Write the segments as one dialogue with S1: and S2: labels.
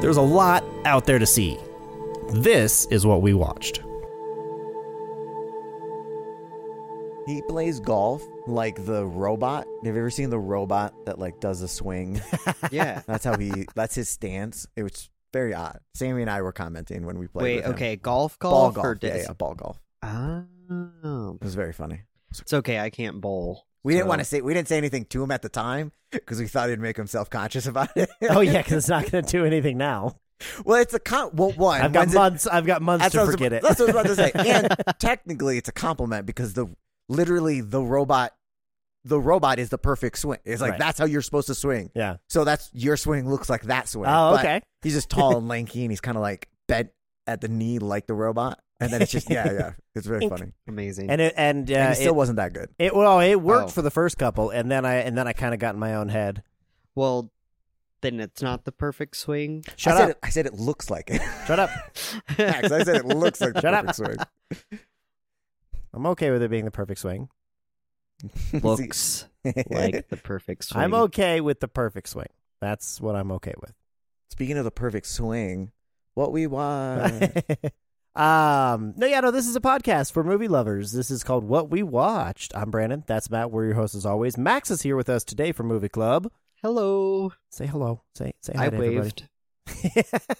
S1: There's a lot out there to see. This is what we watched.
S2: He plays golf like the robot. Have you ever seen the robot that like does a swing?
S3: Yeah.
S2: that's how he. That's his stance. It was very odd. Sammy and I were commenting when we played.
S3: Wait,
S2: with him.
S3: okay, golf,
S2: Ball
S3: golf, or
S2: golf. Yeah,
S3: dis-
S2: yeah, ball golf.
S3: Oh,
S2: It was very funny.
S3: it's okay. I can't bowl.
S2: We didn't
S3: so-
S2: want to say we didn't say anything to him at the time because we thought he'd make himself conscious about it.
S1: Oh yeah, because it's not going to do anything now.
S2: well, it's a con. Well, one.
S1: I've got
S2: when's it-
S1: months. I've got months
S2: what
S1: to
S2: I was-
S1: forget it.
S2: That's what I was about to say. And technically, it's a compliment because the literally the robot, the robot is the perfect swing. It's like
S1: Right.
S2: that's how you're supposed to swing.
S1: yeah.
S2: So that's your swing looks like that swing.
S1: Oh,
S2: But
S1: okay.
S2: he's just tall and lanky, and he's kind of like bent at the knee like the robot. And then it's just yeah, yeah. It's very
S1: Ink.
S2: funny.
S3: Amazing.
S1: And it, and, uh,
S2: and he still
S1: it,
S2: wasn't that good.
S1: it well, it worked
S3: Oh.
S1: for the first couple, and then I and then I kind of got in my own head.
S3: well, then it's not the perfect swing.
S1: Shut
S2: I
S1: up!
S2: Said it, I said it looks like it.
S1: Shut up!
S2: Max, I said it looks like the
S1: Shut up.
S2: perfect swing.
S1: I'm okay with it being the perfect swing.
S3: Looks like the perfect swing.
S1: I'm okay with the perfect swing. That's what I'm okay with.
S2: Speaking of the perfect swing, what we watch.
S1: um, no, yeah, no, this is a podcast for movie lovers. This is called What We Watched. I'm Brandon. That's Matt. We're your hosts as always. Max is here with us today for Movie Club.
S3: Hello.
S1: Say hello. Say say hi
S3: I
S1: to
S3: waved.
S1: everybody.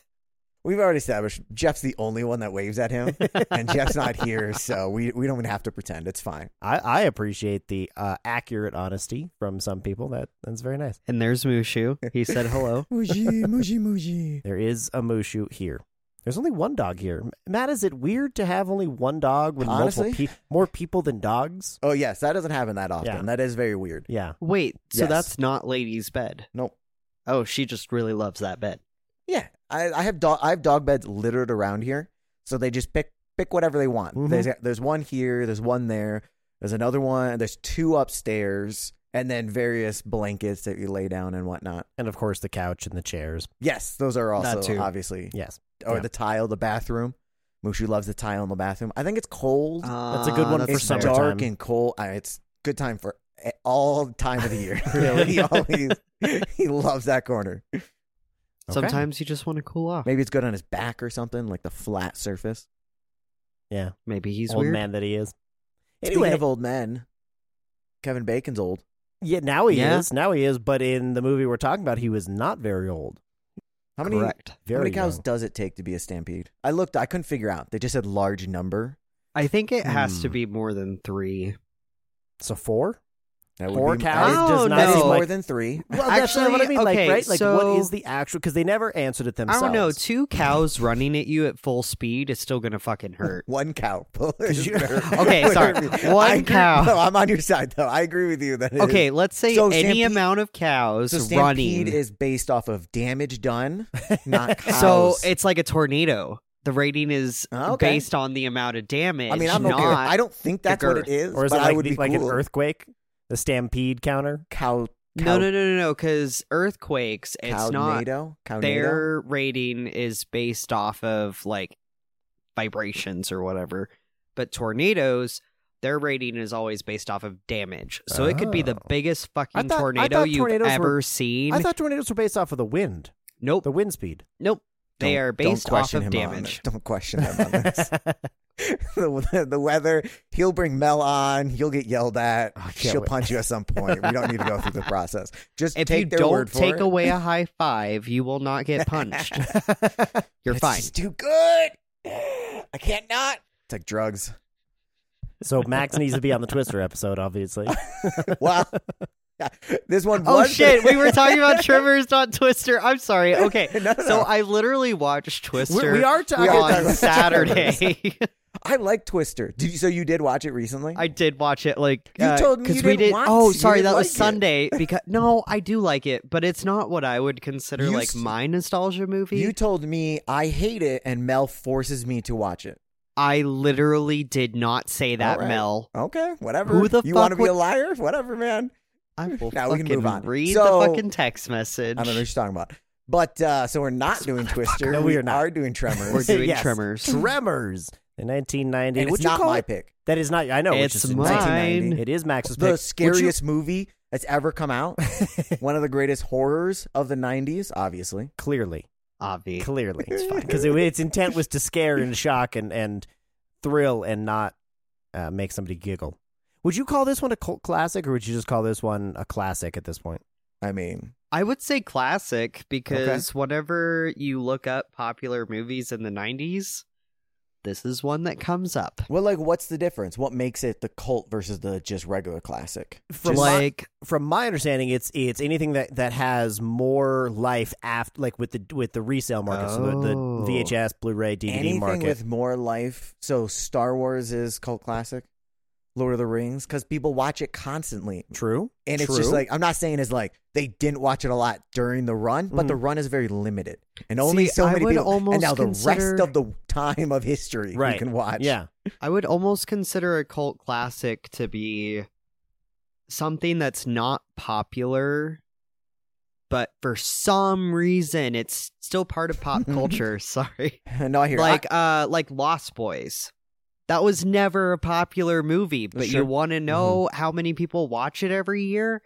S2: We've already established Jeff's the only one that waves at him, and Jeff's not here, so we, we don't even have to pretend. It's fine.
S1: I, I appreciate the uh, accurate honesty from some people. That that's very nice.
S3: And there's Mushu. He said hello.
S2: Muji, muji, muji.
S1: There is a Mushu here. There's only one dog here. M- Matt, is it weird to have only one dog with multiple
S2: Honestly?
S1: pe- more people than dogs?
S2: Oh, yes, that doesn't happen that often.
S1: Yeah.
S2: That is very weird.
S1: Yeah.
S3: Wait, so
S2: Yes.
S3: that's not Lady's bed.
S2: Nope.
S3: Oh, she just really loves that bed.
S2: Yeah, I, I have dog I have dog beds littered around here, so they just pick pick whatever they want.
S1: Mhm.
S2: There's there's one here, there's one there, there's another one, there's two upstairs, and then various blankets that you lay down and whatnot.
S1: And of course, the couch and the chairs.
S2: Yes, those are
S3: That
S2: also
S3: too.
S2: obviously
S1: Yes.
S2: or
S1: Yeah.
S2: the tile, the bathroom. Mushu loves the tile in the bathroom. I think it's cold.
S1: That's a good
S3: Ah,
S1: one
S3: that's
S1: Uh, for
S2: it's
S3: fair.
S1: summertime.
S2: dark and cold. Uh, it's good time for a- all time of the year.
S1: Really?
S2: he always he loves that corner.
S1: Okay.
S3: Sometimes you just want to cool off.
S2: Maybe it's good on his back or something, like the flat surface.
S1: Yeah.
S3: Maybe he's
S1: old
S3: weird.
S1: man that he is.
S2: Speaking
S1: Anyway,
S2: of old men, Kevin Bacon's old.
S1: yeah, now he
S3: Yeah.
S1: is. Now he is. But in the movie we're talking about, he was not very old.
S2: How many
S3: Correct.
S2: how
S1: Very
S2: many cows
S1: young.
S2: does it take to be a stampede? I looked. I couldn't figure out. They just said large number.
S3: I think it has to
S1: Hmm.
S3: be more than three.
S1: So four?
S2: That would
S1: Four
S2: be-
S1: cows
S2: that is-
S1: does
S3: Oh,
S1: not
S2: That is
S3: no.
S1: seem like
S2: more than three.
S1: Well, that's not what I
S3: Actually,
S1: mean. Like,
S3: okay,
S1: right? Like,
S3: so-
S1: what is the actual? Because they never answered it themselves.
S3: I don't know. Two cows running at you at full speed is still gonna fucking hurt.
S2: One cow.
S1: Because you-
S3: Okay, sorry. One
S2: I agree-
S3: cow.
S2: No, I'm on your side though. I agree with you that it is-
S3: Okay, let's say
S2: So
S3: any
S2: stampede-
S3: amount of cows
S2: So stampede
S3: running.
S2: is based off of damage done, not cows.
S3: so it's like a tornado. The rating is
S2: Oh, okay.
S3: based on the damage, the damage.
S2: I mean, I'm
S3: not.
S2: okay. with- I don't think
S3: the
S2: that's what
S3: girth.
S2: it is,
S1: Or is it
S2: but
S1: like,
S2: I would
S1: the-
S2: be
S1: like
S2: cool.
S1: an earthquake? The stampede counter?
S2: cow.
S3: No, no, no, no, no. Because earthquakes, it's not.
S2: Cownado? Cownado?
S3: Their rating is based off of like vibrations or whatever. But tornadoes, their rating is always based off of damage. So it could be the
S1: Oh.
S3: biggest fucking
S1: thought- I
S3: tornado
S1: thought
S3: you've
S1: tornadoes were-
S3: ever seen.
S1: I thought tornadoes were based off of the wind,
S3: nope,
S1: the wind speed.
S3: nope. They
S2: Don't-
S3: are
S2: don't
S3: based off
S2: question
S3: of
S2: him on
S3: damage.
S2: this. Don't question him on this. the, the weather. He'll bring Mel on. He'll get yelled at.
S3: Oh,
S1: I can't
S2: She'll
S1: wait.
S2: punch you at some point. We don't need to go through the process. Just
S3: If
S2: take
S3: you
S2: their
S3: don't
S2: word for
S3: take
S2: it.
S3: away a high five, you will not get punched. You're
S2: It's
S3: fine.
S2: just too good. I can't not. It's like drugs.
S1: So Max needs to be on the Twister episode, obviously.
S2: Wow. Yeah. This one.
S3: Oh
S2: one-
S3: shit, we were talking about Tremors, not Twister. I'm sorry. Okay.
S2: No, no,
S3: So
S2: no.
S3: I literally watched
S1: we,
S3: Twister
S1: we are
S2: We
S1: talking.
S2: are talking
S3: on
S2: about
S3: Saturday.
S2: I like Twister. Did you, so you did watch it recently?
S3: I did watch it like
S2: You told me
S3: because
S2: you
S3: we
S2: didn't
S3: did.
S2: want
S3: oh,
S2: to. You
S3: sorry,
S2: didn't
S3: that was
S2: like it.
S3: Sunday. Because no, I do like it, but it's not what I would consider
S2: You
S3: like
S2: s-
S3: my nostalgia movie.
S2: you told me I hate it, and Mel forces me to watch it.
S3: I literally did not say that,
S2: All right.
S3: Mel.
S2: Okay, whatever.
S3: Who the
S2: you
S3: fuck
S2: want to be
S3: would-
S2: a liar? Whatever, man.
S3: I will
S2: Now we
S3: fucking
S2: can move on.
S3: read
S2: So-
S3: the fucking text message.
S2: I don't know what you're talking about. But uh, so we're not doing Twister.
S1: No, we are not.
S2: doing Tremors.
S3: We're doing
S1: Yes.
S3: Tremors.
S1: Tremors in 1990.
S2: and
S1: Would
S2: it's
S1: you
S2: not
S1: call
S2: my
S1: it-
S2: pick.
S1: That is not. I know. which
S3: It's
S1: is
S3: mine.
S2: 1990.
S1: It is Max's
S2: The
S1: pick. Would you-
S2: scariest movie that's ever come out. One of the greatest horrors of the '90s, obviously.
S1: clearly,
S3: Obvi.
S1: clearly, because it, its intent was to scare and shock and and thrill and not uh, make somebody giggle. Would you call this one a cult classic, or would you just call this one a classic at this point?
S2: I mean,
S3: I would say classic because whenever you look up popular movies in the 90s, this is one that comes up.
S2: well, like, what's the difference? What makes it the cult versus the just regular classic?
S1: From my-
S3: like
S1: from my understanding, it's it's anything that that has more life after, like with the with the resale market, so the, the
S3: Oh.
S1: VHS, Blu-ray, DVD
S2: Anything
S1: market.
S2: with more life. So Star Wars is cult classic. Lord of the Rings, because people watch it constantly,
S1: True,
S2: and it's
S1: true.
S2: just like I'm not saying it's like they didn't watch it a lot during the run, but the run is very limited, and only
S3: Mm. See,
S2: so
S3: I
S2: many
S3: would
S2: people.
S3: almost
S2: and now the
S3: consider-
S2: rest of the time of history
S1: right.
S2: you can watch.
S1: Yeah,
S3: I would almost consider a cult classic to be something that's not popular, but for some reason it's still part of pop culture. Sorry,
S2: no, I hear.
S3: like uh, like Lost Boys. That was never a popular movie, but
S2: Sure. Mm-hmm.
S3: you want to know how many people watch it every year?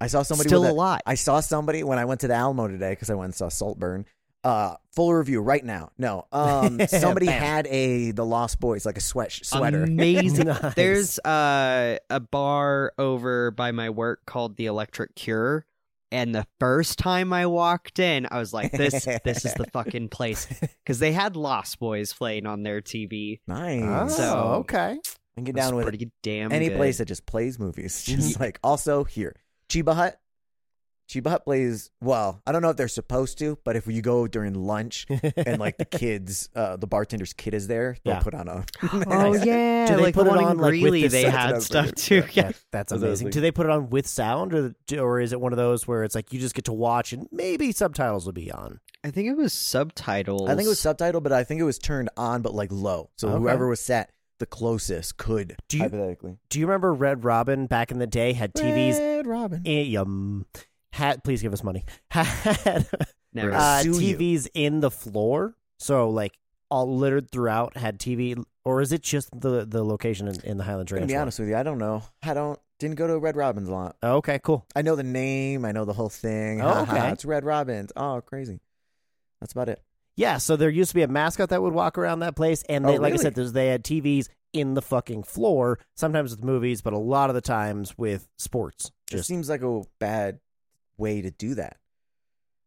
S2: I, I saw somebody
S3: Still
S2: with
S3: a lot.
S2: I saw somebody when I went to the Alamo today because I went and saw Saltburn. Uh, full review right now. No, um, somebody
S1: Bam.
S2: had a the Lost Boys like a sweat sweater.
S3: Amazing.
S1: Nice.
S3: There's uh, a bar over by my work called the Electric Cure. And the first time I walked in, I was like, "This, this is the fucking place," because they had Lost Boys playing on their TV.
S2: nice.
S3: So-
S1: Oh, okay.
S2: and get
S3: It was
S2: down with it.
S3: pretty damn
S2: any
S3: good.
S2: place that just plays movies.
S1: Mm-hmm.
S2: Just like also here, Chiba Hut. Chiba Hut plays well. I don't know if they're supposed to, but if you go during lunch and like the kids, uh, the bartender's kid is there, they'll
S1: Yeah.
S2: put on a.
S3: Oh yeah,
S1: Do they
S3: like
S1: put
S3: the
S1: it
S3: one
S1: on,
S3: in
S1: like, with
S3: Greeley,
S1: the
S3: they
S1: sound
S3: had
S2: of
S3: stuff
S2: it?
S3: too. Yeah.
S1: That- that's
S2: That's what I was
S1: amazing.
S2: thinking.
S1: Do they put it on with sound, or or is it one of those where it's like you just get to watch and maybe subtitles will be on?
S3: I think it was subtitles.
S2: I think it was subtitled, but I think it was turned on, but like low. So
S1: Okay.
S2: whoever was set the closest could
S1: Do you-
S2: hypothetically.
S1: Do you remember Red Robin back in the day had TVs?
S2: Red Robin.
S1: Eh, um, had please give us money. Had
S3: Never.
S2: Uh,
S1: uh,
S2: sue you.
S1: TVs in the floor, so like all littered throughout had TV, or is it just the the location in, in the Highland
S2: I'm
S1: Ranch?
S2: gonna be
S1: one?
S2: honest with you, I don't know. I don't didn't go to Red Robin's a lot.
S1: Okay, cool.
S2: I know the name. I know the whole thing.
S1: Oh,
S2: Ha ha,
S1: okay.
S2: It's Red Robin's. Oh, crazy. That's about it.
S1: Yeah, so there used to be a mascot that would walk around that place, and they,
S2: Oh,
S1: like I
S2: really?
S1: said, there's, they had TVs in the fucking floor, sometimes with movies, but a lot of the times with sports.
S2: Just
S1: Just
S2: seems like a bad way to do that.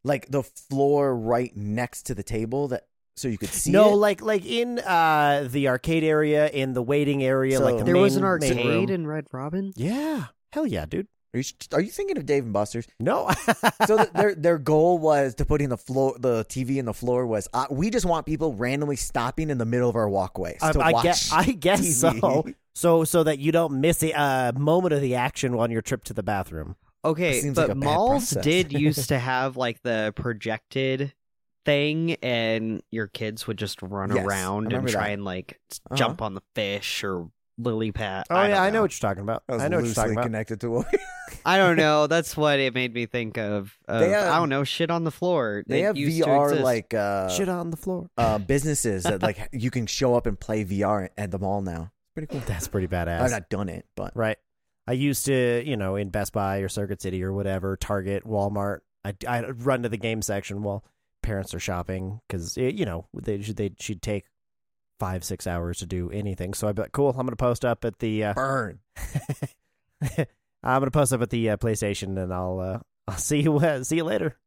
S2: Like the floor right next to the table that so you could see.
S1: no,
S2: it.
S1: like like in uh, the arcade area, in the waiting area,
S2: So-
S1: like the
S3: there
S1: main,
S3: was an
S1: main room.
S3: arcade in Red Robin.
S1: yeah, hell yeah, dude.
S2: are you, are you thinking of Dave and Buster's?
S1: No,
S2: So th- their their goal was to put in the floor, the TV in the floor was uh, we just want people randomly stopping in the middle of our walkways
S1: I,
S2: to
S1: I
S2: watch.
S1: guess I guess
S2: TV.
S1: so. So so that you don't miss a uh, moment of the action on your trip to the bathroom.
S3: Okay,
S2: seems
S3: but
S2: like a bad
S3: malls
S2: process.
S3: did used to have like the projected thing, and your kids would just run
S2: Yes, I
S3: around and
S2: remember
S3: try
S2: that.
S3: and like s-
S2: Uh-huh.
S3: jump on the fish or lily pad.
S1: Oh
S3: I
S1: yeah,
S3: don't
S1: I
S3: know.
S1: know what you're talking about.
S2: That was
S1: I know what you're
S2: loosely
S1: talking about.
S2: connected to what
S3: I don't know. That's what it made me think of. of
S2: They have-
S3: I don't know. Shit on the floor.
S2: they
S3: that
S2: have
S3: used to
S2: VR
S3: exist.
S2: like uh,
S1: Shit on the floor.
S2: uh, businesses that like you can show up and play VR at the mall now. Pretty cool.
S1: That's pretty badass.
S2: I've not done it, but
S1: Right. I used to, you know, in Best Buy or Circuit City or whatever, Target, Walmart. I I run to the game section while parents are shopping because you know they they she'd take five six hours to do anything. So I'd be like, cool, I'm gonna post up at the uh,
S2: burn.
S1: I'm gonna post up at the uh, PlayStation and I'll uh, I'll see you uh, see you later.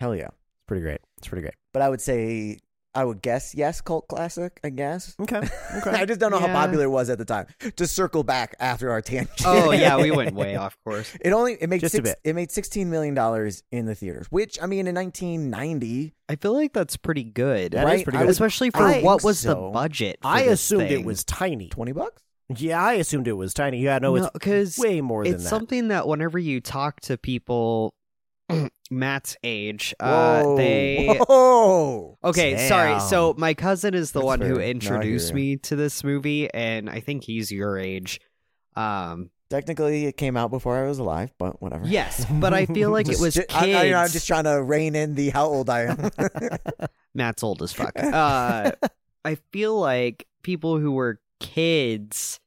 S2: Hell yeah.
S1: It's pretty great. It's pretty great.
S2: But I would say I would guess yes, cult classic. I guess.
S1: Okay.
S2: I
S1: Okay.
S2: just don't know
S3: Yeah.
S2: how popular it was at the time. To circle back after our tangent.
S3: Oh yeah, we went way off course.
S2: It only it made
S1: Just a
S2: six,
S1: bit.
S2: it made sixteen million dollars in the theaters, which I mean in 1990.
S3: I feel like that's pretty good,
S1: That is
S2: right?
S1: pretty
S2: I
S1: good.
S2: was-
S3: especially for
S2: I
S3: what
S2: think
S3: was the
S2: so.
S3: budget. for
S1: I
S3: this
S1: assumed
S3: thing.
S1: it was tiny.
S2: Twenty bucks.
S1: Yeah, I assumed it was tiny. Yeah, no, it's
S3: because
S1: way more than
S3: it's
S1: that.
S3: something that whenever you talk to people Matt's age, uh, they Oh.
S2: Whoa.
S3: Okay, sorry.
S1: Damn.
S3: So my cousin is the
S2: That's
S3: one who
S2: fair. No, I hear
S3: introduced
S2: you.
S3: me to this movie, and I think he's your age. Um,
S2: Technically, it came out before I was alive, but whatever.
S3: yes, but I feel like it was
S2: Just-
S3: kids.
S2: I, I, I'm just trying to rein in the how old I am.
S3: Matt's old as fuck. Uh, I feel like people who were kids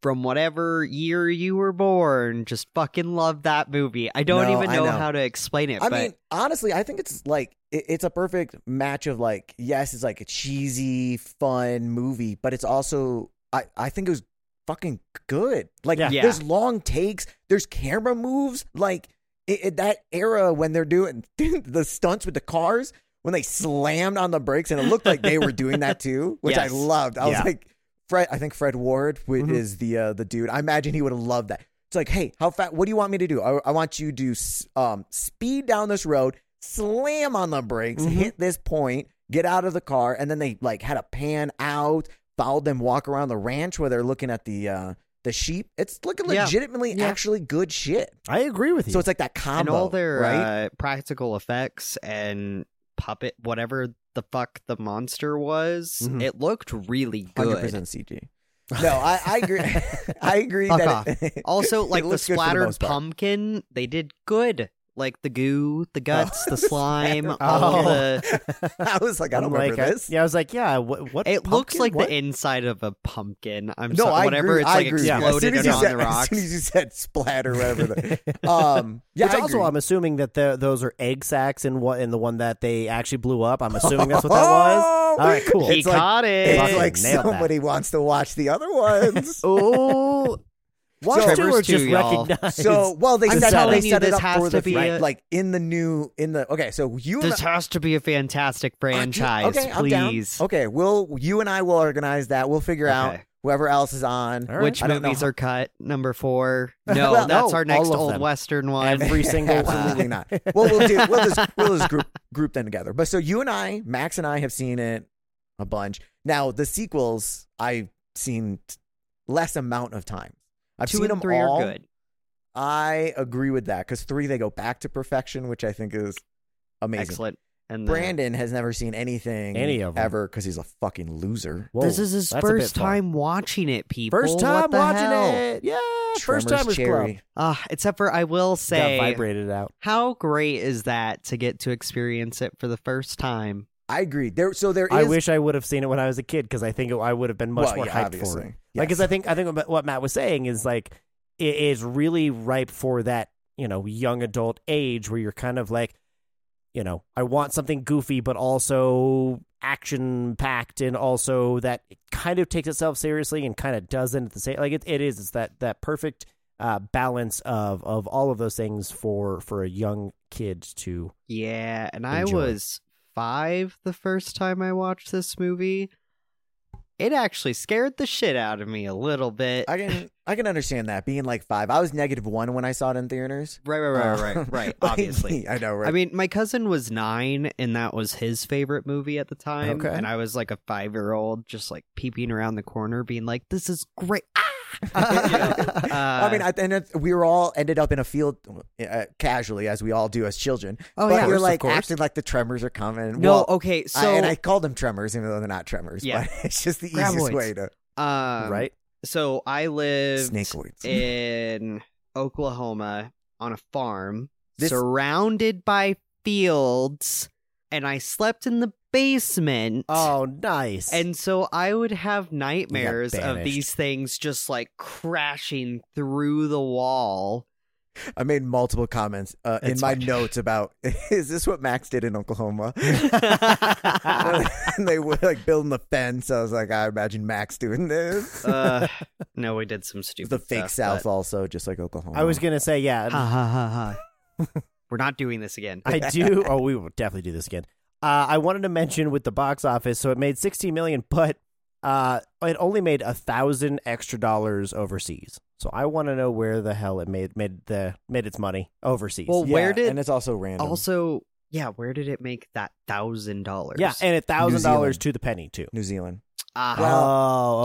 S3: from whatever year you were born just fucking loved that movie. I don't
S2: No,
S3: even
S2: I
S3: know,
S2: know.
S3: how to explain it.
S2: I
S3: but
S2: mean, honestly, I think it's like it, it's a perfect match of like yes, it's like a cheesy, fun movie, but it's also I I think it was fucking good. Like
S1: Yeah.
S3: Yeah.
S2: there's long takes, there's camera moves, like it, it- that era when they're doing the stunts with the cars when they slammed on the brakes and it looked like they were doing that too, which
S3: Yes.
S2: I loved. I
S1: Yeah.
S2: was like Fred, I think Fred Ward wh-
S1: Mhm.
S2: is the uh, the dude. I imagine he would have loved that. It's like, hey, how fast? What do you want me to do? I, I want you to s- um, speed down this road, slam on the brakes,
S1: Mhm.
S3: Mm-hmm.
S2: hit this point, get out of the car, and then they like had a pan out, followed them walk around the ranch where they're looking at the uh, the sheep. It's looking
S3: Yeah.
S2: legitimately
S3: Yeah.
S2: actually good shit.
S1: I agree with you.
S2: So it's like that combo,
S3: and all their
S2: right?
S3: uh, practical effects and puppet, whatever the fuck the monster was,
S1: Mhm.
S3: it looked really
S2: Mm-hmm. Hundred
S3: good.
S2: percent CG. No, I, I agree. I agree
S3: Fuck
S2: that it-
S3: Also, like the
S2: looks good for the
S3: splattered
S2: most part.
S3: pumpkin, they did good. Like the goo, the guts, the slime,
S2: Oh, splattered
S3: all
S1: pumpkin.
S3: the.
S2: I was like, I
S1: I'm
S2: don't
S1: like,
S2: remember
S3: uh,
S1: I-
S2: this.
S1: yeah, I was like, yeah, what? what
S3: It looks
S1: pumpkin?
S3: like
S1: What?
S3: the inside of a pumpkin. I'm
S2: no,
S3: sorry,
S2: I
S3: whatever.
S2: agree.
S3: It's
S2: I
S3: like
S2: agree.
S1: Yeah.
S2: As soon
S3: exploded
S2: as
S3: and
S2: you
S3: on
S2: said,
S3: the
S2: As soon as
S3: rocks.
S2: you said splatter, whatever. the- um, yeah,
S1: Which
S2: I
S1: also,
S2: agree.
S1: I'm assuming that the, those are egg sacs and what and the one that they actually blew up. I'm assuming that's what that was. All right, cool.
S3: He
S2: Oh, It's like-
S3: caught it.
S2: it's
S1: Fucking
S2: like
S1: nailed that.
S2: somebody wants to watch the other ones.
S1: Oh, one
S3: So-
S1: two are
S3: Trevor's
S1: just
S3: two, y'all.
S1: recognized.
S2: so, well, they
S3: I'm
S2: set,
S3: telling
S2: they
S3: you,
S2: set it
S3: this
S2: up
S3: has
S2: for
S3: to
S2: the
S3: be
S2: right,
S3: a-
S2: like in the new in the okay. So you and
S3: This has to be a fantastic
S2: I- uh,
S3: franchise,
S2: okay, I'm down.
S3: please.
S2: Okay, we'll you and I will organize that. We'll figure out
S3: Okay.
S2: whoever else is on.
S1: All right.
S3: Which
S2: I don't know
S3: movies
S2: how-
S3: are cut? Number four. No,
S2: Well,
S3: that's
S1: no,
S3: our next
S1: all of
S3: old
S1: them.
S3: western one.
S1: every single
S2: Oh, Absolutely
S1: one.
S2: not. Well, we'll do. We'll just we'll just group group them together. But so you and I, Max and I, have seen it a bunch. Now the sequels I've seen t- less amount of time. I've
S3: Two
S2: seen
S3: and
S2: them
S3: three
S2: all.
S3: are good.
S2: I agree with that because three they go back to perfection, which I think is amazing.
S3: Excellent. And the-
S2: Brandon has never seen anything
S1: Any of 'em.
S2: ever because he's a fucking loser.
S1: Whoa,
S3: this is his
S1: that's a bit
S3: first
S1: far.
S3: time watching it, people.
S1: First
S3: What
S1: time
S3: the
S1: watching
S3: hell?
S1: it. Yeah, first
S2: Tremors
S1: time was
S2: cherry.
S3: Uh, except for I will
S1: Got
S3: say,
S1: vibrated out.
S3: how great is that to get to experience it for the first time?
S2: I agree. There, so there is.
S1: I wish I would have seen it when I was a kid because I think it, I would have been much
S2: well,
S1: more
S2: yeah,
S1: hyped for
S2: obviously.
S1: it. Like, because I think I think what Matt was saying is like it is really ripe for that you know young adult age where you're kind of like, you know, I want something goofy but also action packed and also that it kind of takes itself seriously and kind of doesn't at the same. Like it, it is it's that that perfect uh, balance of of all of those things for for a young kid to.
S3: Yeah, and I
S1: Enjoy.
S3: was five the first time I watched this movie. It actually scared the shit out of me a little bit.
S2: I can I can understand that being like five. I was negative one when I saw it in theaters.
S3: right, right, right,
S2: Uh,
S3: right, right, right.
S2: like
S3: Obviously,
S2: me, I know, right?
S3: I mean, my cousin was nine, and that was his favorite movie at the time.
S1: Okay.
S3: And I was like a five year old, just like peeping around the corner, being like, "This is great." Ah! You know?
S2: I mean, I, and it, we were all ended up in a field uh, casually, as we all do as children.
S3: oh
S2: but
S3: yeah.
S2: you're
S1: Of
S2: like
S1: course.
S2: acting like the tremors are coming.
S3: no,
S2: Well,
S3: okay. So,
S2: I- and I call them tremors, even though they're not tremors.
S3: Yeah.
S2: but it's just the
S3: Graboids.
S2: easiest way to
S3: um,
S1: right?
S3: So I lived
S2: snakeoids.
S3: in Oklahoma on a farm,
S2: This-
S3: surrounded by fields, and I slept in the basement.
S1: Oh, nice.
S3: And so I would have nightmares of these things just like crashing through the wall.
S2: I made multiple comments uh, in
S1: It's
S2: my
S1: fine.
S2: notes about is this what Max did in Oklahoma?
S3: uh,
S2: and they were like building the fence. I was like, I imagine Max doing this.
S3: no, we did some stupid
S2: the fake
S3: stuff,
S2: South, also just like Oklahoma.
S1: I was gonna say yeah.
S3: But... Ha ha ha ha. We're not doing this again.
S1: I do. Oh, we will definitely do this again. Uh, I wanted to mention with the box office, so it made 16 million, but uh, it only made a thousand extra dollars overseas. So I want to know where the hell it made made the made its money overseas.
S3: Well, where
S2: Yeah,
S3: did
S2: and it's also random.
S3: also yeah, where did it make that thousand dollars?
S1: yeah, and a thousand dollars
S2: Zealand.
S1: to the penny too.
S2: New Zealand.
S3: uh,
S2: Well,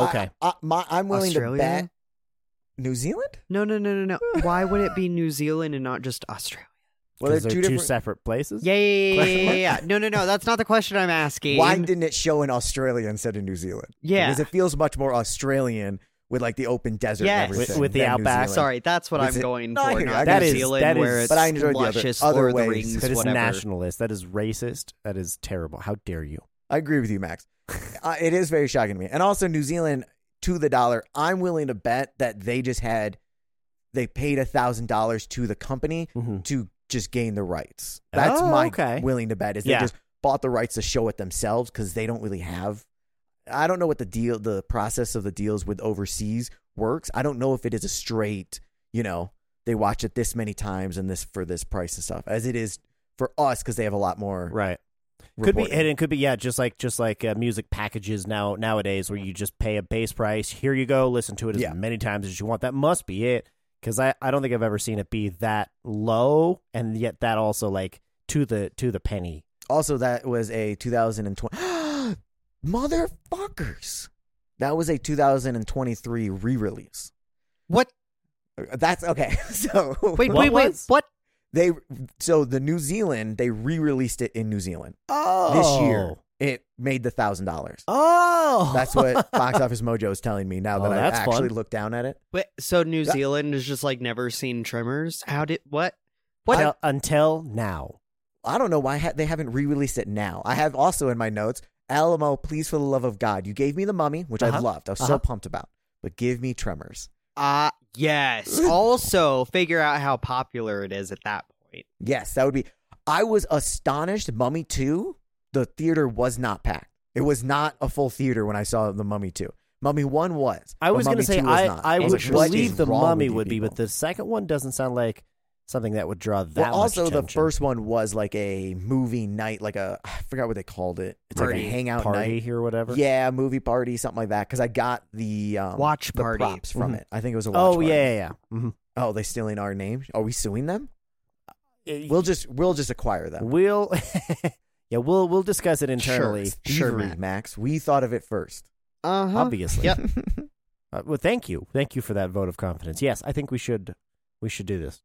S1: oh, okay.
S2: I, I, my, I'm willing
S3: Australia.
S2: to bet New Zealand.
S3: No, no, no, no, no. Why would it be New Zealand and not just Australia?
S2: Well, they're
S1: Because they're two,
S2: two different.
S1: separate places.
S3: Yeah, yeah, yeah,
S2: Question
S3: yeah, yeah,
S2: mark?
S3: yeah. No, no, no. That's not the question I'm asking.
S2: Why didn't it show in Australia instead of New Zealand?
S3: Yeah.
S2: because it feels much more Australian with like the open desert. and
S3: Yes. With-
S2: everything
S1: with the
S2: than New
S1: outback.
S2: Zealand.
S3: Sorry, that's what
S2: Was
S3: I'm
S2: it-
S3: going
S2: No, I
S3: for.
S2: hear you.
S3: Not
S2: I
S1: That
S3: New
S1: is-
S3: Zealand,
S1: that
S3: where
S1: is-
S3: it's
S1: But
S2: I enjoyed the other-
S3: luscious
S2: other
S3: Lord of the
S2: ways.
S3: Rings,
S1: That is
S3: whatever.
S1: nationalist. That is racist. That is terrible. How dare you?
S2: I agree with you, Max. uh, it is very shocking to me. And also, New Zealand to the dollar. I'm willing to bet that they just had they paid a thousand dollars to the company
S1: Mhm.
S2: to just gain the rights. That's
S1: Oh,
S2: my
S1: okay.
S2: willing to bet is
S1: Yeah.
S2: they just bought the rights to show it themselves because they don't really have. I don't know what the deal, the process of the deals with overseas works. I don't know if it is a straight, you know, they watch it this many times and this for this price and stuff, as it is for us because they have a lot more.
S1: Right. Could be
S2: reporting.
S1: and it could be yeah, just like just like uh, music packages now nowadays where you just pay a base price. Here you go, listen to it as
S2: Yeah.
S1: many times as you want. That must be it cuz I I don't think I've ever seen it be that low and yet that also like to the to the penny.
S2: Also, that was a 2020. Motherfuckers. That was a 2023 re release.
S3: What?
S2: That's okay. So,
S1: What
S3: Wait, wait, wait.
S1: was?
S3: What?
S2: they, so the New Zealand, they re released it in New Zealand this year. It made the thousand dollars.
S1: Oh.
S2: That's what Box Office Mojo is telling me now
S1: Oh,
S2: that I
S1: that's
S2: actually
S1: fun.
S2: looked down at it.
S3: Wait, so New
S2: That-
S3: Zealand has just like never seen Tremors? How did what? What?
S1: until, until now.
S2: I don't know why ha- they haven't re released it now. I have also in my notes Alamo, please, for the love of God, you gave me the mummy, which I
S1: Uh-huh.
S2: loved. I was
S1: Uh-huh.
S2: so pumped about, but give me Tremors.
S3: Uh yes. also, figure out how popular it is at that point.
S2: Yes, that would be. I was astonished. Mummy 2, the theater was not packed. It was not a full theater when I saw The Mummy 2. Mummy 1 was.
S1: I was
S2: going to
S1: say I I
S3: And
S1: would
S3: what is
S1: believe the mummy would be, but the second one doesn't sound like something that would draw that
S2: well, also,
S1: much
S2: the
S1: attention.
S2: first one was like a movie night, like a, I forgot what they called it. It's like
S3: Party.
S2: a hangout
S1: party
S2: night.
S1: or whatever.
S2: Yeah, movie party, something like that. Because I got the um,
S3: Watch
S2: the
S3: party.
S2: props from
S1: Mhm.
S2: it. I think it was a watch
S1: Oh
S2: party.
S1: yeah, yeah, yeah. Mhm.
S2: Oh, they stealing our name? Are we suing them?
S1: It-
S2: We'll just we'll just acquire them.
S1: We'll yeah, we'll we'll discuss it internally.
S3: Sure,
S2: Thievery,
S3: Matt.
S2: Max. We thought of it first.
S3: Uh
S2: Uh-huh.
S3: huh.
S1: Obviously.
S3: Yep.
S1: Uh, well, thank you, thank you for that vote of confidence. Yes, I think we should we should do this.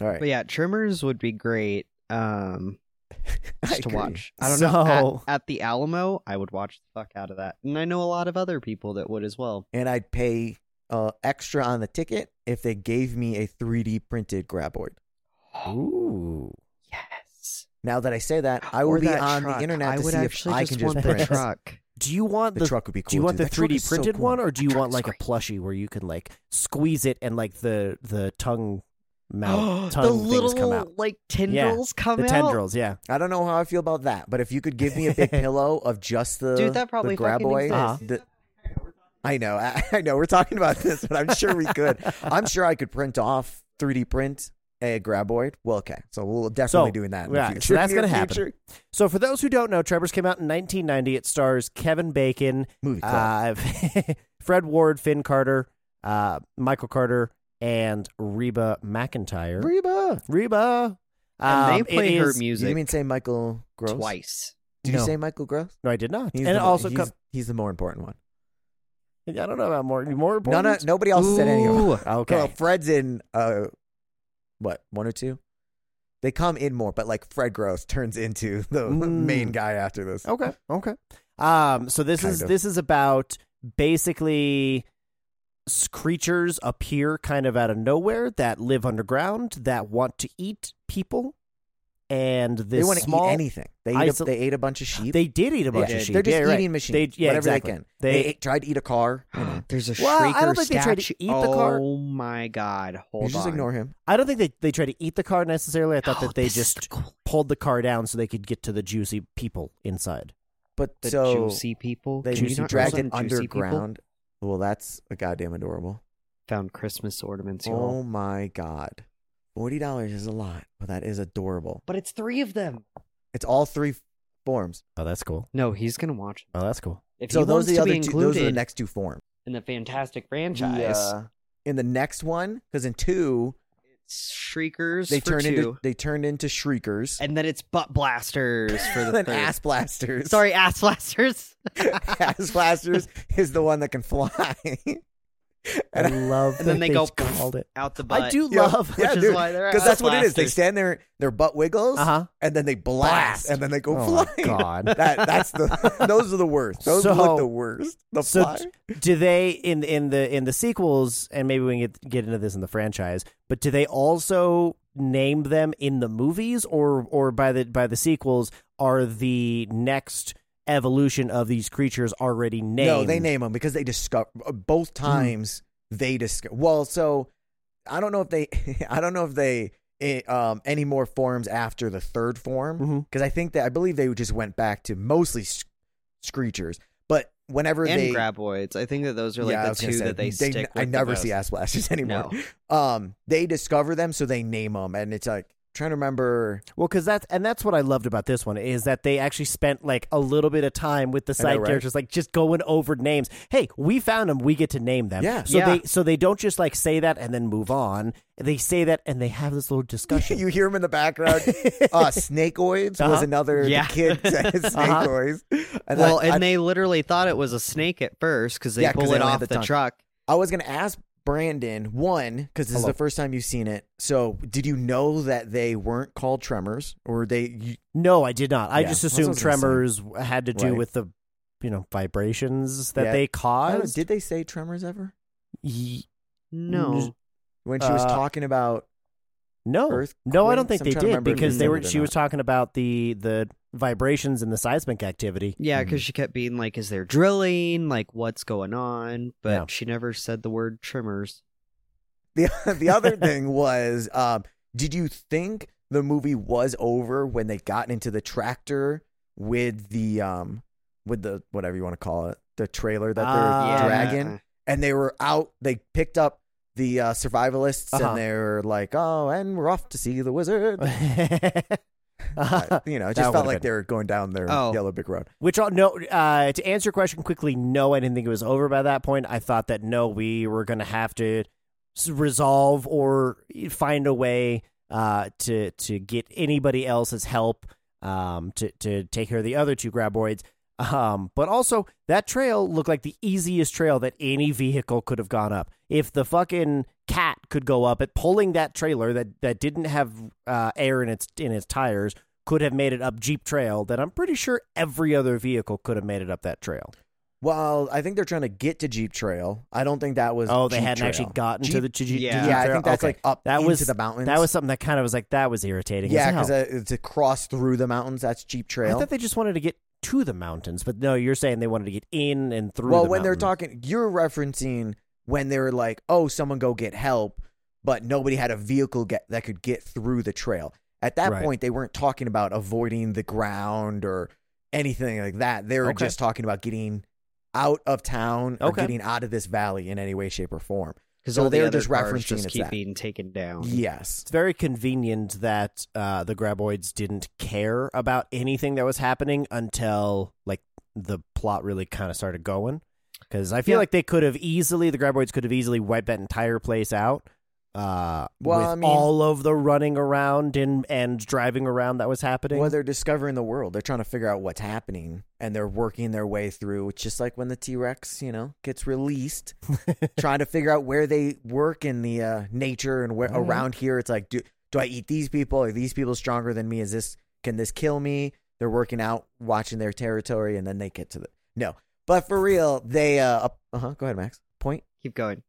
S2: All right.
S3: But yeah, Tremors would be great. Um,
S2: I
S3: just to
S2: agree.
S3: watch. I don't know.
S1: So-
S3: At, at the Alamo, I would watch the fuck out of that, and I know a lot of other people that would as well.
S2: and I'd pay uh, extra on the ticket if they gave me a 3D printed graboid.
S1: Ooh,
S3: Yes.
S2: Now that I say that, I will
S3: Or
S2: be
S3: that
S2: on
S3: truck.
S2: the internet
S3: I
S2: to
S3: would
S2: see if
S3: actually
S2: I
S3: just
S2: can just
S3: want
S2: print.
S3: the truck.
S1: do you want
S2: The
S1: the,
S2: truck would be cool.
S1: do you want
S2: too.
S1: the
S2: That truck
S1: three D
S2: is so
S1: printed
S2: cool.
S1: one, or do you
S3: That
S1: want
S3: truck's
S1: like
S3: great.
S1: a plushie where you can like squeeze it and like the the tongue mouth tongue
S3: the
S1: things
S3: little
S1: come out,
S3: like tendrils come
S1: the
S3: out.
S1: tendrils, yeah.
S2: I don't know how I feel about that, but if you could give me a big pillow of just the
S3: Dude, that probably
S2: the
S3: fucking
S2: graboid,
S3: exists.
S2: the- I know, I, I know. We're talking about this, but I'm sure we could. I'm sure I could print off 3D print a graboid. Well, okay, so we'll definitely
S1: So,
S2: doing that. In
S1: yeah, so
S2: the future.
S1: that's
S2: Near
S1: gonna happen.
S2: future.
S1: So for those who don't know, Trevor's came out in 1990. It stars Kevin Bacon,
S2: Movie club.
S1: uh, Fred Ward, Finn Carter, uh, Michael Carter, and Reba McIntyre.
S2: Reba.
S1: Reba.
S3: And
S1: Um,
S3: they play
S1: it
S3: her
S1: is-
S2: You
S3: music
S2: didn't even say Michael Gross
S3: twice.
S2: Did
S1: No.
S2: you say Michael Gross?
S1: No, I did not.
S2: He's
S1: and
S2: the,
S1: it also,
S2: he's,
S1: com-
S2: he's the more important one.
S1: I don't know about more. More
S2: No,
S1: important.
S2: no, nobody else said any of them.
S3: Ooh.
S1: Okay.
S2: Well, Fred's in uh, what one or two? They come in more, but like Fred Gross turns into the
S1: Mm.
S2: main guy after this.
S1: Okay. Okay. Um. So this
S2: Kind
S1: is
S2: of.
S1: this is about basically s- creatures appear kind of out of nowhere that live underground that want to eat people, and
S2: they
S1: this
S2: want to
S1: small
S2: eat anything. They ate,
S1: isol-
S2: a, they ate a bunch of sheep.
S1: They did eat a bunch
S3: Yeah,
S1: of sheep.
S2: They're just
S1: Yeah, right.
S2: eating machines.
S1: They, yeah,
S2: whatever
S1: exactly.
S2: they can.
S1: They,
S2: They, ate, tried to eat a car. You know.
S3: There's a
S1: Well, I
S3: shrieker
S1: don't think they tried to
S3: statue-
S1: eat the car.
S3: Oh my god! Hold
S2: You just
S3: on.
S2: ignore him.
S1: I don't think they they tried to eat the car necessarily. I thought
S3: No,
S1: that they
S3: this is
S1: just
S3: the cool-
S1: pulled the car down so they could get to the juicy people inside.
S2: But
S3: the
S2: so
S3: juicy people.
S2: they
S3: Can you
S1: juicy
S3: not call
S2: dragged
S3: them
S2: it
S3: juicy people?
S2: underground. Well, that's a goddamn adorable.
S3: Found Christmas ornaments, y'all.
S2: Oh my god, forty dollars is a lot, but that is adorable.
S3: But it's three of them.
S2: It's all three forms.
S1: Oh, that's cool.
S3: No, he's gonna watch.
S1: Oh, that's cool.
S3: If
S2: so
S3: he
S2: those
S3: wants
S2: are the
S3: to
S2: other two.
S3: be
S2: Those are the
S3: included
S2: next two forms.
S3: in the Fantastic
S2: The,
S3: franchise,
S2: uh, in the next one, because in two
S3: it's Shriekers
S2: they
S3: for
S2: turned
S3: two,
S2: into they turned into shriekers
S3: and then it's Butt Blasters for the
S2: and
S3: third.
S2: ass blasters.
S3: Sorry, Ass Blasters.
S2: ass blasters is the one that can fly.
S1: I love.
S3: And then
S1: that
S3: they go-
S1: called it.
S3: Out the butt.
S1: I do
S2: Yeah,
S1: love.
S2: yeah,
S3: which is
S2: dude,
S3: why they're
S2: Because
S3: ass
S2: that's what it is. They
S3: blasters. Uh-huh.
S2: stand there, their butt wiggles,
S1: Uh huh.
S2: and then they blast,
S1: Blast.
S2: and then they go
S1: Oh
S2: fly.
S1: my god.
S2: That that's the those are the worst. Those
S1: So-
S2: look the worst. The
S1: so
S2: fly.
S1: do they in in the in the sequels and maybe we can get, get into this in the franchise but do they also name them in the movies or or by the by the sequels are the next evolution of these creatures already named
S2: No, they name them because they discover uh, both
S3: Hmm.
S2: times they discover. Well, so I don't know if they, I don't know if they eh, um, any more forms after the third form
S3: Hmm.
S2: because
S1: Mhm.
S2: I think that I believe they just went back to mostly sc- screechers. But whenever
S3: and
S2: they
S3: graboids. I think that those are like
S2: yeah, I
S3: the
S2: was gonna
S3: two
S2: say,
S3: that they, stick.
S2: I
S3: with the
S2: never
S3: most.
S2: see ass splashes anymore.
S3: No,
S2: Um, they discover them, so they name them, and it's like trying to remember.
S1: well because that's and that's what i loved about this one is that they actually spent like a little bit of time with the
S2: I know,
S1: side
S2: right?
S1: characters like just going over names hey we found them we get to name them
S2: Yeah.
S1: so
S3: Yeah.
S1: they so they don't just like say that and then move on they say that and they have this little discussion
S2: you hear them in the background. uh, snakeoids was
S1: Uh-huh.
S2: another
S3: Yeah.
S2: the
S3: Uh-huh.
S2: kid said snakeoids. And
S3: well,
S2: I-
S3: and
S2: I-
S3: they literally thought it was a snake at first because they
S2: Yeah, 'cause
S3: pull
S2: they
S3: it
S2: don't have
S3: off
S2: the
S3: the,
S2: tongue.
S3: truck.
S2: I was going to ask Brandon one because this is
S1: Hello.
S2: the first time you've seen it. So, did you know that they weren't called tremors, or they? You,
S1: No, I did not. I
S2: Yeah,
S1: just
S2: that's what I
S1: assumed
S2: was gonna say.
S1: tremors had to do
S2: Right.
S1: with the, you know, vibrations that
S2: Yeah.
S1: they
S2: I don't-
S1: caused.
S2: did they say tremors ever
S1: Ye-
S2: Mm,
S3: No,
S2: when she was
S1: Uh, oh,
S2: talking about?
S1: no,
S2: Earth
S1: no, I don't think
S2: quakes? I'm
S1: they
S2: trying to
S1: did
S2: remember if
S1: because
S3: they
S1: they
S2: said
S1: were.
S2: it or
S1: She was
S2: not.
S1: talking about the the vibrations and the seismic activity.
S3: yeah,
S2: mm.
S3: because she kept being like, "Is there drilling? Like, what's going on?" But
S1: Yeah.
S3: she never said the word trimmers.
S2: The the other thing was, um, did you think the movie was over when they got into the tractor with the um with the whatever you want to call it the trailer that they're
S1: Ah. Yeah.
S2: dragging and they were out they picked up the uh, survivalists
S1: Uh-huh.
S2: and they were like oh and we're off to see the wizard Uh, you know
S1: That would've
S2: it just felt like
S1: been-
S2: they were going down their
S3: Oh.
S2: yellow brick road
S1: Which all no. Uh, to answer your question quickly, no, I didn't think it was over by that point. I thought that no, we were going to have to s- resolve or find a way uh, to to get anybody else's help um, to to take care of the other two graboids. Um, but also that trail looked like the easiest trail that any vehicle could have gone up. If the fucking cat could go up it, pulling that trailer that that didn't have uh, air in its in its tires could have made it up Jeep Trail that I'm pretty sure every other vehicle could have made it up that trail.
S2: well i think they're trying to get to jeep trail i don't think that was
S1: Oh, they
S2: Jeep
S1: hadn't
S2: Trail.
S1: actually gotten to
S2: Jeep-
S1: the to Jeep,
S3: Yeah.
S1: to
S2: yeah,
S1: Jeep
S2: i
S1: Trail.
S2: think that's
S1: Okay.
S2: like up
S1: that
S2: into
S1: was
S2: the mountains
S1: that was something that kind of was like that was irritating.
S2: yeah
S1: because
S2: because it's a cross through the mountains that's jeep
S1: I
S2: trail
S1: thought they just wanted to get to the mountains, but no, you're saying they wanted to get in and through.
S2: well
S1: the
S2: when they're
S1: mountain.
S2: talking you're referencing when they were like oh someone go get help but nobody had a vehicle get, that could get through the trail at that
S1: Right.
S2: point they weren't talking about avoiding the ground or anything like that they were
S1: Okay.
S2: just talking about getting out of town or
S1: Okay.
S2: getting out of this valley in any way shape or form
S3: Because
S2: So
S3: all
S2: they're
S3: the other
S2: just
S3: cars
S2: referencing
S3: just
S2: it's
S3: keep
S2: that.
S3: being taken
S1: Oh,
S3: down.
S2: yes
S1: it's very convenient that uh, the graboids didn't care about anything that was happening until like the plot really kind of started going. Because I feel
S3: Yeah.
S1: like they could have easily, the graboids could have easily wiped that entire place out. Uh,
S2: Well,
S1: with
S2: I mean-
S1: all of the running around and and driving around that was happening.
S2: well they're discovering the world they're trying to figure out what's happening and they're working their way through it's just like when the t-rex you know gets released trying to figure out where they work in the uh, nature and where
S1: All right.
S2: around here. It's like, do do I eat these people? Are these people stronger than me? Is this can this kill me? They're working out, watching their territory, and then they get to the no. But for real, they uh uh huh. Go ahead, Max. Point.
S3: Keep going.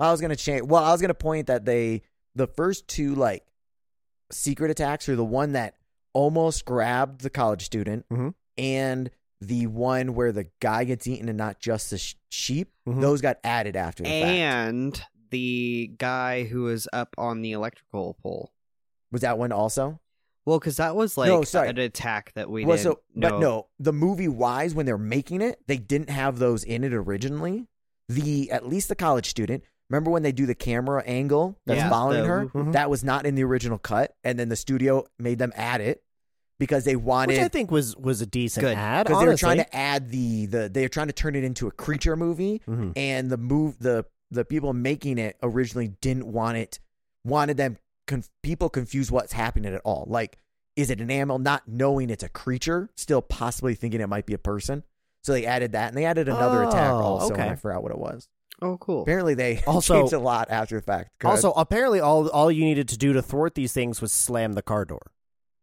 S2: I was gonna change. Well, I was gonna point that they the first two like secret attacks are the one that almost grabbed the college student
S1: Mhm.
S2: and the one where the guy gets eaten and not just the sh- sheep.
S1: Mhm.
S2: Those got added after the fact.
S3: And the guy who was up on the electrical pole.
S2: Was that one also?
S3: Well, because that was like
S2: No, sorry.
S3: an attack that we
S2: well,
S3: did.
S2: so but no, the movie wise, when they're making it, they didn't have those in it originally. The at least the college student. Remember when they do the camera angle that's
S3: Yeah,
S2: following
S3: the-
S2: her?
S1: Mhm.
S2: That was not in the original cut, and then the studio made them add it. because they
S1: which I
S2: wanted
S1: think was was a decent
S3: Good.
S1: ad.
S2: because they were trying
S1: honestly.
S2: to add the the they were trying to turn it into a creature movie,
S1: Mhm.
S2: and the move the the people making it originally didn't want it wanted them conf- people confused what's happening at all. Like, is it an animal? Not knowing it's a creature, still possibly thinking it might be a person. So they added that, and they added another attack
S1: Oh,
S2: also, and
S1: okay.
S2: I forgot what it was.
S3: Oh, cool.
S2: Apparently, they
S1: Also-
S2: changed a lot after the fact. Go ahead.
S1: Also, apparently, all all you needed to do to thwart these things was slam the car door,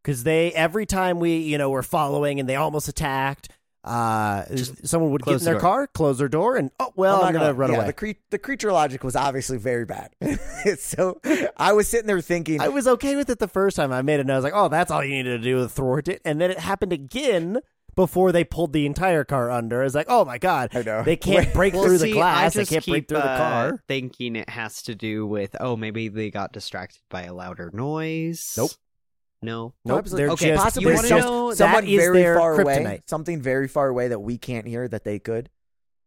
S1: because they every time we you know were following and they almost attacked, uh, someone would get
S3: close
S1: in
S3: the
S1: their
S3: door.
S1: car, close their door, and oh well,
S2: I'm
S1: I'm,
S2: not
S1: gonna, run
S2: yeah,
S1: away.
S2: The, cre- the creature logic was obviously very bad. so I was sitting there thinking,
S1: I was okay with it the first time I made it, and I was like, oh, that's all you needed to do to thwart it, and then it happened again before they pulled the entire car under. I was like, oh my god,
S2: I know.
S1: they can't break
S3: Well,
S1: through
S3: see,
S1: the glass,
S3: I
S1: they
S3: just
S1: can't break
S3: keep,
S1: through the
S3: uh,
S1: car.
S3: thinking it has to do with oh maybe they got distracted by a louder noise.
S1: Nope.
S3: No.
S1: Nope,
S2: Possibly-
S1: they're
S3: okay,
S1: just
S3: possibly
S1: they're
S3: wanna
S1: just-
S3: know-
S2: someone
S1: that is
S2: very
S1: their
S2: far away,
S1: kryptonite.
S2: something very far away that we can't hear that they could.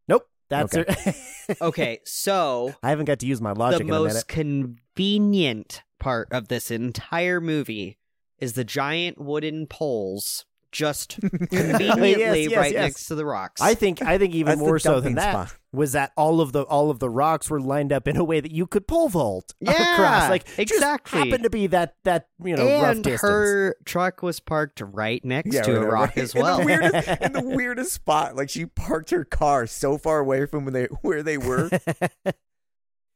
S1: Nope, that's
S2: Okay.
S1: their-
S3: Okay, so
S1: I haven't got to use my
S3: the
S1: logic in a minute.
S3: most convenient part of this entire movie is the giant wooden poles just conveniently
S1: yes,
S3: right
S1: yes.
S3: next to the rocks.
S1: I think I think even
S2: That's the
S1: more so than
S2: dumping
S1: that
S2: spot.
S1: was that all of the all of the rocks were lined up in a way that you could pole vault
S3: Yeah,
S1: across. Like
S3: exactly.
S1: just happened to be that that you know rough
S3: and
S1: distance.
S3: her truck was parked right next
S2: Yeah,
S3: to
S2: right,
S3: a rock
S2: right.
S3: as well.
S2: In the, weirdest, in the weirdest spot, like she parked her car so far away from where they where they were.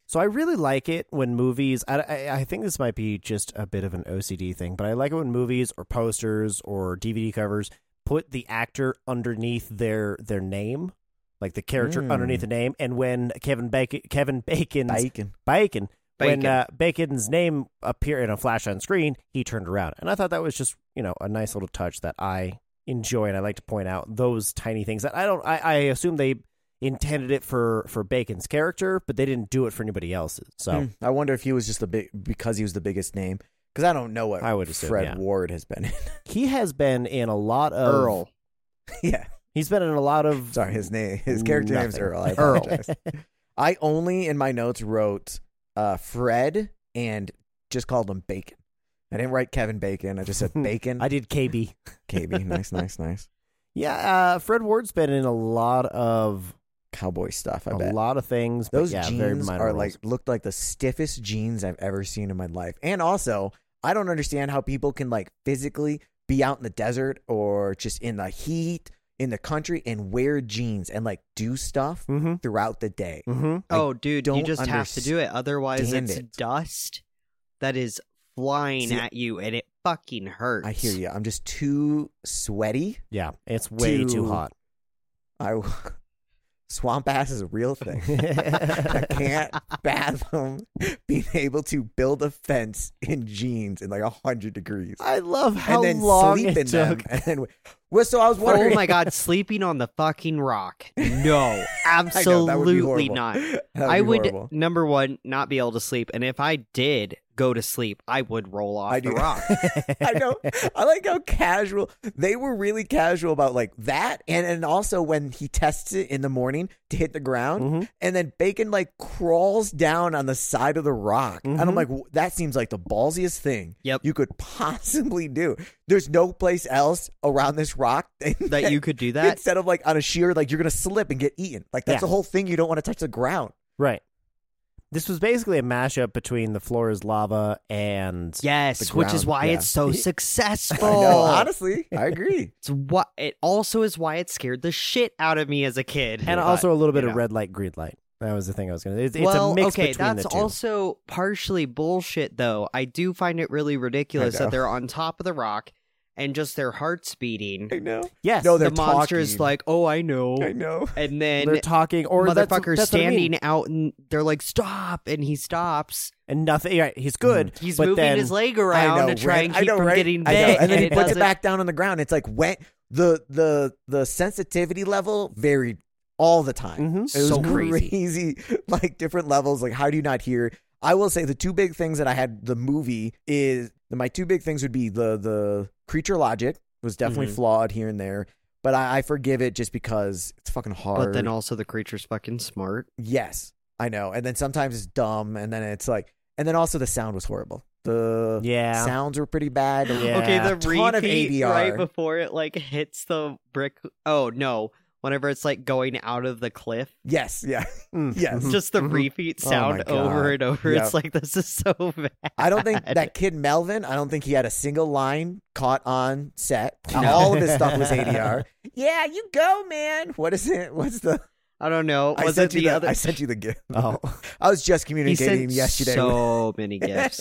S1: So I really like it when movies. I, I, I think this might be just a bit of an OCD thing, but I like it when movies or posters or DVD covers put the actor underneath their their name, like the character
S2: Mm.
S1: underneath
S3: Hmm.
S1: the name. And when Kevin Bacon, Kevin Bacon's
S2: Bacon.
S1: Bacon, when
S3: Bacon.
S1: uh, Bacon's name appeared in a flash on screen, he turned around, and I thought that was just you know a nice little touch that I enjoy, and I like to point out those tiny things that I don't. I, I assume they intended it for for Bacon's character, but they didn't do it for anybody else's. So
S2: Hmm. I wonder if he was just the big because he was the biggest name. Because I don't know what
S1: I would assume,
S2: Fred
S1: yeah.
S2: Ward has been in.
S1: he has been in a lot of
S3: Earl.
S2: yeah,
S1: He's been in a lot of
S2: sorry, his name, his character name's
S1: Nothing.
S2: Earl. I
S1: Earl.
S2: apologize. I only in my notes wrote uh, Fred and just called him Bacon. I didn't write Kevin Bacon. I just said Bacon.
S1: I did KB.
S2: KB. Nice, nice, nice.
S1: Yeah, uh, Fred Ward's been in a lot of
S2: Cowboy stuff. I
S1: a
S2: bet.
S1: lot of things. but
S2: Those
S1: yeah, very
S2: jeans
S1: minor
S2: are
S1: roles.
S2: like looked like the stiffest jeans I've ever seen in my life. And also, I don't understand how people can like physically be out in the desert or just in the heat in the country and wear jeans and like do stuff
S1: Mhm.
S2: throughout the day.
S1: Mhm.
S3: Oh, dude, you
S2: don't
S3: just have to do it. Otherwise,
S2: understand
S3: it's
S2: it.
S3: dust that is flying
S2: See-
S3: at you, and it fucking hurts.
S2: I hear you. I'm just too sweaty.
S1: Yeah, it's way
S2: To-
S1: too hot.
S2: I swamp ass is a real thing. I can't fathom being able to build a fence in jeans in like hundred degrees.
S1: I love how
S2: and then
S1: long
S2: sleep
S1: it
S2: in
S1: took.
S2: them. And then, well, so I was wondering.
S3: Oh my god, sleeping on the fucking rock. No,
S2: I know, that would be
S3: absolutely
S2: horrible.
S3: not.
S2: That
S3: I
S2: be
S3: would
S2: horrible.
S3: number one not be able to sleep, and if I did go to sleep, I would roll off
S2: I
S3: the
S2: do.
S3: rock.
S2: I know. I like how casual they were. Really casual about like that, and and also when he tests it in the morning to hit the
S3: Mm-hmm.
S2: ground,
S1: Mhm.
S2: and then Bacon like crawls down on the side of the rock, and I'm
S1: Mhm.
S2: like, "W- that seems like the ballsiest thing
S3: Mm-hmm. Yep.
S2: you could possibly do. There's no place else around this rock
S3: that you could do that.
S2: instead of like on a sheer like you're gonna slip and get eaten. Like that's
S1: Yeah.
S2: the whole thing. You don't want to touch the ground.
S1: Right. This was basically a mashup between the floor is lava and
S3: Yes,
S1: The
S3: which is
S1: ground,
S3: why
S1: yeah.
S3: it's so successful.
S2: I know. Honestly, I agree.
S3: It's what it also is why it scared the shit out of me as a kid.
S1: and
S3: But,
S1: also a little bit
S3: you
S1: of
S3: know.
S1: red light, green light. That was the thing I was gonna. It's, it's
S3: well,
S1: a mix
S3: okay,
S1: between
S3: that's
S1: the two.
S3: also partially bullshit, though. I do find it really ridiculous
S2: know.
S3: that they're on top of the rock and just their hearts beating.
S2: I know.
S1: yes,
S2: No, they're
S3: The monster is
S2: talking.
S3: like, "Oh, I know,"
S2: I know.
S3: and
S1: they're
S3: then
S1: talking or that's-
S3: motherfucker
S1: that's what I mean.
S3: standing out, and they're like, "Stop!" and he stops.
S1: and nothing. Right, he's good.
S3: He's
S1: but
S3: moving
S1: then,
S3: his leg
S2: I
S3: around
S2: know,
S3: to try
S2: right?
S3: and
S2: I
S3: keep
S2: know,
S3: from
S2: right?
S3: getting
S2: I know.
S3: bit,
S2: And then he
S3: it
S2: puts it
S3: doesn't-
S2: back down on the ground. It's like when the the the sensitivity level varied all the time.
S3: Mm-hmm.
S1: Mhm.
S2: It was
S3: So
S2: crazy.
S3: crazy.
S2: like different levels. Like how do you not hear? I will say the two big things that I had the movie is my two big things would be the the creature logic was definitely
S1: Mhm.
S2: flawed here and there, but I, I forgive it just because it's fucking hard.
S3: But then also the creature's fucking smart.
S2: Yes, I know. And then sometimes it's dumb, and then it's like, and then also the sound was horrible. The
S1: Yeah.
S2: sounds were pretty bad.
S1: Yeah.
S3: Okay, the
S2: ton of
S3: repeat
S2: ADR.
S3: right before it like hits the brick. Oh no! Whenever it's like going out of the cliff,
S2: Yes, yeah,
S1: Mm.
S2: yes.
S3: it's just the
S1: Mhm.
S3: repeat
S2: Mm-hmm, Oh my
S3: sound over and over.
S2: Yeah.
S3: It's like this is so bad.
S2: I don't think
S3: God.
S2: that kid Melvin. I don't think he had a single line caught on set.
S1: No.
S2: All of his stuff was ADR. yeah, you go, man. What is it? What's the?
S3: I don't know.
S2: I
S3: Was
S2: sent
S3: it
S2: you
S3: the other?
S2: I sent you the gift.
S1: Oh,
S2: I was just
S3: he
S2: communicating
S3: sent
S2: yesterday. with-
S3: so many gifts.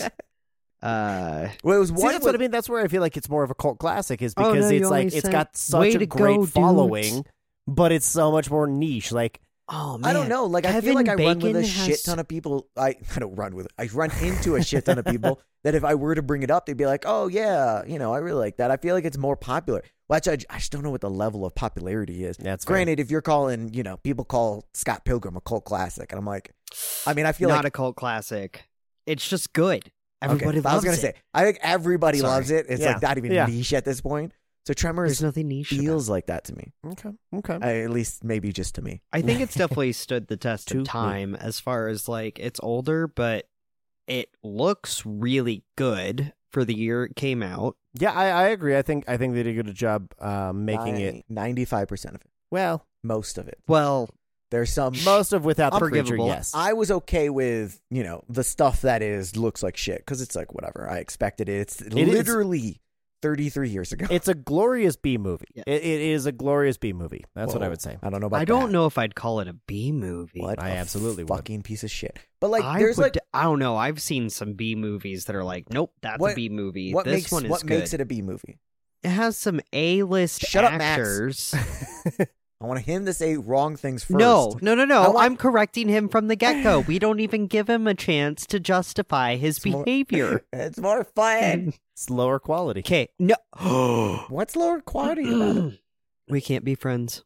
S3: Uh,
S2: well, it was
S1: See,
S2: one.
S1: that's what I
S2: with-
S1: mean. That's where I feel like it's more of a cult classic, is
S3: Oh, no,
S1: because
S3: you
S1: it's
S3: only
S1: like it's
S3: said-
S1: got
S3: Way
S1: such a
S3: to go,
S1: great
S3: dudes.
S1: following, but it's so much more niche. Like,
S3: oh man,
S2: I don't know. Like I feel
S3: Kevin
S2: like I run with a
S3: Bacon
S2: shit
S3: has-
S2: ton of people. I, I don't run with it. I run into a shit ton of people that if I were to bring it up, they'd be like, "Oh yeah, you know, I really like that." I feel like it's more popular. Well, actually, I, j- I just don't know what the level of popularity is.
S1: that's fair.
S2: Granted, if you're calling, you know, people call Scott Pilgrim a cult classic, and I'm like, I mean, I feel like
S3: not a cult classic. It's just good.
S2: okay,
S3: Everybody
S2: I
S3: loves
S2: was gonna
S3: it.
S2: say, I think everybody
S3: Sorry.
S2: loves it. It's
S1: Yeah.
S2: like not even
S1: Yeah.
S2: niche at this point. So
S3: There's
S2: Tremors
S3: nothing niche. about
S2: feels like that to me.
S1: Okay. Okay.
S2: I, at least maybe just to me.
S3: I think it's definitely stood the test
S1: Too
S3: of
S1: late.
S3: time as far as like it's older, but it looks really good for the year it came out.
S1: Yeah, I, I agree. I think I think they did a good job uh, making it.
S2: ninety five percent of it,
S1: Well,
S2: most of it.
S3: Well,
S2: There's some
S1: most of without the creature,
S3: Unforgivable.
S1: yes.
S2: I was okay with you know the stuff that is looks like shit because it's like whatever I expected it. It's
S1: is.
S2: literally 33 years ago.
S1: it's a glorious B movie.
S3: Yeah.
S1: It, it is a glorious B movie. That's what I
S2: Whoa.
S1: would say.
S2: I don't know about.
S3: I don't
S2: that.
S3: know if I'd call it a B movie.
S2: What
S1: I
S2: a
S1: absolutely would.
S2: fucking piece of shit. But like,
S3: I
S2: there's
S3: would-
S2: like
S3: I don't know. I've seen some B movies that are like, nope, that's
S2: What-
S3: a B movie.
S2: what
S3: this
S2: makes
S3: one is
S2: what
S3: good.
S2: makes it a B movie.
S3: It has some A list
S2: Shut up, Max.
S3: actors.
S2: I want him to say wrong things first.
S3: No, no, no,
S2: I
S3: no.
S2: want-
S3: I'm correcting him from the get go. We don't even give him a chance to justify his
S2: It's more-
S3: behavior.
S2: it's more fun.
S1: It's lower quality.
S3: Okay, no.
S2: What's lower quality about it?
S3: We can't be friends.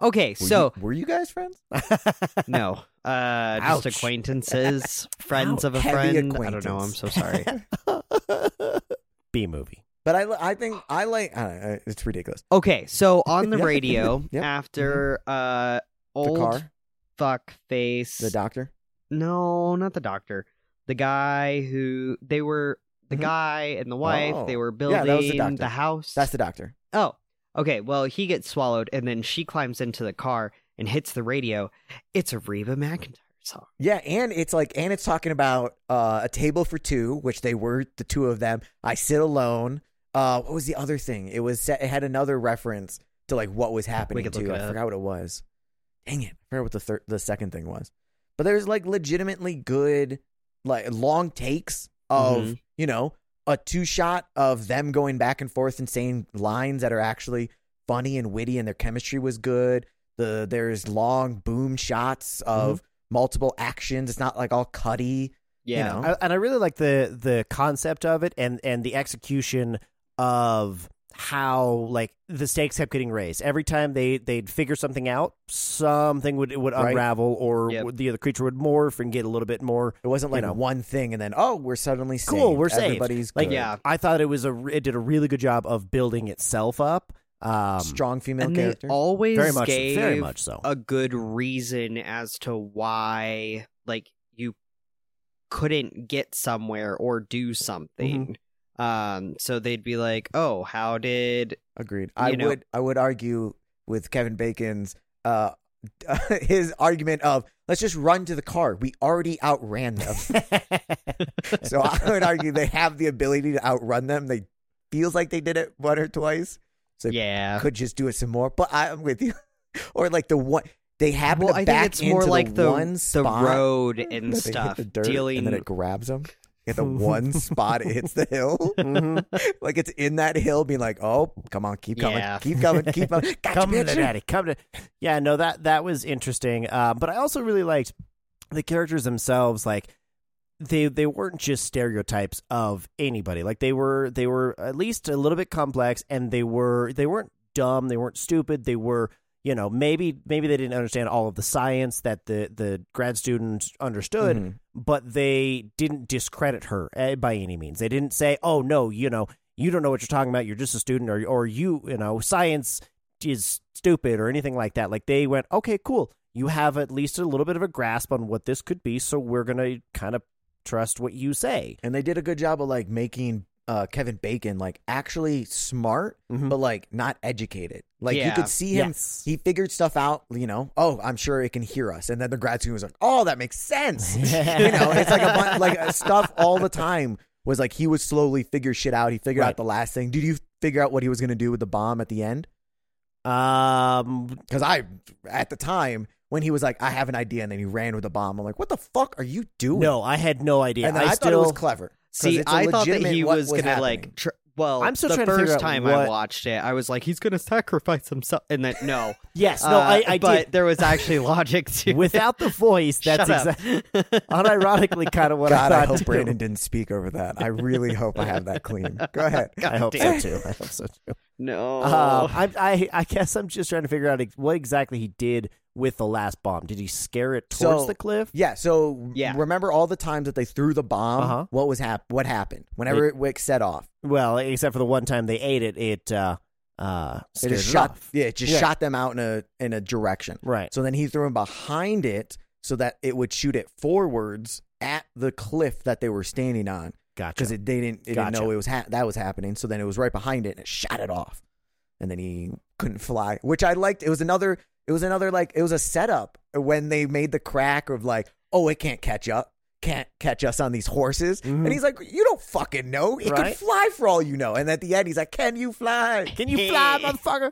S3: Okay,
S2: Were
S3: so
S2: you, were you guys friends?
S3: no, uh,
S1: Ouch.
S3: just acquaintances, friends of a
S2: Heavy
S3: friend. I don't know. I'm
S2: acquaintance.
S3: so sorry.
S1: B movie.
S2: But I I think I like I don't know, it's ridiculous.
S3: Okay, so on the
S2: Yeah.
S3: radio
S2: Yep. Mm-hmm.
S3: after
S2: The
S3: uh old
S2: car,
S3: fuck face.
S2: the doctor.
S3: no, not the doctor. The guy who they were. The
S2: Mhm.
S3: guy and the wife.
S2: Oh.
S3: They were
S2: Yeah,
S3: building
S2: that was the doctor.
S3: house.
S2: That's the doctor.
S3: Oh, okay. Well, he gets swallowed, and then she climbs into the car and hits the radio. It's a Reba McIntyre song.
S2: Yeah, and it's like, and it's talking about uh, a table for two, which they were the two of them. I sit alone. Uh, what was the other thing? It was it had another reference to like what was happening
S3: could look
S2: to.
S3: it
S2: I
S3: up.
S2: forgot what it was. Dang it! I forgot what the third, the second thing was. But there's like legitimately good, like long takes of
S1: Mm-hmm.
S3: Mhm.
S2: you know a two shot of them going back and forth and saying lines that are actually funny and witty, and their chemistry was good. The there's long boom shots of
S1: Mm-hmm.
S2: multiple actions. It's not like all cutty.
S3: Yeah.
S2: You know?
S1: I, and I really like the the concept of it and and the execution of how like the stakes kept getting raised every time they they'd figure something out something would would
S2: Right.
S1: unravel or
S3: Yep.
S1: would- the other creature would morph and get a little bit more
S2: It wasn't like
S1: You know.
S2: one thing and then oh we're suddenly saved.
S1: Cool, we're saved.
S2: everybody's
S1: Like,
S2: good.
S3: Yeah.
S1: i thought it was a re- it did a really good job of building itself up um
S2: strong female
S3: and they
S2: characters.
S3: always
S1: very much
S3: gave
S1: very much so
S3: a good reason as to why like you couldn't get somewhere or do something um so they'd be like oh how did
S2: Agreed. I
S3: you know.
S2: would I would argue with Kevin Bacon's uh his argument of let's just run to the car. We already outran them. so I would argue they have the ability to outrun them. They feels like they did it one or twice. They
S3: yeah
S2: Could just do it some more. But I'm with you. or like the one they happen
S3: well
S2: to
S3: i think
S2: back
S3: it's more
S2: into
S3: like
S2: the,
S3: the,
S2: one
S3: the
S2: spot.
S3: road and
S2: that they hit
S3: stuff
S2: the dirt,
S3: dealing
S2: and then it grabs them. At the one spot it hits the hill,
S3: Mm-hmm.
S1: Mhm.
S2: like it's in that hill, being like, "Oh, come on, keep coming,
S3: Yeah.
S2: keep coming, keep coming, gotcha,
S1: come to
S2: bitch."
S1: daddy come to yeah no that that was interesting um but i also really liked the characters themselves like they they weren't just stereotypes of anybody like they were they were at least a little bit complex and they were they weren't dumb they weren't stupid they were you know maybe maybe they didn't understand all of the science that the the grad student understood
S2: Mhm.
S1: but they didn't discredit her eh, by any means. They didn't say, "Oh no, you know, you don't know what you're talking about. You're just a student, or or you, you know, science is stupid or anything like that." Like they went, "Okay, cool. You have at least a little bit of a grasp on what this could be, so we're gonna kind of trust what you say.
S2: And they did a good job of like making uh, Kevin Bacon like actually smart,
S1: Mhm.
S2: but like not educated. Like you
S3: Yeah.
S2: could see him.
S1: Yes.
S2: He figured stuff out, you know. Oh, I'm sure it can hear us. And then the grad student was like, "Oh, that makes sense." you know, it's like a bun- like uh, stuff all the time was like he would slowly figure shit out. He figured
S1: Right.
S2: out the last thing. Did you figure out what he was going to do with the bomb at the end?
S1: Um,
S2: Because I, at the time when he was like, "I have an idea," and then he ran with the bomb. I'm like, "What the fuck are you doing?"
S1: no, I had no idea.
S2: and then I,
S1: still
S2: thought it was clever. 'Cause
S3: See,
S2: it's a
S3: I thought that
S2: legitimate
S3: he
S2: what
S3: was, gonna
S2: happening.
S3: like. Tr- well,
S1: I'm still
S3: the
S1: trying to
S3: first
S1: figure out
S3: time I
S1: what-
S3: watched it, I was like, he's gonna sacrifice himself, and then no,
S1: yes, no,
S3: Uh,
S1: I, I
S3: but
S1: did.
S3: there was actually logic to
S1: Without the voice,
S3: it.
S1: that's
S3: Shut
S1: exactly
S3: up.
S1: unironically kind of what
S2: God,
S1: I
S2: I
S1: thought.
S2: hope
S1: too.
S2: Brandon didn't speak over that. I really hope I have that clean. Go ahead.
S3: God
S1: I hope
S3: damn.
S1: so too. I hope so too.
S3: no.
S2: Oh.
S1: Um, I, I I guess I'm just trying to figure out ex- what exactly he did with the last bomb. Did he scare it towards
S2: So-
S1: the cliff?
S2: Yeah. So
S3: Yeah.
S2: remember all the times that they threw the bomb.
S1: Uh-huh.
S2: What was hap- What happened? Whenever it, wick set off,
S1: Well, except for the one time they ate it, it uh uh
S2: it
S1: scared
S2: just
S1: it
S2: shot.
S1: off.
S2: Yeah, it just
S1: Yeah.
S2: shot them out in a in a direction.
S1: Right.
S2: So then he threw him behind it so that it would shoot it forwards at the cliff that they were standing on
S1: Gotcha.
S2: because it they didn't it
S1: Gotcha.
S2: didn't know it was ha- that was happening. So then it was right behind it and it shot it off, and then he couldn't fly, which I liked. It was another. It was another like it was a setup when they made the crack of like, oh, it can't catch up, can't catch us on these horses,
S1: Mm-hmm.
S2: and he's like, you don't fucking know, it can
S1: Right.
S2: fly for all you know. And at the end, he's like, can you fly?
S1: Can you fly, motherfucker?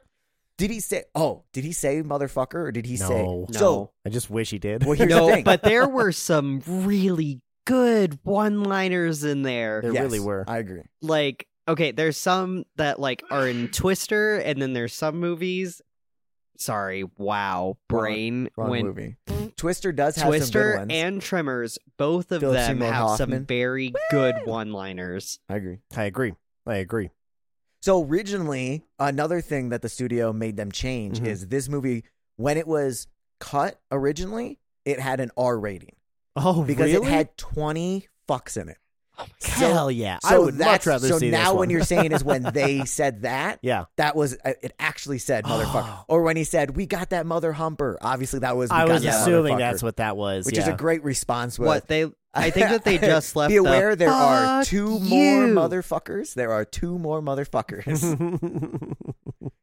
S2: Did he say? Oh, did he say motherfucker or did he say?
S1: No.
S2: So
S1: I just wish he did.
S2: well, here's
S3: no,
S2: the thing.
S3: but there were some really good one-liners in there.
S1: There
S2: Yes,
S1: really were.
S2: I agree.
S3: Like, okay, there's some that like are in Twister, and then there's some movies. Sorry, wow, brain
S2: Wrong
S3: when
S2: movie. Twister does have some
S3: Twister
S2: good ones.
S3: and Tremors, both of
S2: Philip
S3: them
S2: Seymour
S3: have
S2: Hoffman.
S3: some very good one-liners.
S2: I agree.
S1: I agree. I agree.
S2: So originally, another thing that the studio made them change
S1: Mhm.
S2: is this movie when it was cut originally, it had an R rating
S1: Oh,
S2: because
S1: really?
S2: it had 20 fucks in it.
S1: Hell yeah!
S2: So
S1: I would
S2: that's,
S1: much rather
S2: so
S1: see
S2: now
S1: this one.
S2: when you're saying is when they said that,
S1: yeah,
S2: that was uh, it actually said motherfucker.
S1: Oh.
S2: Or when he said, "We got that mother humper." Obviously that was we
S1: I
S2: got
S1: was
S2: that
S1: assuming
S2: motherfucker,
S1: that's what that was.
S2: which
S1: yeah.
S2: is a great response with
S3: What they? I think that they just left.
S2: Be
S3: the,
S2: aware there are
S3: "Fuck
S2: two more
S3: you."
S2: motherfuckers. There are two more motherfuckers.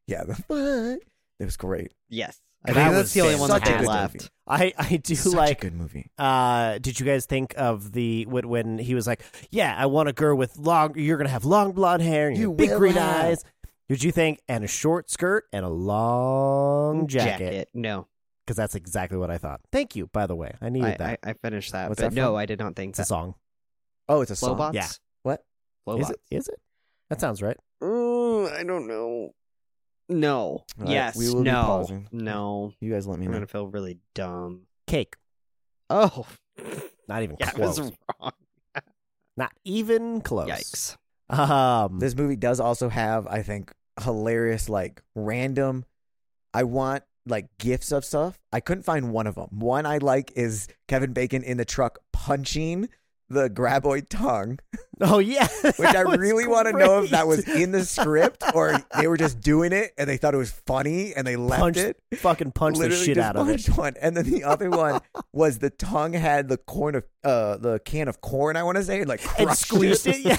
S2: yeah, the fuck. It was great.
S3: Yes, I
S1: That
S3: think
S1: was
S3: that's the only one
S2: such
S3: that
S2: a
S3: they
S2: good
S3: left.
S2: movie.
S1: I I do
S2: Such
S1: like.
S2: a good movie.
S1: uh, did you guys think of the when, when he was like, "Yeah, I want a girl with long. You're gonna have long blonde hair and
S2: You
S1: your big
S2: will
S1: green
S2: have."
S1: eyes." Did you think and a short skirt and a long jacket?
S3: Jacket. No,
S1: Because that's exactly what I thought. Thank you, by the way. I needed
S3: I,
S1: that.
S3: I, I finished that,
S2: What's
S3: but
S2: that
S3: no,
S2: from?
S3: I did not think
S1: it's a
S3: that.
S1: song.
S2: Oh, it's a song.
S3: Flowbots?
S1: Yeah.
S2: What?
S3: Flowbots.
S1: Is it? Is it? That sounds right.
S3: Ooh, Mm, I don't know. No.
S2: right,
S3: yes.
S2: we will be
S3: no.
S2: pausing.
S3: No.
S2: You guys let me
S3: I'm
S2: know.
S3: gonna feel really dumb.
S1: Cake.
S3: Oh,
S1: Not even
S3: yeah, I
S1: close.
S3: was wrong.
S1: Not even close.
S3: Yikes.
S1: Um.
S2: This movie does also have, I think, hilarious like random. I want like gifts of stuff. I couldn't find one of them. One I like is Kevin Bacon in the truck punching the graboid tongue,
S1: oh yeah.
S2: which I
S1: That was
S2: really want to know if that was
S1: great.
S2: in the script or they were just doing it and they thought it was funny and they left
S1: Punched
S2: it.
S1: fucking punch the
S2: Literally
S1: shit
S2: just
S1: out of it.
S2: punched One. And then the other one was the tongue had the corn of uh the can of corn. I want to say and like
S1: And
S2: crushed
S1: squeezed it. Yeah.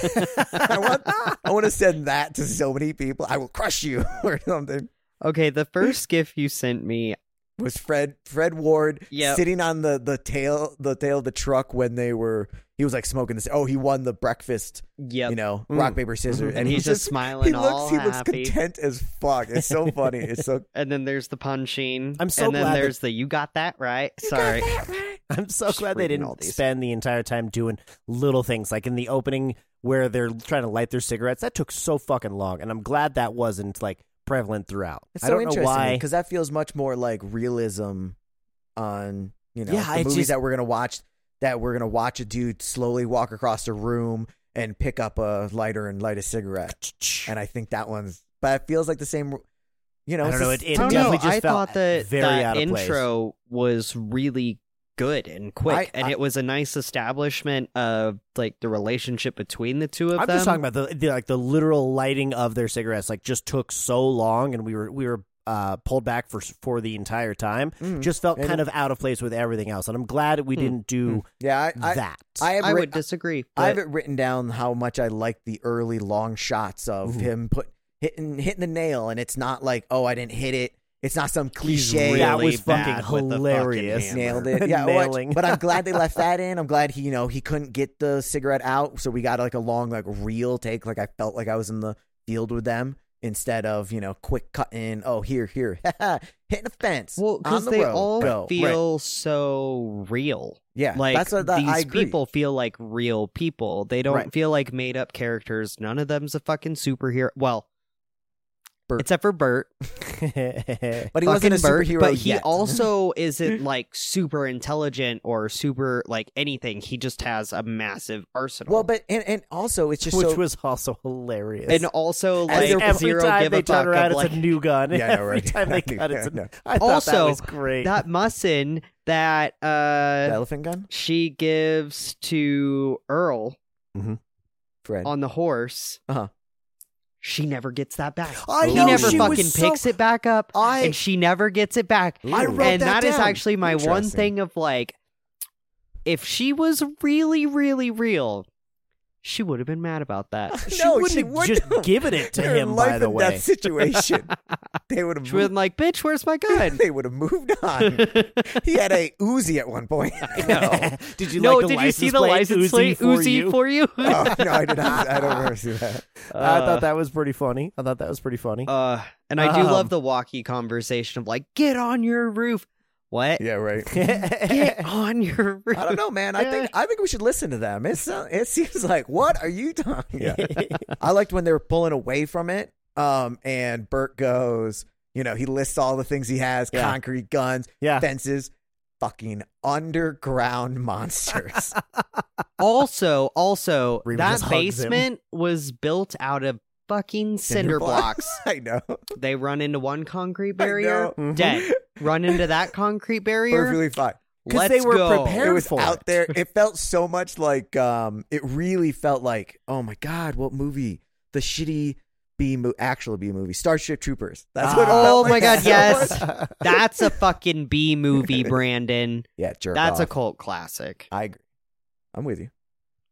S2: I want I want to send that to so many people. I will crush you or something.
S3: Okay, the first gift you sent me.
S2: Was Fred Fred Ward
S3: Yep.
S2: sitting on the the tail the tail of the truck when they were he was like smoking this oh he won the breakfast
S3: Yep. Mm-hmm.
S2: you know
S1: Mm.
S2: rock paper scissors
S1: Mhm.
S2: and
S3: and he's just smiling
S2: he
S3: all
S2: looks he looks
S3: happy.
S2: content as fuck it's so funny it's so
S3: And then there's the punching.
S1: I'm so
S3: And then
S1: glad that-
S3: there's the you got that right. Sorry.
S1: I'm so
S3: Just
S1: glad they
S3: reading all
S1: didn't
S3: these.
S1: spend the entire time doing little things like in the opening where they're trying to light their cigarettes. That took so fucking long, and I'm glad that wasn't like prevalent throughout.
S2: It's
S1: I
S2: so
S1: don't know
S2: interesting
S1: why.
S2: because that feels much more like realism on you know
S1: Yeah,
S2: the
S1: it
S2: movies
S1: just-
S2: that we're gonna watch that we're gonna watch a dude slowly walk across a room and pick up a lighter and light a cigarette. And I think that one's but it feels like the same you know,
S1: I
S2: it's
S1: don't know.
S2: just-
S1: It, it
S3: I don't
S1: definitely
S3: know.
S1: just
S3: Oh, I
S1: felt
S3: thought that
S1: very
S3: that
S1: out of place.
S3: intro was really good and quick,
S2: I-
S3: and
S2: I-
S3: it was a nice establishment of like the relationship between the two of
S1: I'm
S3: them.
S1: just talking about the, the like the literal lighting of their cigarettes. Like, just took so long, and we were we were uh, pulled back for for the entire time
S2: Mm.
S1: just felt
S2: And-
S1: kind of out of place with everything else. And I'm glad we
S3: Hmm.
S1: didn't do
S2: yeah, Mm-hmm. I, I,
S1: Mm. that.
S2: I have
S3: I
S2: writ-
S3: would disagree.
S2: I
S3: but-
S2: have it written down how much I like the early long shots of
S1: Ooh.
S2: him put hitting hitting the nail, and it's not like oh I didn't hit it. It's not some
S1: He's
S2: cliche.
S1: really That was
S3: bad
S1: fucking
S3: with the
S1: hilarious.
S3: fucking hammer.
S2: nailed it. Yeah, well,
S1: Nailing.
S2: but I'm glad they left that in. I'm glad he you know he couldn't get the cigarette out, so we got like a long like real take. Like I felt like I was in the field with them instead of you know quick cutting. Oh here here hitting the fence.
S3: Well,
S2: because
S3: because they all
S2: go.
S3: feel so real.
S2: yeah
S3: Like
S2: that's what that,
S3: these
S2: I agree.
S3: people feel like real people. They don't
S2: Right.
S3: feel like made up characters. None of them's a fucking superhero. Well,
S2: Bert.
S3: except for Bert.
S2: but he wasn't a
S3: fucking Bert,
S2: superhero
S3: but he
S2: yet.
S3: also isn't like super intelligent or super like anything. He just has a massive arsenal.
S2: well, but and, and also it's just
S1: which
S2: so
S1: was also hilarious.
S3: and also
S2: As
S3: like
S2: they're-
S1: every
S3: zero
S1: time
S3: give
S1: they
S3: a fuck
S1: turn around,
S3: of,
S1: it's
S3: like,
S1: a new gun.
S2: Yeah, I know,
S1: every
S2: right?
S1: time they
S2: Yeah,
S1: cut, it's a
S2: I know.
S1: I thought that
S3: Also,
S1: was great.
S3: that mussin that
S2: the
S3: uh
S2: elephant gun
S3: she gives to Earl
S2: Fred.
S3: on the horse.
S2: Uh-huh.
S3: She never gets that back.
S1: I
S3: he
S2: know,
S3: never
S2: she
S1: was
S3: fucking
S1: so-
S3: picks it back up,
S2: I
S3: and she never gets it back.
S1: I wrote
S3: and
S1: that
S3: that is
S1: down.
S3: actually my one
S2: Interesting.
S3: thing of like, if she was really, really real, she would have been mad about that.
S1: she
S2: No,
S1: wouldn't
S2: she
S1: have
S2: wouldn't
S1: just given it to
S2: They're in
S1: him.
S2: life
S1: By the
S2: and
S1: way,
S2: death situation. they would have
S3: She would
S2: moved,
S3: have been like, "Bitch, where's my gun?"
S2: they would have moved on. he had a Uzi at one point.
S3: no,
S1: did you
S3: no
S1: like the
S3: did you
S1: license
S3: see the
S1: plate?
S3: license
S1: Uzi
S3: plate?
S1: for
S3: Uzi
S1: you? Uh,
S3: for you?
S2: oh, no, I did not. I don't remember see that.
S1: I thought that was pretty funny. I thought that was pretty funny.
S3: Uh, and I do
S1: Um,
S3: love the walkie conversation of like, "Get on your roof." What?
S2: Yeah, right.
S3: Get on your roof.
S2: I don't know, man. I think I think we should listen to them. It's uh, it seems like what are you talking? I liked when they were pulling away from it. Um, and Bert goes, you know, he lists all the things he has:
S1: Yeah.
S2: concrete guns,
S1: yeah,
S2: fences, fucking underground monsters.
S3: also, also,
S1: Reba just
S3: that
S1: hugs him.
S3: basement was built out of fucking cinder blocks.
S2: I know.
S3: they run into one concrete
S2: I
S3: barrier,
S1: Mm-hmm.
S2: know.
S3: dead. Run into that concrete barrier.
S2: Perfectly fine.
S1: because
S3: Let's
S1: they were
S3: go.
S1: prepared
S2: it was
S1: for
S2: out
S1: it.
S2: there. It felt so much like um, it really felt like oh my god, what movie? The shitty B mo- actual B movie, Starship Troopers. That's what. it
S1: Ah.
S2: felt like
S3: Oh my God,
S2: so
S3: yes.
S2: much.
S3: That's a fucking B movie, Brandon.
S2: Yeah, jerk.
S3: That's a
S2: off.
S3: cult classic.
S2: I agree. I'm with you.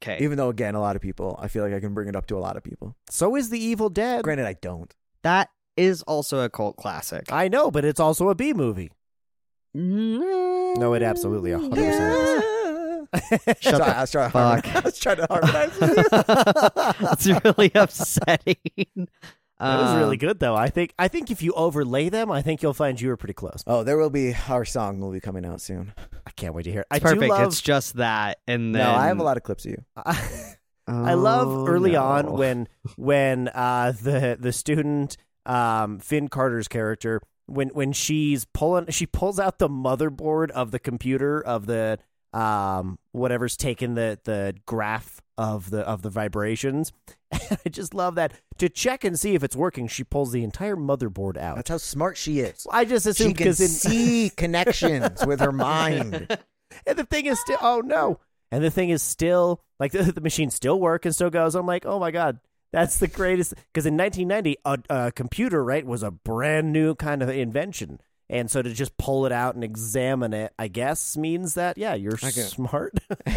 S3: Okay.
S2: Even though again, a lot of people, I feel like I can bring it up to a lot of people.
S1: So is the Evil Dead.
S2: Granted, I don't.
S3: That is also a cult classic.
S1: I know, but it's also a B movie.
S3: No,
S1: it absolutely 100%
S2: Sorry,
S3: Shut the
S2: I was trying to harmonize. I was trying to
S3: fuck.
S2: harmonize. with you.
S3: That's really upsetting.
S1: That was
S3: Um,
S1: really good, though. I think I think if you overlay them, I think you'll find you were pretty close.
S2: Oh, there will be our song will be coming out soon.
S1: I can't wait to hear. It. I
S3: It's perfect.
S1: do love.
S3: It's just that, and then
S2: No, I have a lot of clips of you.
S1: I love
S3: Oh,
S1: early
S3: no.
S1: on when when uh, the the student um, Finn Carter's character when when she's pulling she pulls out the motherboard of the computer of the um whatever's taking the the graph of the of the vibrations. I just love that to check and see if it's working. She pulls the entire motherboard out.
S2: That's how smart she is.
S1: I just
S2: She
S1: assumed
S2: can
S1: because in
S2: see connections with her mind.
S1: And the thing is still, oh no. And the thing is still, like, the, the machine still work and still goes. I'm like, oh my God, that's the greatest. Because in 1990, a, a computer, right, was a brand new kind of invention. And so to just pull it out and examine it, I guess, means that, yeah, you're
S2: I get-
S1: smart.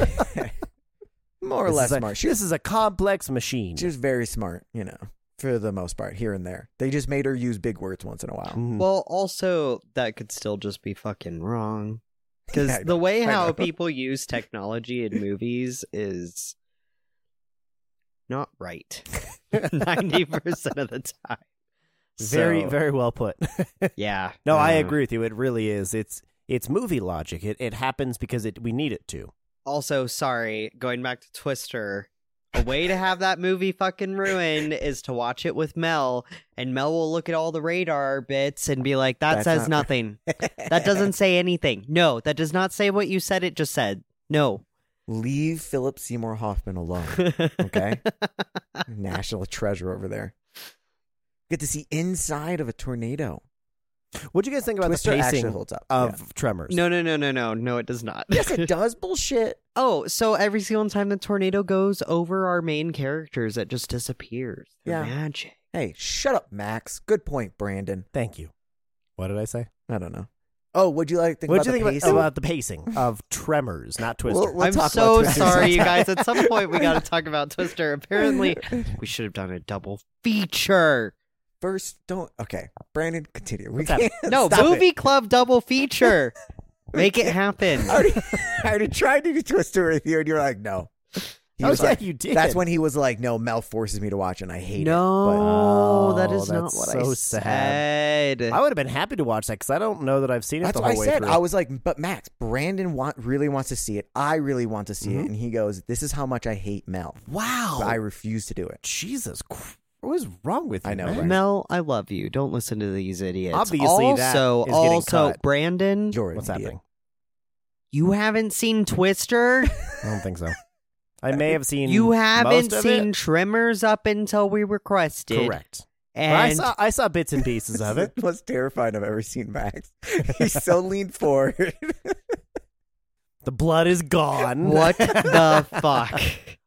S2: More or
S1: This
S2: less
S1: is a-
S2: smart. She was,
S1: this is a complex machine.
S2: she was very smart, you know, for the most part, here and there. They just made her use big words once in a while.
S1: Mm.
S3: Well, also that could still just be fucking wrong. Because
S2: Yeah, I
S3: the way
S2: I know.
S3: how people use technology in movies is not right ninety percent of the time.
S1: very,
S3: So,
S1: very well put.
S3: yeah.
S1: no, I
S3: uh,
S1: agree with you. It really is. It's it's movie logic. It it happens because it we need it to.
S3: Also, sorry, going back to Twister, a way to have that movie fucking ruined is to watch it with Mel, and Mel will look at all the radar bits and be like, that
S2: That's
S3: says
S2: not-
S3: nothing. that doesn't say anything. No, that does not say what you said it just said. No.
S2: Leave Philip Seymour Hoffman alone. Okay. National treasure over there. Get to see inside of a tornado.
S1: What do you guys think about
S2: Twister
S1: the
S2: actually
S1: pacing
S2: holds up.
S1: of
S2: Yeah.
S1: Tremors?
S3: no, no, no, no, no. No, it does not.
S2: Yes, it does bullshit.
S3: oh, so every single time the tornado goes over our main characters, it just disappears.
S2: Yeah.
S3: They're Magic.
S2: Hey, shut up, Max. Good point, Brandon.
S1: Thank you. What did I say?
S2: I don't know. Oh, would you like to think
S1: What
S2: about
S1: did you think
S2: the
S1: about,
S2: pacing?
S1: about the pacing of Tremors, not Twister?
S2: We'll- we'll
S3: I'm
S2: talk
S3: so
S2: about Twister
S3: sorry, you
S2: sometime.
S3: guys. At some point, we got to talk about Twister. Apparently, we should have done a double feature.
S2: First, don't. Okay, Brandon, continue. We
S1: What's happening?
S2: can't.
S3: No,
S1: Stop it.
S3: movie club double feature. Make it happen.
S2: I already, I already tried to do Twister with you, and you're like, no. He
S1: Oh,
S2: was
S1: yeah,
S2: like-
S1: you did.
S2: that's when he was like, no, Mel forces me to watch, and I hate it.
S3: No, that
S1: Oh,
S3: is not
S1: that's
S3: what I
S1: so sad.
S3: said.
S1: I would have been happy to watch that because I don't know that I've seen it
S2: But that's
S1: the
S2: what
S1: whole
S2: I
S1: way
S2: said.
S1: through.
S2: I was like, but Max, Brandon want, really wants to see it. I really want to see it,
S3: Mm-hmm.
S1: Mhm.
S2: and he goes, "This is how much I hate Mel.
S1: wow,
S2: But I refuse to do it."
S1: Jesus, Christ. what is wrong with you?
S2: I know,
S1: man?
S2: right?
S3: Mel, I love you. Don't listen to these idiots.
S1: Obviously
S3: also,
S1: that is getting
S3: also
S1: cut.
S3: Brandon,
S2: You're an
S1: What's
S2: idiot.
S1: happening?
S3: you haven't seen Twister.
S1: I don't think so. I may have seen.
S3: You haven't
S1: most of
S3: seen
S1: it.
S3: Tremors up until we requested.
S1: correct. But I
S3: And
S1: saw I saw bits and pieces of it.
S2: This is the most terrifying I've ever seen Max. He's so leaned forward.
S1: The blood is gone.
S3: what the fuck?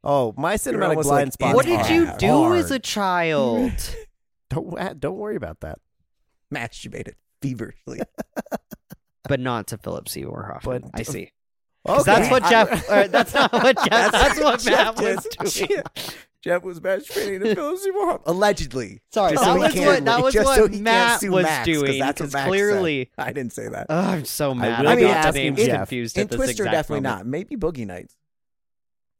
S1: Oh, my
S2: You're
S1: cinematic
S2: almost
S1: blind
S2: like
S1: spot.
S3: what did
S2: hard.
S3: you do
S1: hard.
S3: as a child?
S1: Don't don't worry about that.
S2: Masturbated feverishly.
S3: but not to Philip Seymour Hoffman.
S1: But-
S3: I see.
S1: Okay.
S3: 'Cause That's what Jeff. or that's not what Jeff. that's, what
S2: Jeff
S3: Matt was
S2: did.
S3: doing.
S2: Jeff was masturbating to Philip Seymour Hoffman. Allegedly.
S3: Sorry,
S2: Just
S3: that
S2: so he
S3: was
S2: can't-
S3: what that was
S2: just
S3: what
S2: so he can't
S3: Matt
S2: sue
S3: was
S2: Max, 'cause
S3: doing.
S2: that's what
S3: 'cause
S2: Max said.
S3: clearly,
S2: I didn't say that.
S3: oh, I'm so mad.
S1: will
S3: I,
S1: be
S3: got the
S1: asking
S3: names
S1: Jeff.
S3: confused
S2: In
S3: at this
S2: Twister,
S3: exact
S2: definitely
S3: moment.
S2: not. Maybe Boogie Nights.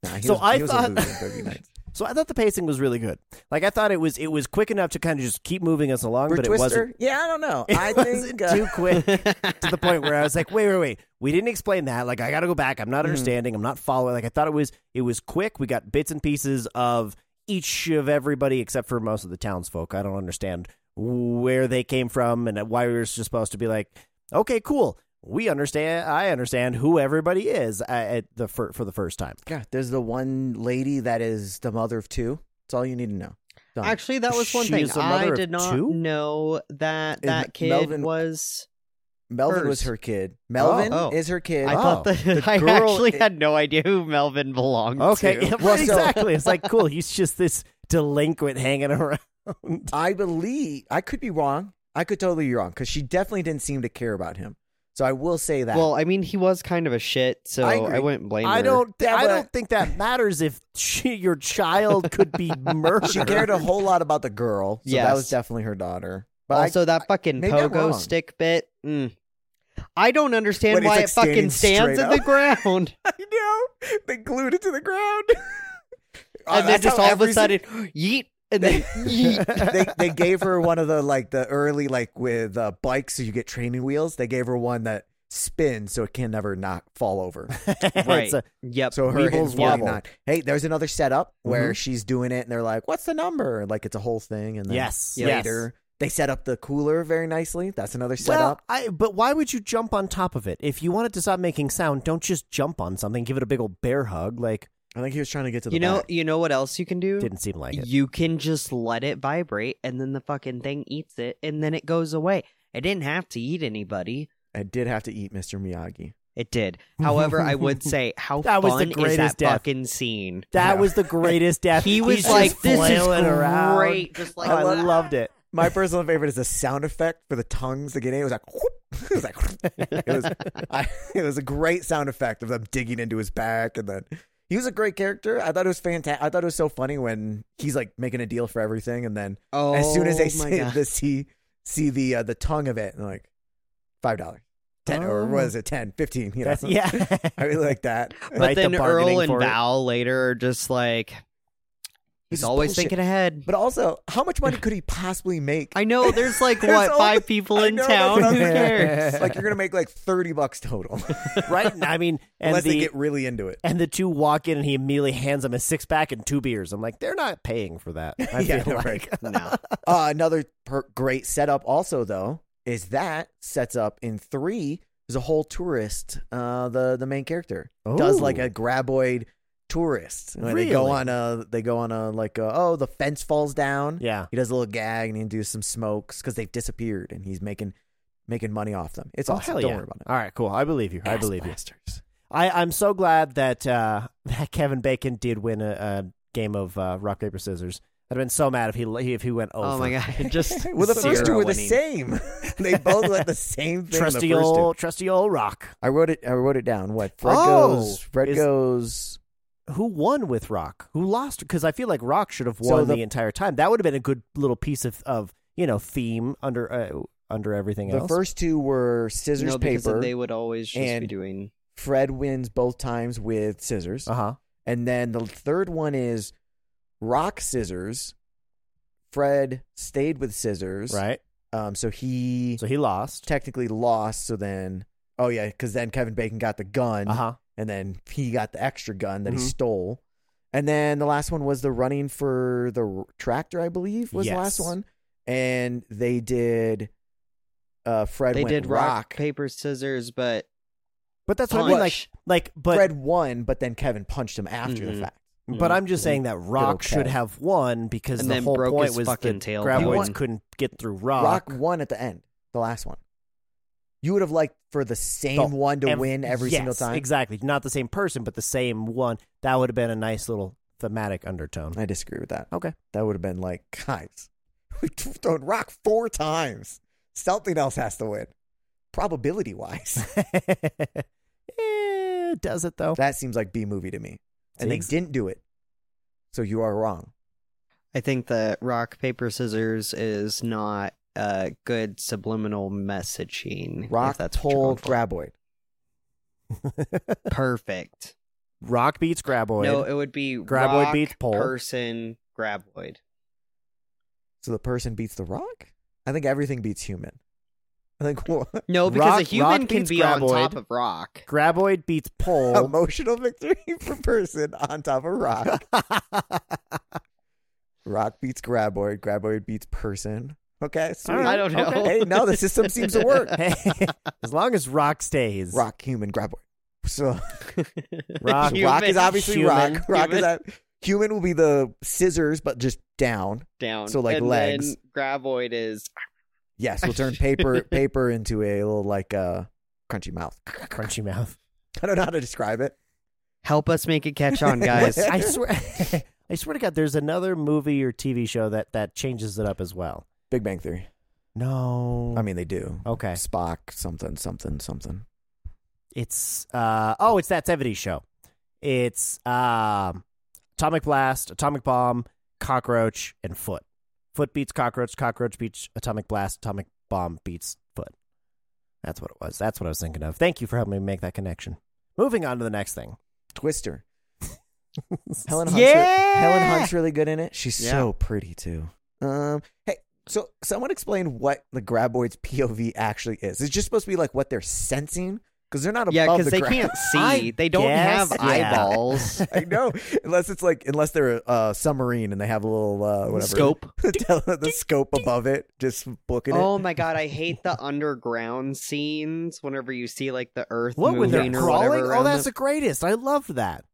S2: Nah, he
S1: So
S2: was,
S1: I
S2: he was
S1: thought-
S2: a loser in Boogie Nights.
S1: So I thought the pacing was really good. Like I thought it was it was quick enough to kind of just keep moving us along,
S2: For
S1: but it
S2: Twister?
S1: wasn't.
S2: Yeah, I don't know.
S1: It
S2: I
S1: wasn't
S2: think uh,
S1: too quick to the point where I was like, wait, wait, wait. We didn't explain that. Like I got to go back. I'm not
S2: Hmm.
S1: understanding. I'm not following. Like I thought it was it was quick. We got bits and pieces of each of everybody except for most of the townsfolk. I don't understand where they came from and why we were just supposed to be like, okay, cool. We understand. I understand who everybody is uh, at the for, for the first time.
S2: God, there's the one lady that is the mother of two. That's all you need to know. Done.
S3: Actually, that was one
S1: She
S3: thing
S1: is the mother
S3: I
S1: of
S3: did not
S1: two?
S3: know that
S2: Is
S3: that kid
S2: Melvin-
S3: was.
S2: Melvin
S3: hers.
S2: was her kid. Melvin
S3: Oh.
S2: is her kid.
S3: I
S1: Oh.
S3: thought that
S2: Eh, The
S3: I
S2: girl
S3: actually
S2: i-
S3: had no idea who Melvin belonged
S1: Okay,
S3: to.
S1: yeah,
S2: Well, so-
S1: exactly. It's like cool. He's just this delinquent hanging around.
S2: I believe I could be wrong. I could totally be wrong because she definitely didn't seem to care about him. So I will say that.
S3: Well, I mean, he was kind of a shit, so
S2: I
S3: I,
S2: agree.
S3: wouldn't blame
S1: I
S3: her.
S1: don't.
S2: Yeah,
S1: I
S2: but-
S1: don't think that matters if she, your child could be murdered.
S2: she cared a whole lot about the girl. So that
S3: Yes.
S2: was definitely her daughter. But I-
S3: also, that fucking
S2: maybe I'm
S3: pogo
S2: wrong.
S3: stick bit. Mm. I don't understand
S2: When it's,
S3: why
S2: like,
S3: it
S2: standing
S3: fucking stands
S2: straight
S3: in the ground,
S2: I know they glued it to the ground, Uh,
S3: and then
S2: that's
S3: just
S2: how
S3: all of a
S2: every
S3: sudden, yeet, and then yeet.
S2: they they gave her one of the like the early like with uh, bikes so you get training wheels. They gave her one that spins so it can never not fall over.
S1: It's a-
S3: Yep.
S2: So her
S1: Weebles
S2: hitting's really
S1: wobble.
S2: not. Hey, there's another setup where she's doing it and they're like, "What's the number?" Like it's a whole thing. And then
S1: yes.
S3: Yeah.
S1: Yes.
S2: later they set up the cooler very nicely. That's another
S1: Well,
S2: setup.
S1: I, but why would you jump on top of it? If you want it to stop making sound, don't just jump on something. Give it a big old bear hug. Like
S2: I think he was trying to get to the
S3: you know,
S2: back.
S3: you know what else you can do?
S1: didn't seem like it.
S3: you can just let it vibrate, and then the fucking thing eats it, and then it goes away. It didn't have to eat anybody.
S2: I did have to eat Mr. Miyagi.
S3: It did. However, I would say how
S1: That was the
S3: fun is
S1: greatest
S3: that
S1: death.
S3: fucking scene.
S1: That
S2: Yeah.
S1: was the greatest death.
S3: He was
S1: He's just
S3: like, "This is
S1: flailing around.
S3: great." Just like
S1: Oh, I
S3: that.
S1: loved it.
S2: My personal favorite is the sound effect for the tongues to get in. It was like, whoop. it was like, it was, I, it was a great sound effect of them digging into his back, and then he was a great character. I thought it was fantastic. I thought it was so funny when he's like making a deal for everything, and then
S3: Oh,
S2: as soon as they
S3: my
S2: see
S3: God.
S2: the see see the uh, the tongue of it, and they're like five dollars, ten, or what
S1: Oh.
S2: is it, ten, fifteen? You know,
S1: That's, yeah.
S2: I really like that.
S3: But
S1: Right, the
S3: then Earl
S1: bargaining
S3: and
S1: for it.
S3: Val later are just like,
S2: This
S3: he's
S2: is
S3: always
S2: bullshit.
S3: thinking ahead.
S2: But also, how much money could he possibly make?
S3: I know there's like
S2: There's
S3: what
S2: all
S3: five
S2: the-
S3: people
S2: I
S3: in
S2: know, that's
S3: town.
S2: what I'm
S3: Who
S2: thinking.
S3: cares?
S2: like you're gonna make like thirty bucks total,
S1: right. I mean, and
S2: unless
S1: the
S2: they get really into it.
S1: and the two walk in, and he immediately hands them a six pack and two beers. I'm like, they're not paying for that. I
S2: Yeah,
S1: feel
S2: no,
S1: like.
S2: right.
S3: no.
S2: Uh, another per- great setup, also though, is that sets up in three. There's a whole tourist. Uh, the the main character does like
S1: Ooh.
S2: a graboid tourist. And They go
S1: Really?
S2: on a they go on a like a, oh the fence falls down.
S1: Yeah.
S2: He does a little gag and he do some smokes because they've disappeared and he's making making money off them. It's
S1: Oh,
S2: awesome.
S1: hell
S2: Don't
S1: yeah.
S2: worry about it.
S1: All right, cool. I believe you. I
S2: Ass
S1: believe you.
S2: blasters.
S1: I, I'm so glad that uh, that Kevin Bacon did win a, a game of uh, rock paper scissors. I'd have been so mad if he if he went over.
S3: Oh my god! Just
S2: Well, the first two
S3: zero
S2: were the
S3: winning.
S2: same. they both went the same thing. on the
S1: Trusty
S2: first two.
S1: old, trusty old rock.
S2: I wrote it. I wrote it down. What Fred
S1: Oh,
S2: goes? Fred
S1: is-
S2: goes.
S1: Who won with Rock? Who lost? Because I feel like Rock should have won
S2: So
S1: the,
S2: the-
S1: entire time. That would have been a good little piece of, of you know theme under uh, under everything
S2: The
S1: else.
S2: first two were scissors
S3: no, because
S2: paper.
S3: They would always just be
S2: and-
S3: doing.
S2: Fred wins both times with scissors,
S1: uh huh.
S2: and then the third one is rock scissors. Fred stayed with scissors,
S1: Right.
S2: Um, so he
S1: So he lost.
S2: technically lost. So then, oh yeah, because then Kevin Bacon got the gun,
S1: Uh huh.
S2: and then he got the extra gun that
S1: Mhm.
S2: he stole. And then the last one was the running for the r- tractor, I believe, was the last
S1: Yes.
S2: one. And they did. Uh, Fred
S3: They
S2: went
S3: did rock,
S2: rock.
S3: paper, scissors, but
S1: But that's what I mean. Like
S3: punch.
S1: like but Mm-hmm.
S2: Fred won, but then Kevin punched him after the
S3: Mhm.
S2: fact.
S1: But I'm just saying that Rock
S2: okay.
S1: should have won because
S3: And
S1: the
S3: then
S1: whole
S3: broke
S1: point
S3: his
S1: was
S3: fucking
S1: that
S3: tailbone.
S1: Graboids
S2: He won.
S1: couldn't get through Rock.
S2: Rock won at the end, the last one. You would have liked for the same
S1: The-
S2: one to
S1: ev-
S2: win every single
S1: yes,
S2: time.
S1: Exactly. Not the same person, but the same one. That would have been a nice little thematic undertone.
S2: I disagree with that.
S1: Okay.
S2: That would have been like, guys, we've thrown rock four times. Something else has to win, probability wise.
S1: Eh, does it
S3: Oh.
S1: though?
S2: That seems like B movie to me. And they
S1: Seems-
S2: didn't do it. So you are wrong.
S3: I think that rock, paper, scissors is not uh, good subliminal messaging.
S2: Rock
S3: if that's what you're
S2: told
S3: going for.
S2: Graboid.
S3: perfect.
S1: Rock beats Graboid.
S3: No, it would be
S1: Graboid
S3: rock,
S1: beats pole.
S3: person, graboid.
S2: So the person beats the rock? I think everything beats human. I think
S3: Oh.
S2: wha-
S3: No, because
S1: Rock-
S3: a human
S1: rock
S3: can
S1: beats
S3: be on
S1: graboid.
S3: top of rock.
S1: Graboid beats
S2: Oh,
S1: Pole.
S2: emotional victory for person on top of rock. rock beats Graboid. Graboid beats person. Okay. sweet.
S1: right.
S3: I don't know.
S2: Hey, no, the system seems to work.
S1: as long as Rock stays,
S2: Rock, human, Graboid. So
S1: Rock-
S3: Human,
S2: rock is obviously
S1: human,
S2: rock. Rock
S3: human.
S2: is ob- human will be the scissors, but just down.
S3: down.
S2: so, like,
S3: and
S2: legs.
S3: Then graboid is
S2: Yes, we'll turn paper paper into a little like uh, crunchy mouth.
S1: crunchy mouth.
S2: I don't know how to describe it.
S3: help us make it catch on, guys.
S1: I swear, I swear to God, there's another movie or TV show that that changes it up as well.
S2: Big Bang Theory.
S1: No,
S2: I mean, they do.
S1: okay,
S2: Spock, something, something, something.
S1: it's uh oh, it's that '70s show. It's um, Atomic Blast, Atomic Bomb, Cockroach, and Foot. Foot beats Cockroach. Cockroach beats Atomic Blast. Atomic Bomb beats Foot. That's what it was. That's what I was thinking of. Thank you for helping me make that connection. Moving on to the next thing.
S2: Twister. Helen Hunt's,
S1: Yeah!
S2: Helen Hunt's really good in it. She's
S3: Yeah.
S2: so pretty too. Um, hey, so someone explain what the graboid's POV actually is. It's just supposed to be like what they're sensing because they're not
S3: yeah,
S2: above
S3: because
S2: the
S3: they
S2: gra-
S3: can't see.
S1: I
S3: They don't
S1: guess,
S3: have
S1: yeah.
S3: eyeballs.
S2: I know, unless it's like unless they're a uh, submarine and they have a little uh, whatever
S3: Scope.
S2: Tell- the scope above it, just booking it.
S3: Oh my god, I hate the underground scenes. Whenever you see like the Earth
S1: What when they're
S3: moving or whatever
S1: crawling? Oh,
S3: around
S1: that's
S3: them.
S1: the greatest. I loved that.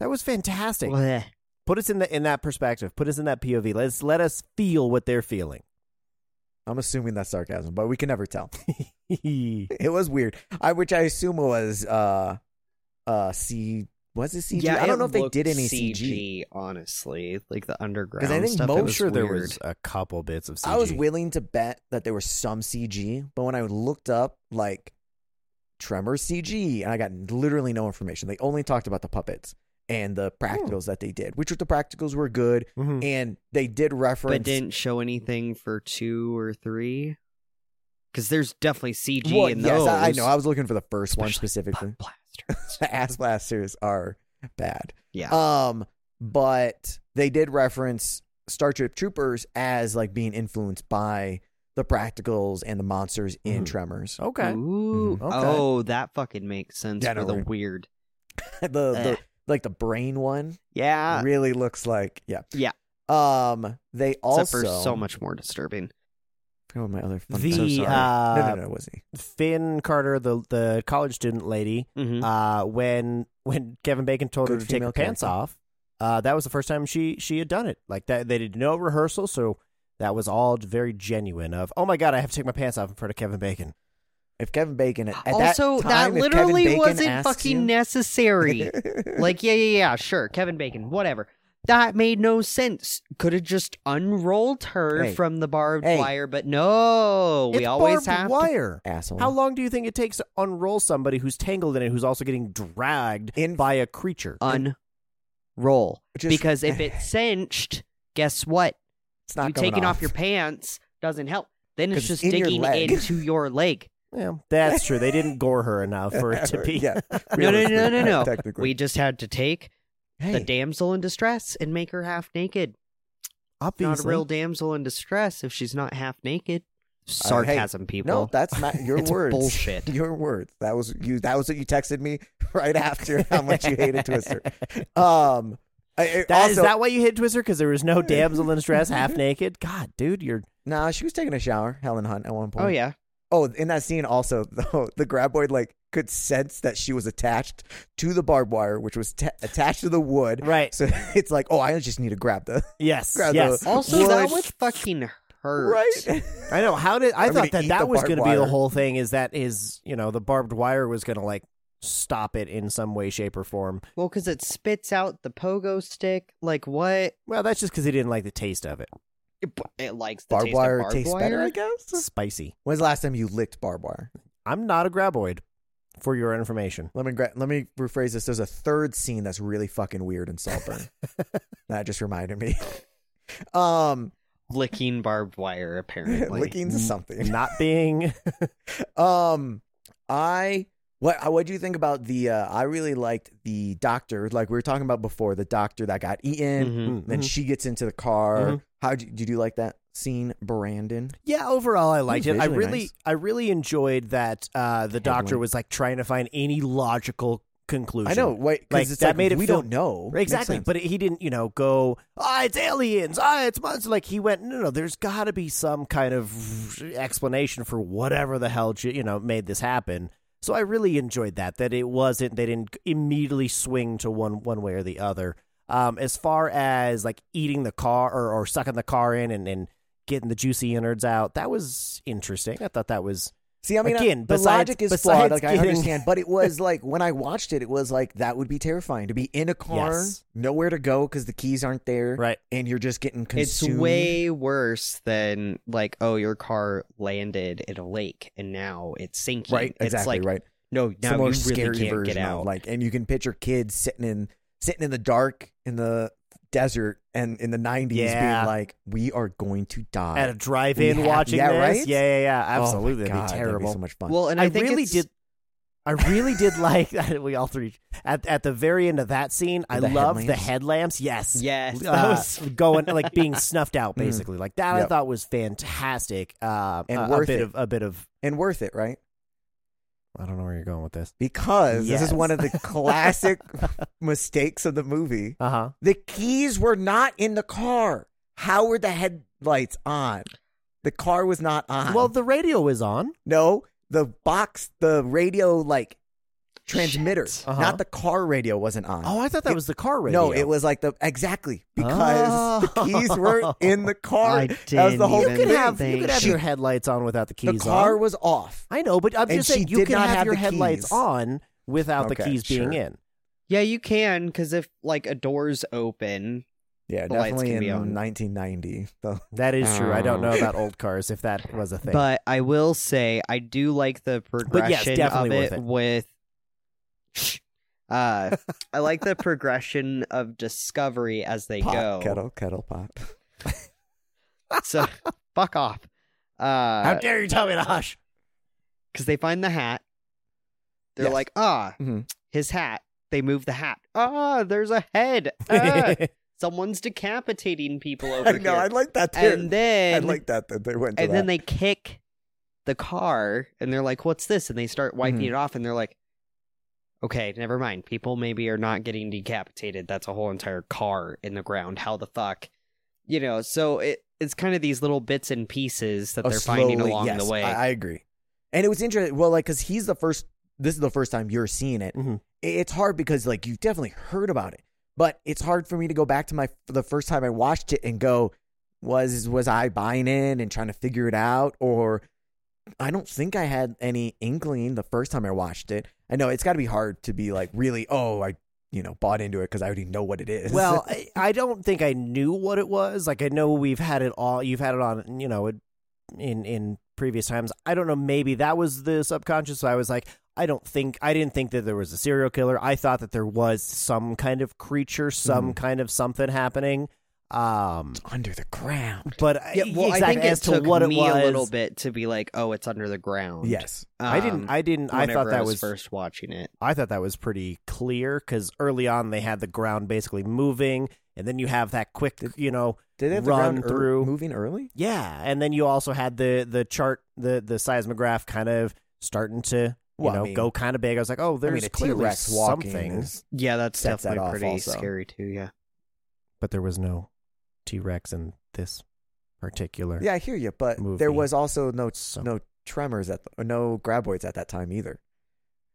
S1: That was fantastic.
S3: Bleh.
S1: Put us in the in that perspective. Put us in that POV. Let's let us feel what they're feeling.
S2: I'm assuming that's sarcasm, but we can never tell.
S1: yeah,
S2: It was weird. I which I assume was uh uh C was it CG?
S3: Yeah,
S2: I
S3: it
S2: don't know if they
S3: looked
S2: did any
S3: CG.
S2: CG.
S3: Honestly, like the underground.
S2: Because I think
S3: stuff,
S2: most-
S3: it
S1: I'm
S3: was
S1: sure there
S3: weird.
S1: was a couple bits of CG.
S2: I was willing to bet that there was some CG, but when I looked up like Tremor CG, and I got literally no information. They only talked about the puppets and the practicals that they did, which the practicals were good,
S1: Mhm.
S2: and they did reference.
S3: Mm. but didn't show anything for two or three. Because there's definitely CG
S2: Well,
S3: in
S2: yes,
S3: those.
S2: I, I know. I was looking for the first one
S3: Especially
S2: specifically.
S3: Butt blasters.
S2: Ass blasters are bad.
S3: yeah.
S2: Um, but they did reference Starship Troopers as like being influenced by the practicals and the monsters in
S3: Mm-hmm.
S1: Mhm.
S2: Tremors.
S3: Oh.
S1: Okay.
S3: Ooh.
S2: Mhm. Okay.
S3: Oh, that fucking makes sense
S2: Yeah,
S3: for
S2: no,
S3: the
S2: right.
S3: weird.
S2: the,
S3: Eh.
S2: the like the brain one
S3: Yeah.
S2: really looks like yeah
S3: Ah. yeah.
S2: Um, they
S3: Except
S2: also
S3: for so much more disturbing.
S2: I forgot what my other fun
S1: The,
S2: fact-
S1: So sorry.
S2: no
S1: uh,
S2: no no was he
S1: Finn Carter, the the college student lady,
S3: Mhm.
S1: uh, when when Kevin Bacon told her
S2: Mm-hmm. Good
S1: to take her
S2: female
S1: pants
S2: character.
S1: off, uh, that was the first time she she had done it. Like that, they did no rehearsal, so that was all very genuine. Of oh my god, I have to take my pants off in front of Kevin Bacon.
S2: if Kevin Bacon at, at
S3: also,
S2: that, time,
S3: that
S2: if Kevin
S3: literally
S2: Bacon
S3: wasn't
S2: asks
S3: fucking
S2: you,
S3: necessary. like, yeah, yeah, yeah, sure. Kevin Bacon, whatever. that made no sense. Could have just unrolled her
S2: Hey.
S3: from the barbed
S2: Hey.
S3: wire, but no, we
S1: it's
S3: always
S1: barbed
S3: have to-
S1: wire.
S2: Asshole.
S1: How long do you think it takes to unroll somebody who's tangled in it, who's also getting dragged
S2: In-
S1: by a creature?
S3: unroll
S2: Just-
S3: because if it's cinched, guess what?
S2: it's not
S3: you
S2: coming
S3: taking off. your pants doesn't help. Then it's
S2: 'Cause it's
S3: just
S2: in your
S3: digging
S2: leg.
S3: into your leg.
S1: yeah, that's true. They didn't gore her enough for it to be.
S2: yeah.
S3: No, no, no, no, no.
S2: Technically,
S3: We just had to take
S2: hey,
S3: the damsel in distress and make her half naked.
S1: obviously.
S3: Not a real damsel in distress if she's not half naked. Sarcasm, people.
S2: Uh, No, that's not your
S3: It's
S2: words.
S3: bullshit.
S2: Your words. That was you. That was what you texted me right after how much you hated Twister. Um, I, I-
S1: That- is
S2: also-
S1: that why you hit Twister? Because there was no damsel in distress, half naked. God, dude, you're
S2: Nah, she was taking a shower, Helen Hunt, at one point.
S3: oh yeah,
S2: Oh, in that scene also, though, the graboid like could sense that she was attached to the barbed wire, which was ta attached to the wood.
S1: right.
S2: So it's like, oh, I just need to grab the
S1: Yes,
S2: grab
S1: yes.
S2: the
S3: Also,
S2: wood.
S3: that would fucking hurt.
S2: right.
S1: I know. How did I
S2: I'm
S1: thought
S2: gonna
S1: that
S2: eat
S1: that
S2: the
S1: was
S2: barbed
S1: going to be the
S2: wire.
S1: whole thing? Is that is you know the barbed wire was going to like stop it in some way, shape, or form?
S3: Well, because it spits out the pogo stick. Like what?
S1: Well, that's just because he didn't like the taste of it.
S3: It, it likes the
S2: barbed
S3: taste
S2: wire
S3: Of barbed
S2: tastes
S3: wire.
S2: better, I guess.
S1: Spicy.
S2: When's the last time you licked barbed wire?
S1: I'm not a graboid, for your information.
S2: Let me gra- let me rephrase this. There's a third scene that's really fucking weird in Saltburn. that just reminded me. Um,
S3: Licking barbed wire, apparently.
S2: licking
S1: Mm.
S2: something.
S1: Not being
S2: Um, I what what do you think about the? Uh, I really liked the doctor, like we were talking about before, the doctor that got eaten.
S3: Mhm.
S2: Then
S1: Mhm.
S2: she gets into the car.
S1: Mhm.
S2: How did you, did you like that scene, Brandon?
S1: Yeah, overall I liked it. I
S2: Hmm, visually
S1: really
S2: nice.
S1: I really enjoyed that uh the doctor
S2: Headline.
S1: was like trying to find any logical conclusion.
S2: I know, wait,
S1: Like,
S2: because it's
S1: that
S2: like
S1: made it
S2: we
S1: feel-
S2: don't know Makes
S1: Exactly,
S2: sense.
S1: but he didn't, you know, go, "Ah, it's aliens. Ah, it's monsters." Like he went, "No, no, there's got to be some kind of explanation for whatever the hell, ju- you know, made this happen." So I really enjoyed that that it wasn't they didn't immediately swing to one one way or the other. Um as far as like eating the car or, or sucking the car in and and getting the juicy innards out, that was interesting. I thought that was
S2: See, I mean, I-
S1: Again,
S2: the
S1: besides-
S2: logic is
S1: besides
S2: flawed. Like I
S1: getting-
S2: understand, but it was like when I watched it, it was like that would be terrifying to be in a car,
S1: Yes.
S2: nowhere to go because the keys aren't there,
S1: right.
S2: and you're just getting
S3: It's
S2: consumed.
S3: way worse than like, oh, your car landed in a lake and now it's sinking.
S2: right,
S3: It's
S2: exactly
S3: like,
S2: right.
S3: No, now
S2: Some more
S3: you
S2: scary
S3: really can't
S2: version
S3: get out.
S2: Of, like, and you can picture kids sitting in sitting in the dark in the desert and in the nineties
S1: Yeah.
S2: being like, "We are going to die."
S1: At a
S2: we
S1: drive-in
S2: have-
S1: watching
S2: yeah,
S1: this.
S2: right?
S1: Yeah, yeah, yeah.
S2: Oh my
S1: Absolutely.
S2: God,
S1: That'd be
S2: that'd
S1: terrible.
S2: so much fun.
S3: well, and I,
S1: I,
S3: think
S1: really
S3: it's-
S1: did. I really did like that. We all three at at the very end of that scene. I
S2: The
S1: loved the
S2: headlamps?
S1: headlamps. Yes,
S3: Yes,
S1: Uh,
S3: that was
S1: going like being snuffed out.
S2: Mm.
S1: Basically, like that I
S2: Yep.
S1: thought was fantastic. Uh,
S2: And
S1: a- a
S2: worth
S1: bit
S2: it.
S1: of a bit of.
S2: and worth it, right?
S1: I don't know where you're going with this.
S2: Because
S1: Yes.
S2: this is one of the classic mistakes of the movie.
S1: Uh huh.
S2: The keys were not in the car. How were the headlights on? The car was not on.
S1: Uh-huh. Well, the radio was on.
S2: no, the box, the radio, like transmitter,
S3: Shit.
S1: Uh-huh.
S2: not the car radio, wasn't on.
S1: Oh, I thought that
S2: It-
S1: was the car radio.
S2: No, it was like the exactly because
S1: Oh.
S2: the keys weren't in the car.
S3: I
S2: that was the whole
S1: You could
S2: thing.
S3: didn't even
S1: have you
S3: think-
S1: could have
S2: She-
S1: your headlights on without the
S2: the
S1: keys
S2: car
S1: on.
S2: was off.
S1: I know, but I'm
S2: And
S1: just
S2: she
S1: saying you
S2: did
S1: can
S2: not
S1: have
S2: have
S1: your
S2: the
S1: headlights
S2: keys.
S1: on without the
S2: Okay,
S1: keys being
S2: sure.
S1: in.
S3: yeah, you can because if like a door's open,
S2: Yeah,
S3: The lights
S2: definitely
S3: can
S2: in
S3: be on.
S2: 1990. So,
S1: That is true. I don't know
S3: Oh.
S1: about old cars if that was a thing.
S3: But I will say I do like the progression of
S1: definitely
S3: it,
S1: worth it.
S3: with uh I like the progression of discovery as they
S2: pop,
S3: go.
S2: kettle, kettle pop.
S3: So fuck off. Uh
S1: dare you tell me to hush?
S3: cuz they find the hat. They're
S2: Yes.
S3: like, "Ah,
S2: Mhm.
S3: his hat." They move the hat. "Ah, there's a head."
S1: uh,
S3: Ah, someone's decapitating people over
S2: I know. I
S3: here.
S2: like that
S3: and
S2: too. I
S3: then
S2: like that that they went. To
S3: and
S2: that.
S3: then they kick the car and they're like what's this and they start wiping
S2: Mhm.
S3: it off and they're like okay never mind people maybe are not getting decapitated that's a whole entire car in the ground how the fuck you know so it it's kind of these little bits and pieces that
S2: Oh,
S3: they're finding
S2: slowly,
S3: along
S2: yes,
S3: the way
S2: I, I agree. And it was interesting. Well, like because he's the first. This is the first time you're seeing it.
S1: Mhm.
S2: I- It's hard because like you've definitely heard about it, but it's hard for me to go back to my the first time I watched it and go, was was I buying in and trying to figure it out or. I don't think I had any inkling the first time I watched it. I know it's got to be hard to be like really. Oh, I you know, bought into it because I already know what it is.
S1: Well, I, I don't think I knew what it was. Like I know we've had it all. You've had it on, you know, in in previous times. I don't know. Maybe that was the subconscious. So I was like, I don't think I didn't think that there was a serial killer. I thought that there was some kind of creature,
S3: Mm-hmm.
S1: some kind of something happening. Um,
S2: under the ground.
S1: but e,
S3: Yeah, well,
S1: exactly
S3: I think
S1: as
S3: it
S1: to
S3: took
S1: what
S3: me
S1: it was,
S3: a little bit to be like, oh, it's under the ground.
S2: Yes.
S1: I didn't.
S3: Um,
S1: I didn't. I thought
S3: whenever
S1: that
S3: was,
S1: was
S3: first watching it.
S1: I thought that was pretty clear because early on they had the ground basically moving, and then you have that quick, you know,
S2: Did they have
S1: Run
S2: the ground ear-
S1: through.
S2: moving early?
S1: yeah, and then you also had the the chart, the the seismograph kind of starting to you
S2: Well, I
S1: know
S2: mean-
S1: go kind of big. I was like, oh,
S2: I
S1: there's
S2: mean, a
S1: clearly
S2: T-Rex walking
S1: something,
S2: is-
S3: Yeah, that's
S2: Sets that
S3: definitely
S2: off
S3: pretty
S2: also.
S3: scary too. Yeah.
S1: but there was no T Rex in this particular.
S2: Yeah, I hear you, but
S1: Movie.
S2: there was also no
S1: So-
S2: no tremors at the, no graboids at that time either.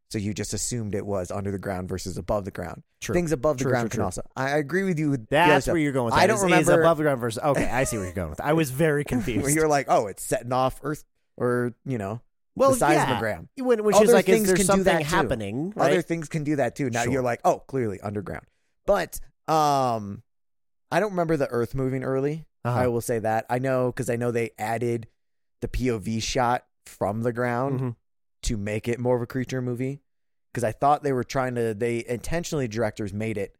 S2: So you just assumed it was under the ground versus above the ground.
S1: True.
S2: Things above the
S1: True,
S2: ground
S1: true,
S2: can
S1: true.
S2: also. I I agree with you. With the other
S1: That's
S2: stuff.
S1: where you're going. With
S2: I
S1: that,
S2: don't
S1: is- is
S2: remember-
S1: above the ground versus. Okay, I see where you're going with. that. I was very
S2: Where
S1: confused.
S2: you're like, oh, it's setting off Earth or you know
S1: well,
S2: the seismogram.
S1: yeah. When, which is
S2: Other
S1: like, is
S2: things
S1: there
S2: can do
S1: something
S2: that too.
S1: happening?
S2: Other
S1: Right?
S2: things can do that too. Now
S1: Sure.
S2: you're like, oh, clearly underground. But um, I don't remember the Earth moving early.
S1: Uh-huh.
S2: I will say that I know because I know they added the POV shot from the ground.
S1: Mhm.
S2: to make it more of a creature movie because I thought they were trying to they intentionally directors made it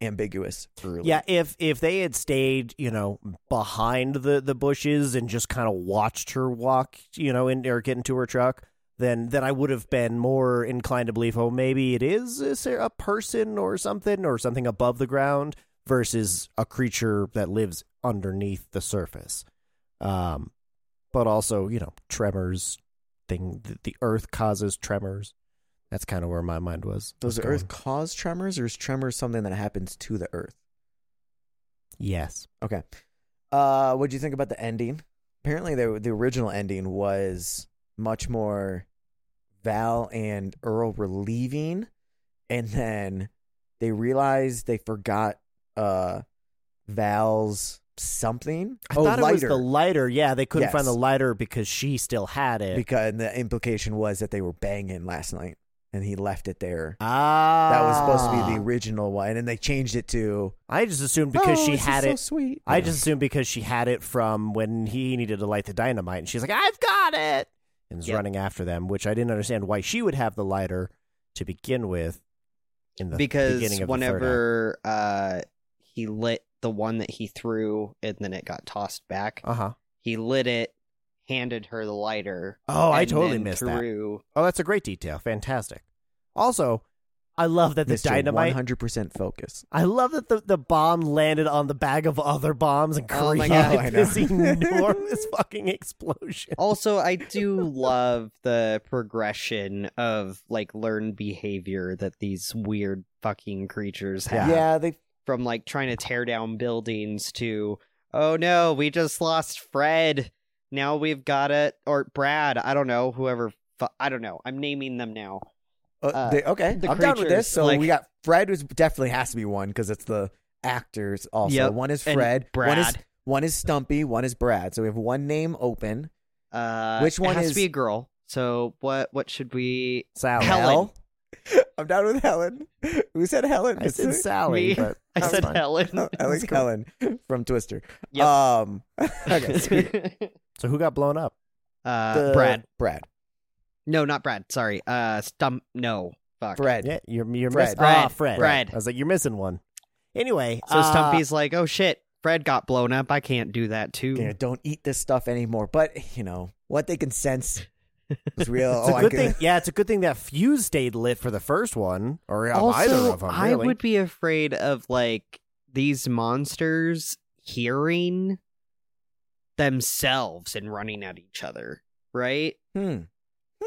S2: ambiguous early.
S1: Yeah, if if they had stayed, you know, behind the the bushes and just kind of watched her walk, you know, in or get into her truck, then then I would have been more inclined to believe, oh, maybe it is a, ser- a person or something or something above the ground versus a creature that lives underneath the surface. Um, but also, you know, tremors thing. The, the earth causes tremors. That's kind of where my mind was.
S2: Does the
S1: was
S2: Earth
S1: going.
S2: cause tremors, or is tremors something that happens to the Earth?
S1: Yes.
S2: Okay. Uh, what do you think about the ending? Apparently, the the original ending was much more Val and Earl were leaving, and then they realized they forgot uh Val's something.
S1: I
S2: oh,
S1: thought
S2: lighter.
S1: it was the lighter. Yeah, they couldn't find the
S2: Yes.
S1: lighter because she still had it.
S2: because the implication was that they were banging last night and he left it there.
S1: ah,
S2: That was supposed to be the original one, and they changed it to
S1: I just assumed because
S2: "Oh,
S1: she
S2: this is
S1: had
S2: so
S1: it.
S2: sweet.
S1: I
S2: Yeah.
S1: just assumed because she had it from when he needed to light the dynamite, and she's like, "I've got it," and is
S3: Yep.
S1: running after them, which I didn't understand why she would have the lighter to begin with. In the
S3: because
S1: beginning of
S3: whenever uh, he lit the one that he threw and then it got tossed back,
S1: uh huh.
S3: he lit it, handed her the lighter.
S1: Oh, I
S3: and
S1: totally
S3: then
S1: missed that.
S3: threw,
S1: Oh, that's a great detail. Fantastic. Also, I love that the
S2: Mr.
S1: dynamite.
S2: 100% focus.
S1: I love that the, the bomb landed on the bag of other bombs and
S3: Oh my
S1: created
S3: God.
S2: I know. Oh,
S1: this enormous fucking explosion.
S3: Also, I do love the progression of like learned behavior that these weird fucking creatures have.
S2: they
S3: From like trying to tear down buildings to, oh no, we just lost Fred. Now we've got it. Or Brad. I don't know. Whoever. Fu- I don't know. I'm naming them now.
S2: uh,
S3: Uh,
S2: they- okay.
S3: the
S2: I'm down with this.
S3: creatures,
S2: So
S3: like-
S2: we got Fred was definitely has to be one because it's the actors also.
S3: Yep.
S2: One is
S3: And
S2: Fred, one is
S3: Brad.
S2: one is Stumpy, one is Brad. So we have one name open.
S3: Uh,
S2: Which one
S3: it has
S2: is-
S3: to be a girl? So what? What should we?
S1: Sally.
S3: Helen.
S2: I'm down with Helen. Who said Helen? Oh,
S1: I said Sally,
S3: Me.
S1: but
S3: I
S1: that's
S3: said
S1: fine.
S3: Helen.
S2: I like Helen from Twister.
S3: Yep.
S2: Um, okay, so
S1: So who got blown up?
S3: uh,
S2: the-
S3: Brad.
S2: Brad.
S3: No, not Brad. Sorry. Uh, Stump. No. Fuck.
S2: Fred.
S1: Yeah, you're you're
S2: Fred.
S1: missing ah,
S3: Fred.
S1: Fred.
S3: Fred.
S1: I was like, you're missing one. Anyway,
S3: So
S1: uh,
S3: Stumpy's like, "Oh shit, Fred got blown up. I can't do that too."
S2: You know, don't eat this stuff anymore. But you know what they can sense is real.
S1: It's
S2: oh,
S1: a
S2: I
S1: good
S2: can-
S1: thing. Yeah, it's a good thing that fuse stayed lit for the first one, or of
S3: also,
S1: either of them.
S3: I
S1: really.
S3: would be afraid of like these monsters hearing themselves and running at each other, right?
S2: Hmm.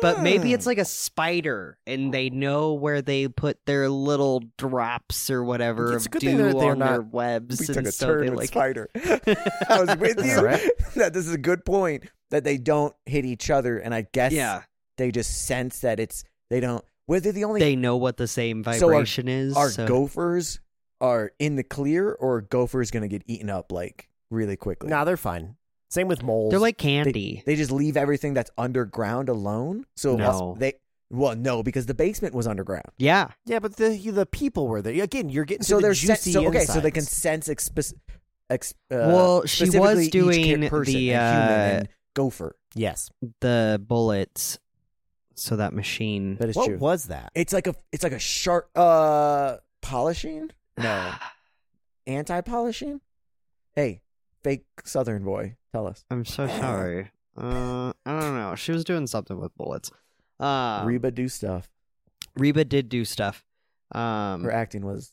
S3: But maybe
S2: Hmm.
S3: it's like a spider, and they know where they put their little drops or whatever
S1: It's a
S3: of
S1: good
S3: dew
S1: thing that they're
S3: on their
S1: not-
S3: webs,
S2: we took
S3: and
S2: a
S3: so
S2: turn
S3: they
S2: with
S3: like.
S2: spider. I was with you.
S1: Alright.
S2: That this is a good point that they don't hit each other, and I guess
S3: Yeah,
S2: they just sense that it's they don't. Well, they're the only
S3: they uh, know what the same
S2: So our-
S3: vibration is.
S2: are
S3: so-
S2: gophers are in the clear, or are gophers going to get eaten up like really quickly.
S1: Nah, they're fine. Same with moles.
S3: They're like candy.
S2: They just leave everything that's underground alone. So
S3: No.
S2: they Well, no, because the basement was underground.
S3: Yeah.
S1: Yeah, but the the people were there. Again, you're getting to
S2: So
S1: the
S2: they're sen-
S1: juicy
S2: so, okay, so they
S1: insides.
S2: can sense expe- ex- uh,
S3: Well, she was
S2: specifically each
S3: doing
S2: kid person,
S3: the,
S2: and human
S3: uh,
S2: and gopher.
S1: Yes.
S3: The bullets. So that machine.
S2: That is
S1: what
S2: true.
S1: was that?
S2: It's like a it's like a sharp uh polishing? No. Anti polishing? Hey, fake southern boy, tell us.
S3: I'm so sorry. Uh, I don't know. She was doing something with bullets. Uh, Reba,
S2: Reba do stuff.
S3: did do stuff. Um,
S2: Her acting was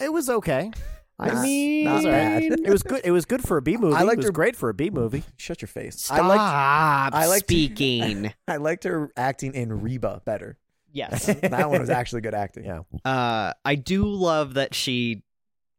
S1: It was okay.
S3: I
S2: not-
S3: mean,
S2: not bad.
S1: It was good. It was good for a B movie.
S2: I liked
S1: it was
S2: her-
S1: great for a B movie.
S2: shut your face.
S3: Stop
S2: I liked I liked-
S3: speaking.
S2: I liked her acting in Reba better.
S3: yes.
S2: That one was actually good acting.
S1: Yeah.
S3: Uh, I do love that she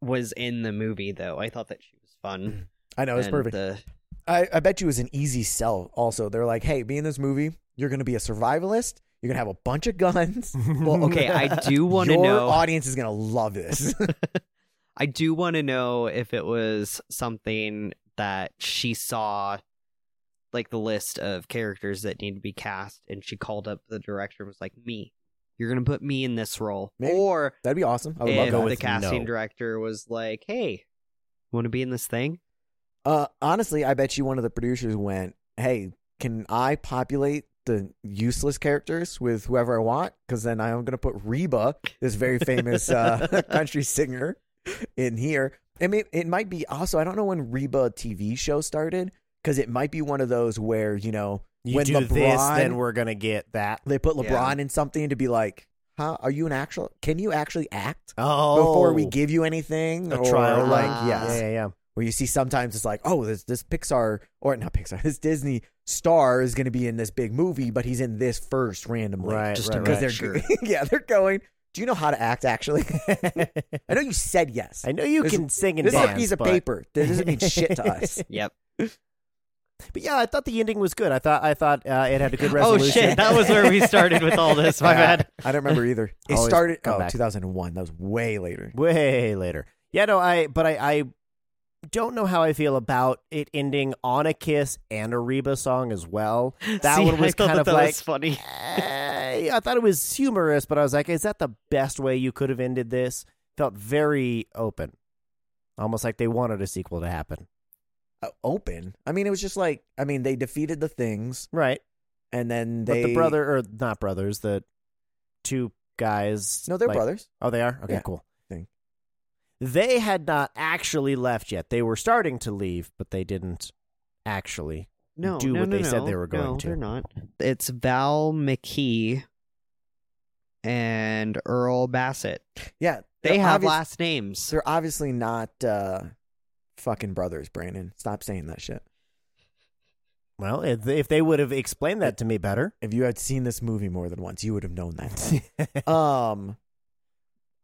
S3: was in the movie, though. I thought that she was fun.
S2: I know, it's
S3: and
S2: Mm, perfect.
S3: the-
S2: I, I bet you it was an easy sell also. They're like, hey, be in this movie, you're gonna be a survivalist, you're gonna have a bunch of guns.
S3: well, okay. I do want to
S2: Your
S3: know.
S2: audience is gonna love this.
S3: I do want to know if it was something that she saw, like the list of characters that need to be cast, and she called up the director and was like, "Me, you're gonna put me in this role,"
S2: Maybe.
S3: or
S2: That'd be awesome. I would
S3: if
S2: love
S1: go
S2: that.
S3: the
S1: with
S3: casting
S1: no.
S3: director was like, "Hey, want to be in this thing?"
S2: Uh, honestly, I bet you one of the producers went, "Hey, can I populate the useless characters with whoever I want? Because then I'm gonna put Reba, this very famous uh, country singer, in here." I mean, it might be also. I don't know when Reba TV show started because it might be one of those where you know
S1: You
S2: when
S1: do
S2: LeBron
S1: this, then we're gonna get that.
S2: they put
S3: Yeah.
S2: LeBron in something to be like, "Huh? Are you an actual? Can you actually act?"
S1: Oh,
S2: Before we give you anything,
S1: a
S2: or
S1: trial,
S2: like
S3: run.
S2: yes,
S1: yeah, yeah, yeah.
S2: where you see sometimes it's like, oh, this this Pixar or not Pixar, this Disney star is going to be in this big movie, but he's in this first randomly,
S1: Right,
S3: just
S1: right,
S3: because
S1: right.
S2: they're
S3: Sure.
S2: yeah, they're going. Do you know how to act? Actually, I know you said yes.
S1: I know you
S2: This-
S1: can sing and
S2: this is
S1: dance.
S2: a piece of
S1: but-
S2: paper. This doesn't mean shit to us.
S3: Yep.
S1: But yeah, I thought the ending was good. I thought I thought uh, it had a good
S3: Oh
S1: resolution.
S3: shit, that was where we started with all this. My
S2: Yeah,
S3: bad.
S2: I don't remember either. It
S1: Always
S2: started
S1: go
S2: oh,
S1: back.
S2: 2001. That was way later.
S1: way later. Yeah, no, I but I, I don't know how I feel about it ending on a kiss and a Reba song as well. That
S3: See,
S1: one
S3: I
S1: was
S3: thought
S1: kind
S3: that
S1: of
S3: that
S1: like
S3: was funny.
S1: eh, I thought it was humorous, but I was like, is that the best way you could have ended this? Felt very open, almost like they wanted a sequel to happen.
S2: Uh, open. I mean, it was just like I mean, they defeated the things,
S1: Right,
S2: and then they
S1: but the brother or not brothers, the two guys.
S2: No, they're
S1: like-
S2: brothers.
S1: Oh, they are. Okay,
S2: Yeah.
S1: cool.
S2: Thing.
S1: They had not actually left yet. They were starting to leave, but they didn't actually.
S3: No,
S1: do
S3: no,
S1: what
S3: no,
S1: they
S3: no,
S1: said they were going
S3: no,
S1: to.
S3: They're not. It's Val McKee and Earl Bassett.
S2: Yeah,
S3: They
S2: they're
S3: have
S2: obvious-
S3: last names.
S2: They're obviously not uh, fucking brothers, Brandon. Stop saying that shit.
S1: Well, if, if they would have explained that to me better,
S2: If you had seen this movie more than once, you would have known that. um,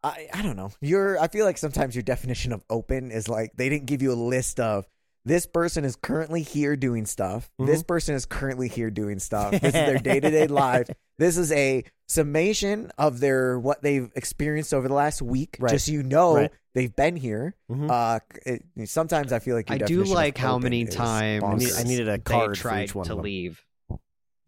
S2: I I don't know. Your I feel like sometimes your definition of open is like they didn't give you a list of this person is currently here doing stuff.
S1: Mm-hmm.
S2: This person is currently here doing stuff. This is their day to day life. This is a summation of their what they've experienced over the last week.
S1: Right.
S2: Just so you know
S1: Right.
S2: they've been here.
S1: Mhm.
S2: Uh, c- it- sometimes I feel like your
S3: I do
S2: definition of
S3: like how
S2: open
S3: many
S2: is
S3: times
S1: I, need,
S2: bonkers.
S1: I needed a
S3: they
S1: card for
S3: tried
S1: each one
S3: to
S1: of them.
S3: leave.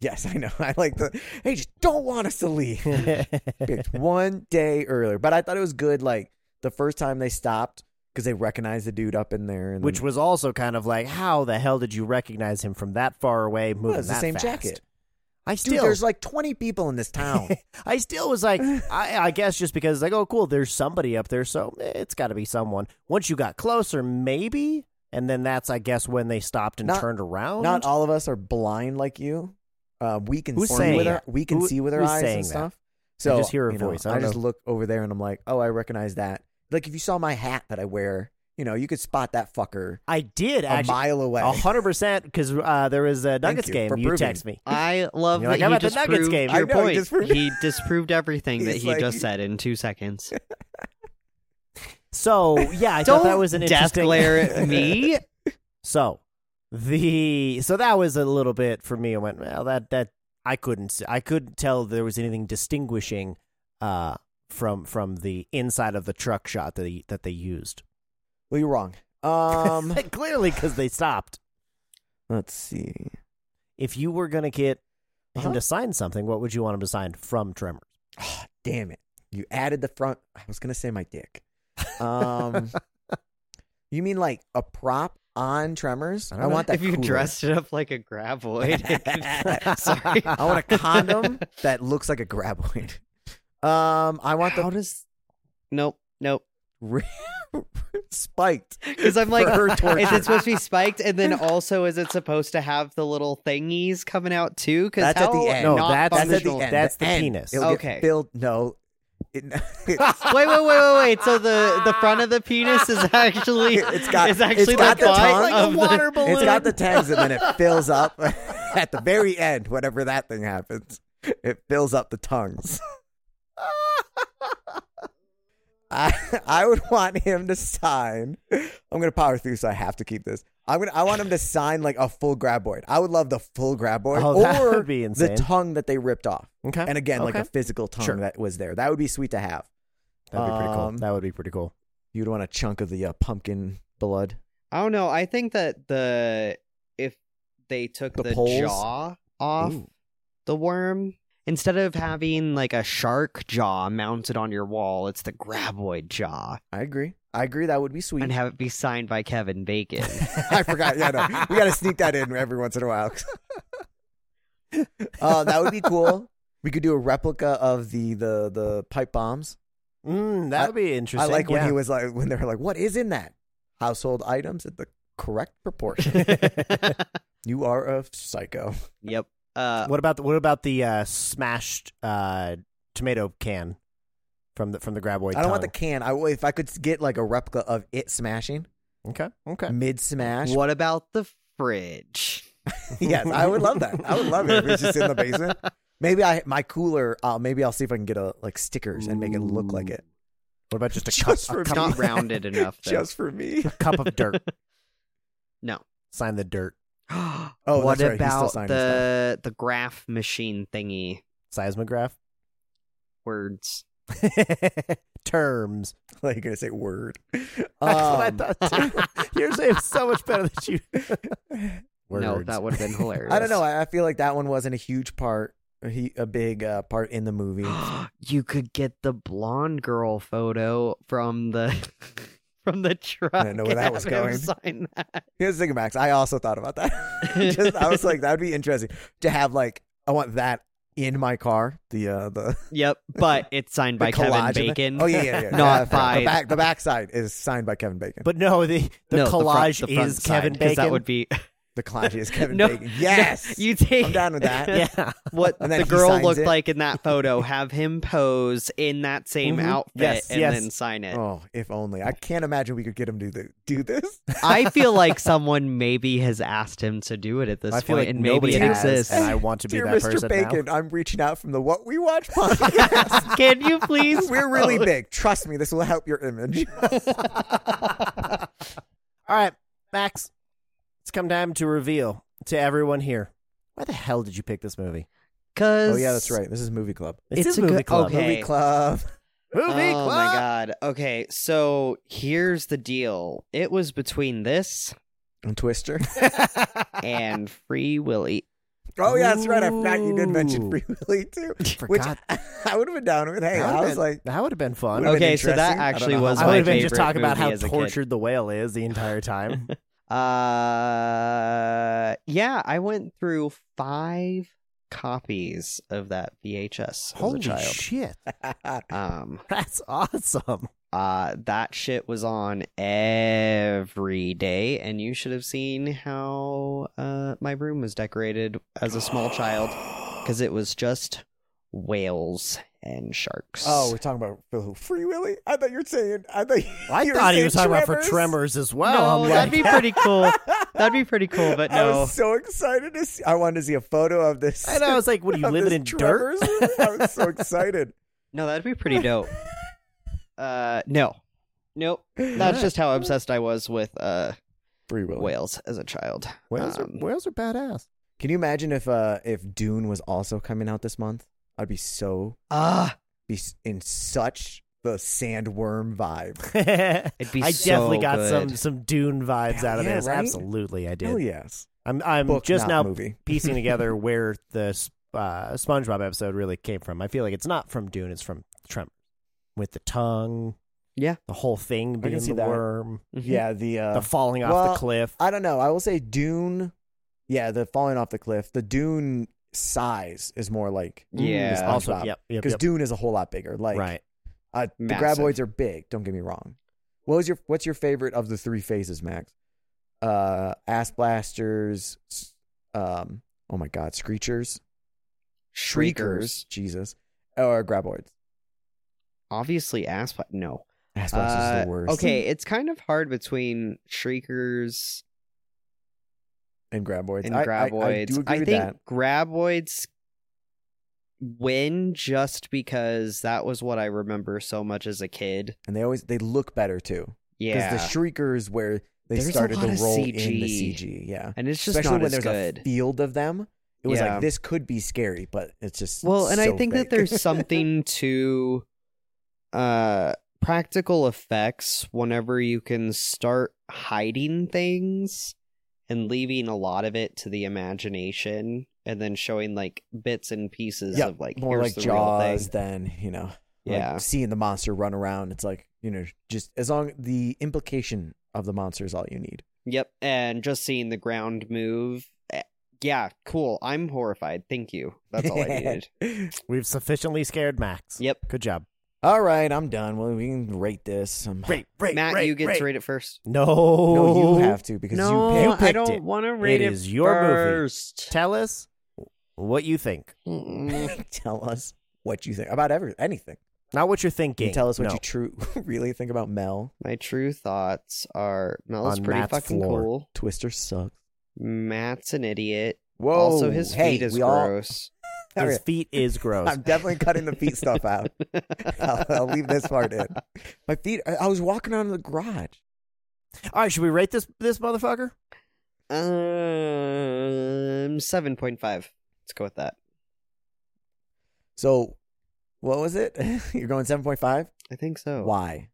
S2: Yes, I know. I like the. Hey, just don't want us to leave. Picked one day earlier, but I thought it was good. Like the first time they stopped because they recognized the dude up in there, and
S1: Which was also kind of like, how the hell did you recognize him from that far away? Moving
S2: Well, it's the
S1: that
S2: same
S1: fast?
S2: jacket.
S1: I
S2: dude,
S1: still,
S2: there's like 20 people in this town.
S1: I still was like, I, I guess just because like, oh, cool, there's somebody up there, so eh, it's got to be someone. Once you got closer, maybe, and then that's, I guess, when they stopped and
S2: Not-
S1: turned around.
S2: Not all of us are blind like you. Uh, we can
S1: Who's
S2: see
S1: saying
S2: with our,
S1: that?
S2: we can
S1: Who-
S2: see with our
S1: who's
S2: eyes
S1: saying
S2: and
S1: that?
S2: stuff. So
S1: just hear a
S2: you know,
S1: voice. I
S2: I,
S1: don't
S2: just
S1: know.
S2: look over there and I'm like, oh, I recognize that. Like if you saw my hat that I wear, you know, you could spot that fucker
S1: I did
S2: a
S1: actually,
S2: mile away.
S1: a hundred percent, because uh, there was a Nuggets
S2: you
S1: game.
S2: for
S1: You
S2: proving.
S1: text me.
S3: I love
S1: You're
S3: that
S1: like, "I'm
S3: he
S1: at the Nuggets
S3: disproved
S1: game."
S3: your
S2: I know, he
S3: point.
S2: disproved-
S3: he disproved everything that
S2: He's
S3: he
S2: like-
S3: just said in two seconds.
S1: So yeah, I
S3: Don't
S1: thought that was an
S3: death
S1: interesting.
S3: glare at me.
S1: So the so that was a little bit for me. I went well that that I couldn't s- I couldn't tell there was anything distinguishing uh from from the inside of the truck shot that they, that they used.
S2: Well, you're wrong. Um,
S1: Clearly, because they stopped.
S2: let's see.
S1: If you were gonna get
S2: Uh-huh.
S1: him to sign something, what would you want him to sign from Tremors?
S2: Ah, damn it. You added the front. I was going to say my dick. Um, you mean like a prop on Tremors?
S1: I
S2: I,
S1: don't know.
S2: want that.
S3: if you
S2: cooler.
S3: dressed it up like a gravoid. Sorry.
S2: I want a condom that looks like a graboid. Um, I want the
S3: How does? Nope, nope.
S2: spiked.
S3: Because I'm like,
S2: For her
S3: is
S2: torture.
S3: it supposed to be spiked? And then also, is it supposed to have the little thingies coming out too? Because
S2: That's at the end.
S1: No,
S3: Not
S1: that's
S2: That's at the
S3: functional.
S2: end.
S1: That's the
S2: end.
S1: penis.
S2: It'll get
S3: Okay.
S2: filled. No. It-
S3: Wait, wait, wait, wait, wait. So the the front of the penis is actually
S2: It's got-
S3: is actually
S2: it's got
S3: the,
S2: the
S3: butt
S2: tongue. Like a
S3: of the-
S1: water balloon.
S2: it's got the tags and then it fills up at the very end, whenever that thing happens. It fills up the tongues. I I would want him to sign. I'm gonna power through, so I have to keep this. I'm gonna I want him to sign like a full graboid. I would love the full graboid
S1: Oh, that
S2: or
S1: would be insane.
S2: the tongue that they ripped off.
S1: okay.
S2: And again, like
S3: Okay.
S2: a physical tongue
S1: Sure.
S2: that was there. That would be sweet to have.
S1: That'd be pretty cool.
S2: Um,
S1: that would be pretty cool.
S2: You'd want a chunk of the uh, pumpkin blood.
S3: I don't know. I think that the if they took
S2: The
S3: the,
S2: poles?
S3: jaw off
S2: Ooh.
S3: the worm instead of having like a shark jaw mounted on your wall, it's the graboid jaw,
S2: I agree. I agree. That would be sweet.
S3: and have it be signed by Kevin Bacon.
S2: I forgot. Yeah, no, we got to sneak that in every once in a while. uh, that would be cool. We could do a replica of the the the pipe bombs.
S1: Mm, that
S2: I-
S1: would be
S2: I
S1: interesting.
S2: like when
S1: yeah.
S2: he was like when they were like, "What is in that?" Household items at the correct proportion. you are a psycho.
S3: yep. Uh,
S1: What about the, what about the uh, smashed uh, tomato can from the from the graboid?
S2: I don't want the can. I if I could get like a replica of it smashing
S1: okay.
S3: Mm.
S1: Okay.
S2: mid smash.
S3: what about the fridge?
S2: yes, I would love that. I would love it if it's just in the basement. Maybe I my cooler. Uh, maybe I'll see if I can get a like stickers and make it look like it.
S1: What about just a,
S2: Just
S1: cup, a
S2: for
S3: It's
S1: cup,
S3: not rounded enough. Though.
S2: Just for me.
S1: cup of dirt?
S3: No.
S1: Sign the dirt
S3: oh,
S2: Oh,
S3: what
S2: that's right. He's still
S3: about
S2: signing
S3: the the graph machine thingy?
S1: seismograph
S3: Words.
S1: terms.
S2: Like you're gonna say word.
S1: That's
S2: Um,
S1: what I thought. Too. Yours is so much better than you.
S3: No,
S1: Words.
S3: that would have been hilarious.
S2: I don't know. I, I feel like that one wasn't a huge part, a, he- a big uh, part in the movie.
S3: you could get the blonde girl photo from the from the truck.
S2: didn't know where
S3: and
S2: that was
S3: have him
S2: going.
S3: Sign that.
S2: Here's the thing, Max. I also thought about that. Just, I was like, that would be interesting to have. Like, I want that in my car. The uh, the,
S3: Yep, but it's signed
S2: the
S3: by
S2: collage
S3: Kevin
S2: of it.
S3: Bacon.
S2: Oh yeah, yeah, yeah.
S3: Not
S2: Yeah,
S3: by-
S2: the back. The backside is signed by Kevin Bacon.
S1: But no, the the
S3: No, front-
S1: collage
S3: the front
S1: is
S3: side,
S1: Kevin
S3: 'cause
S1: Bacon.
S3: That would be
S2: the collage is Kevin
S3: No,
S2: Bacon. Yes,
S3: you take
S2: I'm down with that.
S1: yeah.
S3: what
S2: And then
S3: the
S2: he
S3: girl
S2: signs
S3: looked
S2: it.
S3: like in that photo. Have him pose in that same
S1: Mhm.
S3: outfit
S1: Yes,
S3: and
S1: yes.
S3: then sign it.
S2: Oh, if only. I can't imagine we could get him to do, the, do this.
S3: I feel like someone maybe has asked him to do it at this
S1: I feel
S3: point,
S1: like
S3: and
S1: nobody
S3: maybe it
S1: has,
S3: exists.
S1: and I want to be
S2: Dear
S1: that
S2: Mr.
S1: person
S2: Bacon,
S1: now.
S2: I'm reaching out from the What We Watch podcast.
S3: Can you please?
S2: We're really
S3: pose?
S2: big. Trust me, this will help your image.
S1: All right, Max, it's come time to reveal to everyone here. Why the hell did you pick this movie?
S3: Cause
S2: oh yeah, that's right. This is movie club.
S1: It's,
S3: It's
S1: a
S3: a
S1: movie
S3: good-
S1: club.
S3: okay.
S2: Movie club.
S1: Movie
S3: oh
S1: club.
S3: my god. Okay, so here's the deal. It was between this
S2: And Twister.
S3: and Free Willy.
S2: Oh yeah, that's right. I forgot you did mention
S1: Ooh.
S2: Free Willy too. Which
S1: Forgot.
S2: I would have been down with. Hey,
S1: That
S2: I
S1: would've
S2: was
S1: been-
S2: like,
S1: that would have been fun.
S2: Would've been
S3: Okay, so that
S2: interesting. I don't
S3: actually
S2: know how
S3: was
S2: much.
S1: I
S3: my
S1: would have been just
S3: favorite
S1: talking about
S3: movie
S1: how
S3: as a kid.
S1: tortured the whale is the entire time.
S3: Uh yeah, I went through 5 copies of that VHS
S1: Holy
S3: as a child.
S1: shit,
S3: um
S1: that's awesome.
S3: uh that shit was on every day and you should have seen how uh my room was decorated as a small child cuz it was just whales and sharks.
S2: oh, we're talking about who? Free Willy. I thought you were saying. I thought. You
S1: I
S2: you were
S1: thought he
S2: saying
S1: was talking about for
S2: Tremors.
S1: Tremors as well.
S3: no,
S1: I'm
S3: that'd
S1: like,
S3: be pretty cool. That'd be pretty cool, but
S2: I
S3: no.
S2: was so excited to see. I wanted to see a photo of this.
S1: and I was like, "What are you
S2: of
S1: living
S2: this
S1: in
S2: Tremors
S1: dirt?"
S2: movie. I was so excited.
S3: No, that'd be pretty dope. uh no. Nope. That's just how obsessed I was with uh
S2: Free Willy.
S3: whales as a child.
S1: Whales are
S3: Um,
S1: whales are badass.
S2: Can you imagine if uh if Dune was also coming out this month? I'd be so
S3: Ah,
S2: be s- in such the sandworm vibe.
S1: I
S3: it'd be so
S1: definitely got some
S3: good.
S1: some Dune vibes
S2: Hell
S1: out of
S2: yeah,
S1: this.
S2: right?
S1: Absolutely, I did.
S2: Hell yes.
S1: I'm I'm
S2: Book,
S1: just
S2: not
S1: now
S2: movie.
S1: piecing together where the s- uh, SpongeBob episode really came from. I feel like it's not from Dune; it's from Tremors, with the tongue.
S3: Yeah.
S1: the whole thing being
S2: see
S1: the
S2: that.
S1: worm,
S2: Yeah, the uh,
S1: the falling off
S2: well,
S1: the cliff.
S2: I don't know. I will say Dune. Yeah, the falling off the cliff. The Dune size is more like
S3: Yeah.
S2: the
S1: also,
S2: mm, SpongeBob.
S1: yep, yep,
S2: because
S1: yep.
S2: Dune is a whole lot bigger. Like
S1: right.
S2: uh, the
S3: Massive.
S2: graboids are big. Don't get me wrong. What was your What's your favorite of the three phases, Max? Uh, ass blasters. s- Um, oh my God, screechers,
S3: Shriekers.
S2: Jesus, or graboids.
S3: Obviously, ass. pla- No.
S2: Ass blasters is
S3: Uh,
S2: the worst.
S3: Okay, it's kind of hard between shriekers
S2: and graboids.
S3: and
S2: I- I-
S3: graboids.
S2: I, do agree with
S3: think
S2: that.
S3: graboids win just because that was what I remember so much as a kid.
S2: And they always they look better too because
S3: Yeah,
S2: the shriekers where they
S3: There's a
S2: started
S3: lot
S2: to
S3: of
S2: roll in the
S3: CG.
S2: CG. Yeah,
S3: and it's just
S2: especially
S3: not
S2: when
S3: as
S2: there's
S3: good.
S2: a field of them. It was
S3: Yeah.
S2: like this could be scary, but it's just
S3: well and i
S2: so
S3: think that
S2: fake.
S3: there's something to uh practical effects whenever you can start hiding things and leaving a lot of it to the imagination and then showing like bits and pieces
S2: Yeah,
S3: of like
S2: more
S3: here's
S2: like
S3: the real thing.
S2: Jaws than you know. like,
S3: yeah
S2: seeing the monster run around, it's like you know, just as long the implication of the monster is all you need.
S3: yep and just seeing the ground move Eh, yeah cool i'm horrified thank you that's all i needed
S1: We've sufficiently scared Max.
S3: yep
S1: Good job.
S2: All right, I'm done. Well, we can rate this. Um,
S1: Great, great,
S3: matt you get to rate it first
S1: No,
S2: No, you have to because
S3: no
S2: you
S1: you
S3: i
S1: picked
S3: don't
S1: it.
S3: want to rate it,
S1: It is your movie.
S3: first.
S1: Tell us what you think,
S3: Mm-mm.
S2: picked. tell us what you think about every anything.
S1: not what you're
S2: Can
S1: thinking.
S2: you tell us what
S1: No.
S2: you true really think about Mel.
S3: My true thoughts are Mel's
S1: On
S3: pretty
S1: Matt's
S3: fucking
S1: floor.
S3: cool.
S2: Twister sucks.
S3: Matt's an idiot.
S2: Whoa!
S3: also, his
S2: hey,
S3: feet is
S2: we all-
S3: gross.
S1: His feet is gross.
S2: I'm definitely cutting the feet stuff out. I'll, I'll leave this part in. My feet. I, I was walking out of the garage.
S1: All right, should we rate this this motherfucker?
S3: Um, seven point five. Let's go with that.
S2: So, what was it? You're going seven point five.
S3: I think so.
S2: Why?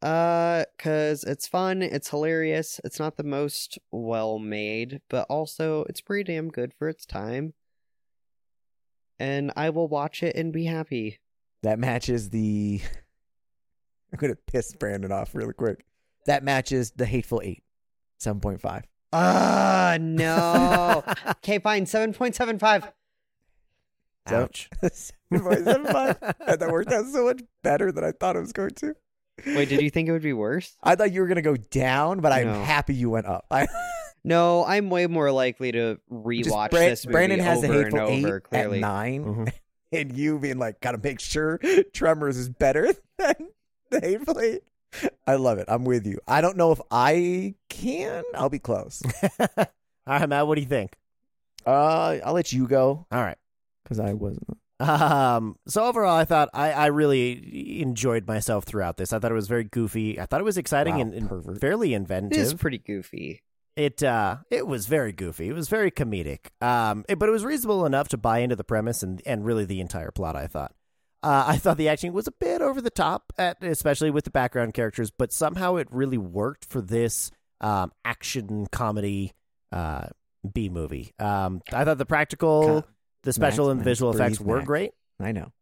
S3: Uh, cause it's fun. It's hilarious. It's not the most well made, but also it's pretty damn good for its time. And I will watch it and be happy.
S2: That matches the. I'm gonna piss Brandon off really quick. That matches the hateful eight. Seven point five.
S3: Ah, no. okay, fine. Seven point seven five.
S2: So-
S1: Ouch.
S2: seven point seven five. And that worked out so much better than I thought it was going to.
S3: Wait, did you think it would be worse?
S2: I thought you were gonna go down, but I'm
S3: No.
S2: happy you went up. I,
S3: No, I'm way more likely to rewatch
S2: Bran-
S3: this movie
S2: Brandon has
S3: over
S2: the hateful
S3: and over.
S2: eight
S3: clearly, Mm-hmm.
S2: at nine,
S1: Mhm.
S2: and you being like, gotta make sure Tremors is better than the hateful eight. I love it. I'm with you. I don't know if I can. I'll be close.
S1: All right, Matt, what do you think?
S2: Uh, I'll let you go
S1: All right.
S2: because I wasn't.
S1: Um, so overall, I thought I, I really enjoyed myself throughout this. I thought it was very goofy. I thought it was exciting
S2: Wow,
S1: and, and
S2: pervert.
S1: fairly
S3: it is
S1: inventive.
S3: pretty goofy.
S1: It uh, it was very goofy. It was very comedic. Um, it- but it was reasonable enough to buy into the premise and and really the entire plot. I thought. Uh, I thought the acting was a bit over the top, at, especially with the background characters, but somehow it really worked for this um, action comedy uh, B movie. Um, I thought the practical,
S2: God.
S1: the special,
S2: Max,
S1: and
S2: Max,
S1: visual effects
S2: breathe,
S1: were
S2: Max.
S1: great.
S2: I know.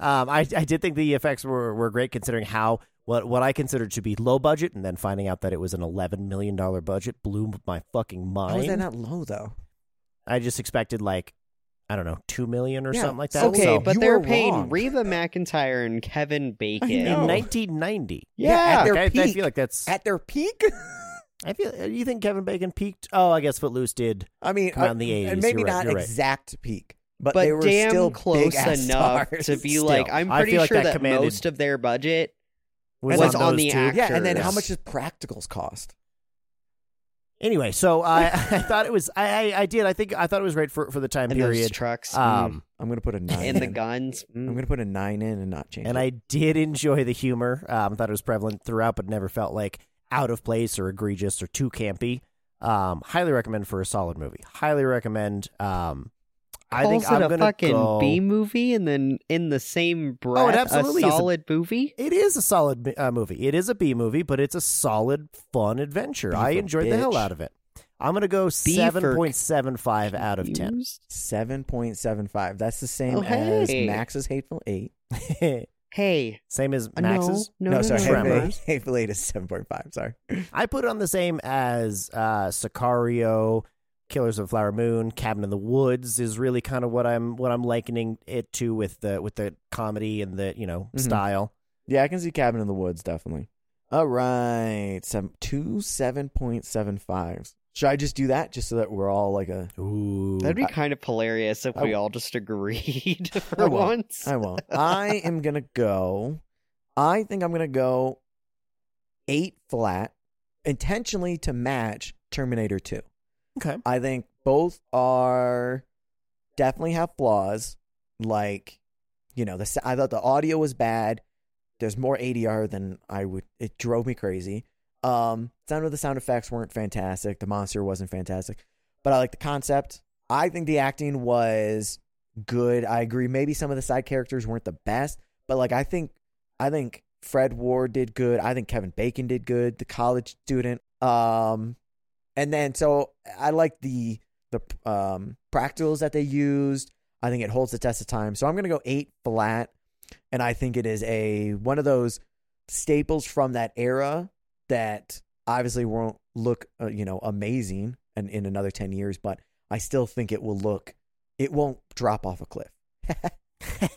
S1: Um, I, I did think the effects were, were great considering how what what I considered to be low budget, and then finding out that it was an eleven million dollar budget blew my fucking mind.
S2: How is that not low though?
S1: I just expected like I don't know two million or
S2: Yeah,
S1: something like that.
S3: Okay,
S1: So-
S3: but
S2: you
S3: they're
S2: were
S3: paying
S2: wrong.
S3: Reba McIntyre and Kevin
S1: in
S3: Bacon.
S2: know. No.
S1: 1990.
S3: Yeah,
S2: at their
S1: Like, I, I
S2: peak.
S1: feel like that's.
S2: At their peak.
S1: I feel. You think Kevin Bacon peaked? Oh, I guess Footloose did.
S2: I mean,
S1: Come out in the
S2: uh,
S1: 80s,
S2: Maybe
S1: you're right,
S2: not
S1: you're right.
S2: exact peak, but,
S3: but
S2: they were
S3: damn
S2: still
S3: close
S2: big-ass
S3: enough
S2: stars.
S3: to be
S1: Still,
S3: like, I'm
S1: I
S3: pretty
S1: feel like
S3: sure
S1: that
S3: that,
S1: commanded-
S3: most of their budget was,
S2: was
S3: on,
S1: those
S3: the
S1: two.
S3: actors.
S2: yeah. And then how
S1: actors.
S2: much does practicals cost?
S1: Anyway, so I I thought it was I, I I did I think I thought it was great for for the time
S3: And those
S1: period.
S3: trucks
S1: Um,
S2: I'm gonna put a nine.
S3: mm, and the
S2: in.
S3: guns.
S2: I'm
S3: mm.
S2: gonna put a nine in and not change.
S1: and
S2: it.
S1: I did enjoy the humor. Um, I thought it was prevalent throughout, but never felt like out of place or egregious or too campy. Um, highly recommend for a solid movie. Highly recommend. Um, I think
S3: Calls it
S1: I'm
S3: a
S1: gonna
S3: fucking
S1: go- Oh,
S3: B movie, and then in the same breath,
S1: absolutely is
S3: a
S1: a-
S3: solid movie.
S1: It is a solid uh, movie. It is a B movie, but it's a solid, fun adventure.
S2: B
S1: I
S2: for
S1: enjoyed the hell
S2: bitch.
S1: out of it. I'm gonna go
S3: for
S1: seven point seven five out of ten.
S3: Confused?
S2: Seven point seven five. That's the same
S3: Oh,
S2: as
S3: hey.
S2: Max's hateful eight.
S3: Hey,
S1: same as
S3: uh,
S1: Max's.
S2: no,
S3: no, no, no,
S2: sorry,
S3: no,
S1: Tremor.
S3: no.
S2: hateful, eight- hateful eight is seven point five. Sorry.
S1: I put it on the same as uh, Sicario, Killers of the Flower Moon, Cabin in the Woods is really kind of what I'm what I'm likening it to with the with the comedy and the you know
S3: Mm-hmm.
S2: Mhm.
S1: style.
S2: Yeah, I can see Cabin in the Woods definitely. All right, seven two seven point seven fives. Should I just do that just so that we're all like a?
S1: Ooh,
S3: That'd be kind of hilarious if
S2: I-
S3: we all just agreed
S2: I
S3: for
S2: won't.
S3: once.
S1: Uh,
S2: I won't. I am gonna go. I think I'm gonna go eight flat, intentionally to match Terminator Two.
S1: okay.
S2: I think both are definitely have flaws. Like, you know, the s- I thought the audio was bad. There's more ADR than I would. It drove me crazy. Um, some of the sound effects weren't fantastic. The monster wasn't fantastic, but I like the concept. I think the acting was good. I agree. Maybe some of the side characters weren't the best, but like I think, I think Fred Ward did good. I think Kevin Bacon did good. The college student. Um, and then so I like the the um, practicals that they used. I think it holds the test of time. So I'm gonna go eight flat, and I think it is a one of those staples from that era that obviously won't look uh, you know amazing and in another ten years, but I still think it will look. It won't drop off a cliff.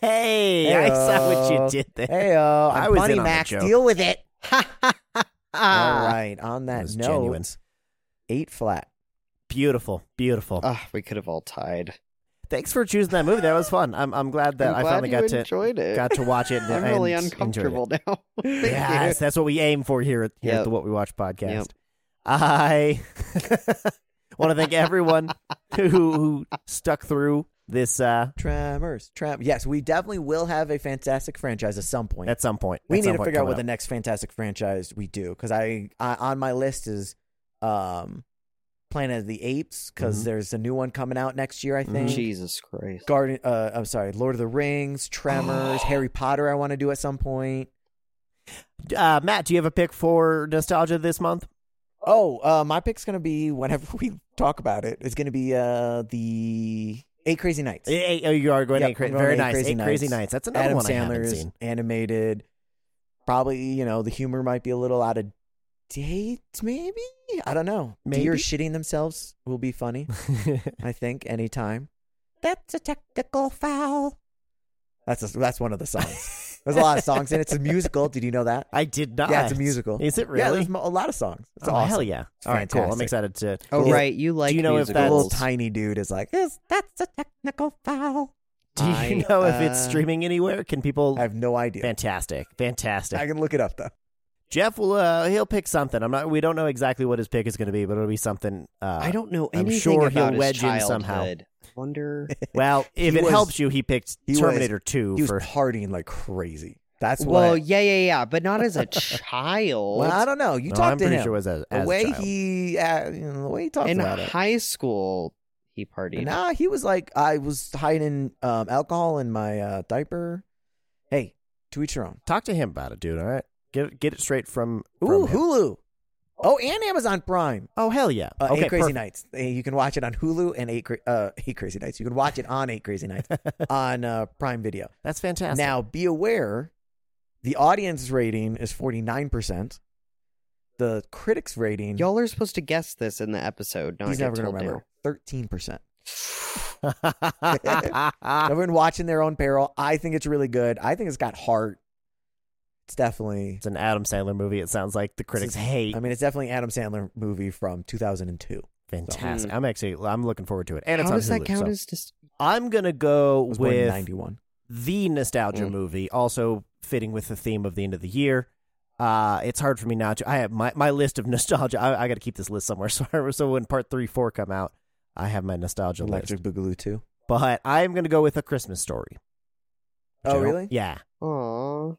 S1: Hey, I saw what you did there.
S2: Hey, uh,
S1: I
S2: I'm
S1: was
S2: Bunny
S1: in on the
S2: Max.
S1: joke.
S2: Deal with
S3: Eh.
S2: it. All
S3: Ah,
S2: right. On that,
S1: That was
S2: note,
S1: genuine.
S2: eight flat.
S1: Beautiful, beautiful.
S3: Ah, we could have all tied.
S1: Thanks for choosing that movie. That was fun. I'm I'm glad that
S3: I'm
S1: I
S3: glad
S1: finally
S3: you
S1: got to
S3: enjoyed it.
S1: got to watch it. And,
S3: I'm really
S1: and
S3: uncomfortable
S1: enjoyed
S3: now.
S1: it.
S3: Thank
S1: Yes, that's what we aim for here at, here at
S3: Yep.
S1: the What We Watch podcast.
S3: Yep.
S1: I want to thank everyone who, who stuck through this uh,
S2: Tremors. Trem- yes, we definitely will have a fantastic franchise at some point.
S1: at some point. At
S2: we need
S1: some
S2: to
S1: point
S2: figure out
S1: coming
S2: what
S1: up.
S2: the next fantastic franchise we do because I, I on my list is um Planet of the Apes because
S1: Mhm.
S2: there's a new one coming out next year. I think
S1: Mhm.
S3: Jesus Christ.
S2: Garden. Uh, I'm sorry, Lord of the Rings, Tremors, Harry Potter. I want to do at some point.
S1: Uh, Matt, do you have a pick for nostalgia this month?
S2: Oh, uh, my pick's gonna be whenever we talk about it. It's gonna be uh the Eight Crazy Nights.
S1: Eh, eh, oh, you are going
S2: Yep,
S1: eight cra-
S2: I'm going
S1: very
S2: eight
S1: nice.
S2: Crazy
S1: eight crazy
S2: Nights.
S1: nights. That's another
S2: Adam
S1: one I haven't
S2: Sandler's
S1: seen.
S2: animated. Probably, you know, the humor might be a little out of date, maybe? I don't know.
S1: Maybe.
S2: Deer shitting themselves will be funny, I think, anytime. That's a technical foul. That's a, that's one of the songs. There's a lot of songs in it. It's a musical. Did you know that?
S1: I did not.
S2: Yeah, it's a musical.
S1: Is it
S2: Yeah,
S1: really?
S2: there's mo- a lot of songs. It's
S1: oh,
S2: awesome.
S1: hell yeah! All right, cool. I'm
S2: Fantastic.
S1: excited to.
S3: Oh,
S1: Is-
S3: right. You like
S1: you know if
S2: That little
S3: musicals.
S2: tiny dude is like, "Yes, that's a technical foul.
S1: Do you
S2: I,
S1: know if it's
S2: uh,
S1: streaming anywhere? Can people?
S2: I have no idea.
S1: Fantastic, fantastic.
S2: I can look it up though.
S1: Jeff will. Uh, he'll pick something. I'm not. We don't know exactly what his pick is going to be, but it'll be something. Uh,
S3: I don't know
S1: I'm
S3: anything
S1: sure he'll
S3: about his
S1: wedge in somehow.
S3: childhood. Wonder.
S1: Well, if
S2: He
S1: it
S2: was-
S1: helps you, he picked
S2: he was-
S1: Terminator Two
S2: He was
S1: for
S2: partying like crazy. That's what.
S3: well,
S2: I-
S3: yeah, yeah, yeah, but not as a child.
S2: Well, I don't know. You
S1: No,
S2: talked
S1: Oh, I'm
S2: to
S1: pretty
S2: him.
S1: sure it was as,
S2: the
S1: as a
S2: way
S1: child.
S2: he, uh, you know, the way he talked
S3: In
S2: about it.
S3: high school, he partied.
S2: Nah, he was like, I was hiding um, alcohol in my uh, diaper. Hey, to each your own.
S1: talk to him about it, dude. All right, get get it straight from.
S2: Ooh,
S1: from him.
S2: Hulu. Oh, and Amazon Prime.
S1: Oh hell yeah!
S2: Uh,
S1: okay,
S2: eight Crazy
S1: perfect.
S2: Nights. Uh, You can watch it on Hulu and eight, Cra- uh, eight Crazy Nights. You can watch it on Eight Crazy Nights on uh, Prime Video.
S1: That's fantastic.
S2: Now, be aware, the audience rating is forty nine percent. The critics rating,
S3: Y'all are supposed to guess this in the episode. Not
S2: he's
S3: get
S2: never gonna
S3: told
S2: remember, thirteen percent.
S1: now,
S2: Everyone watching their own peril. I think it's really good. I think it's got heart. It's definitely.
S1: it's an Adam Sandler movie. It sounds like the critics hate.
S2: I mean, it's definitely an Adam Sandler movie from 2002.
S1: fantastic.
S2: Mm.
S1: I'm actually I'm looking forward to it. And
S3: now.
S1: it's
S3: How
S1: on
S3: does that
S1: Hulu,
S3: count
S1: so-
S3: as just?
S1: I'm gonna
S2: It
S1: go
S2: was born in
S1: with
S2: 91.
S1: the nostalgia
S3: Mm.
S1: movie, also fitting with the theme of the end of the year. Uh, it's hard for me not to. I have my, my list of nostalgia. I, I got to keep this list somewhere. So, I- so when part three, four come out, I have my nostalgia list.
S2: Electric Boogaloo 2.
S1: But I am going to go with a Christmas story.
S2: Oh,
S1: Joe?
S2: really?
S1: Yeah.
S3: Aw.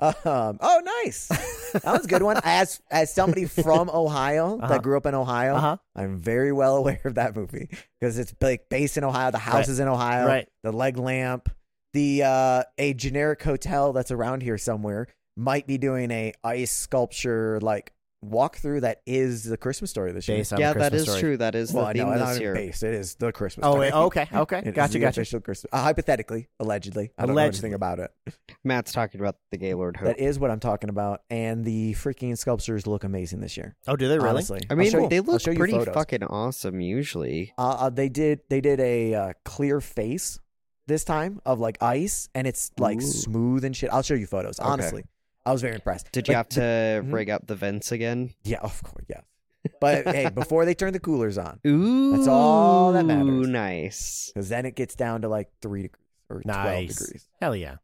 S2: Um, oh, nice. That was a good one. As as somebody from Ohio
S1: Uh-huh.
S2: that grew up in Ohio,
S1: Uh huh.
S2: I'm very well aware of that movie because it's like based in Ohio. The house
S1: Right.
S2: is in Ohio.
S1: Uh-huh. Right.
S2: The leg lamp. The uh, a generic hotel that's around here somewhere might be doing a ice sculpture like walkthrough that is the Christmas story this year.
S1: Based on
S3: yeah,
S1: a
S3: that
S1: Christmas
S3: is
S1: story.
S3: true. That is
S2: Well,
S3: the
S2: no,
S3: theme
S2: not
S3: this
S2: even
S3: year.
S2: based. It is the Christmas.
S1: Oh,
S2: story.
S1: wait, okay, okay,
S2: It is
S1: gotcha,
S2: the
S1: gotcha.
S2: Official Christmas. Uh, hypothetically, allegedly. I don't know
S1: Allegedly.
S2: anything about it.
S3: Matt's talking about the Gaylord Hope.
S2: That is what I'm talking about. And the freaking sculptures look amazing this year.
S1: Oh, do they really?
S2: Honestly,
S3: I
S2: I'll
S3: mean,
S2: show you-
S3: they
S2: I'll
S3: look
S2: show you
S3: pretty
S2: photos.
S3: fucking awesome usually.
S2: Uh, uh, they did. They did a uh, clear face this time of like ice, and it's like
S3: Ooh.
S2: smooth and shit. I'll show you photos.
S3: Okay.
S2: Honestly, I was very impressed.
S3: Did you
S2: But
S3: have to
S2: mhm.
S3: rig up the vents again?
S2: Yeah, of course, yeah. But hey, before they turn the coolers on,
S3: Ooh,
S2: all that matters.
S3: Nice.
S2: because then it gets down to like three degrees or twelve
S1: Nice.
S2: degrees.
S1: Hell yeah,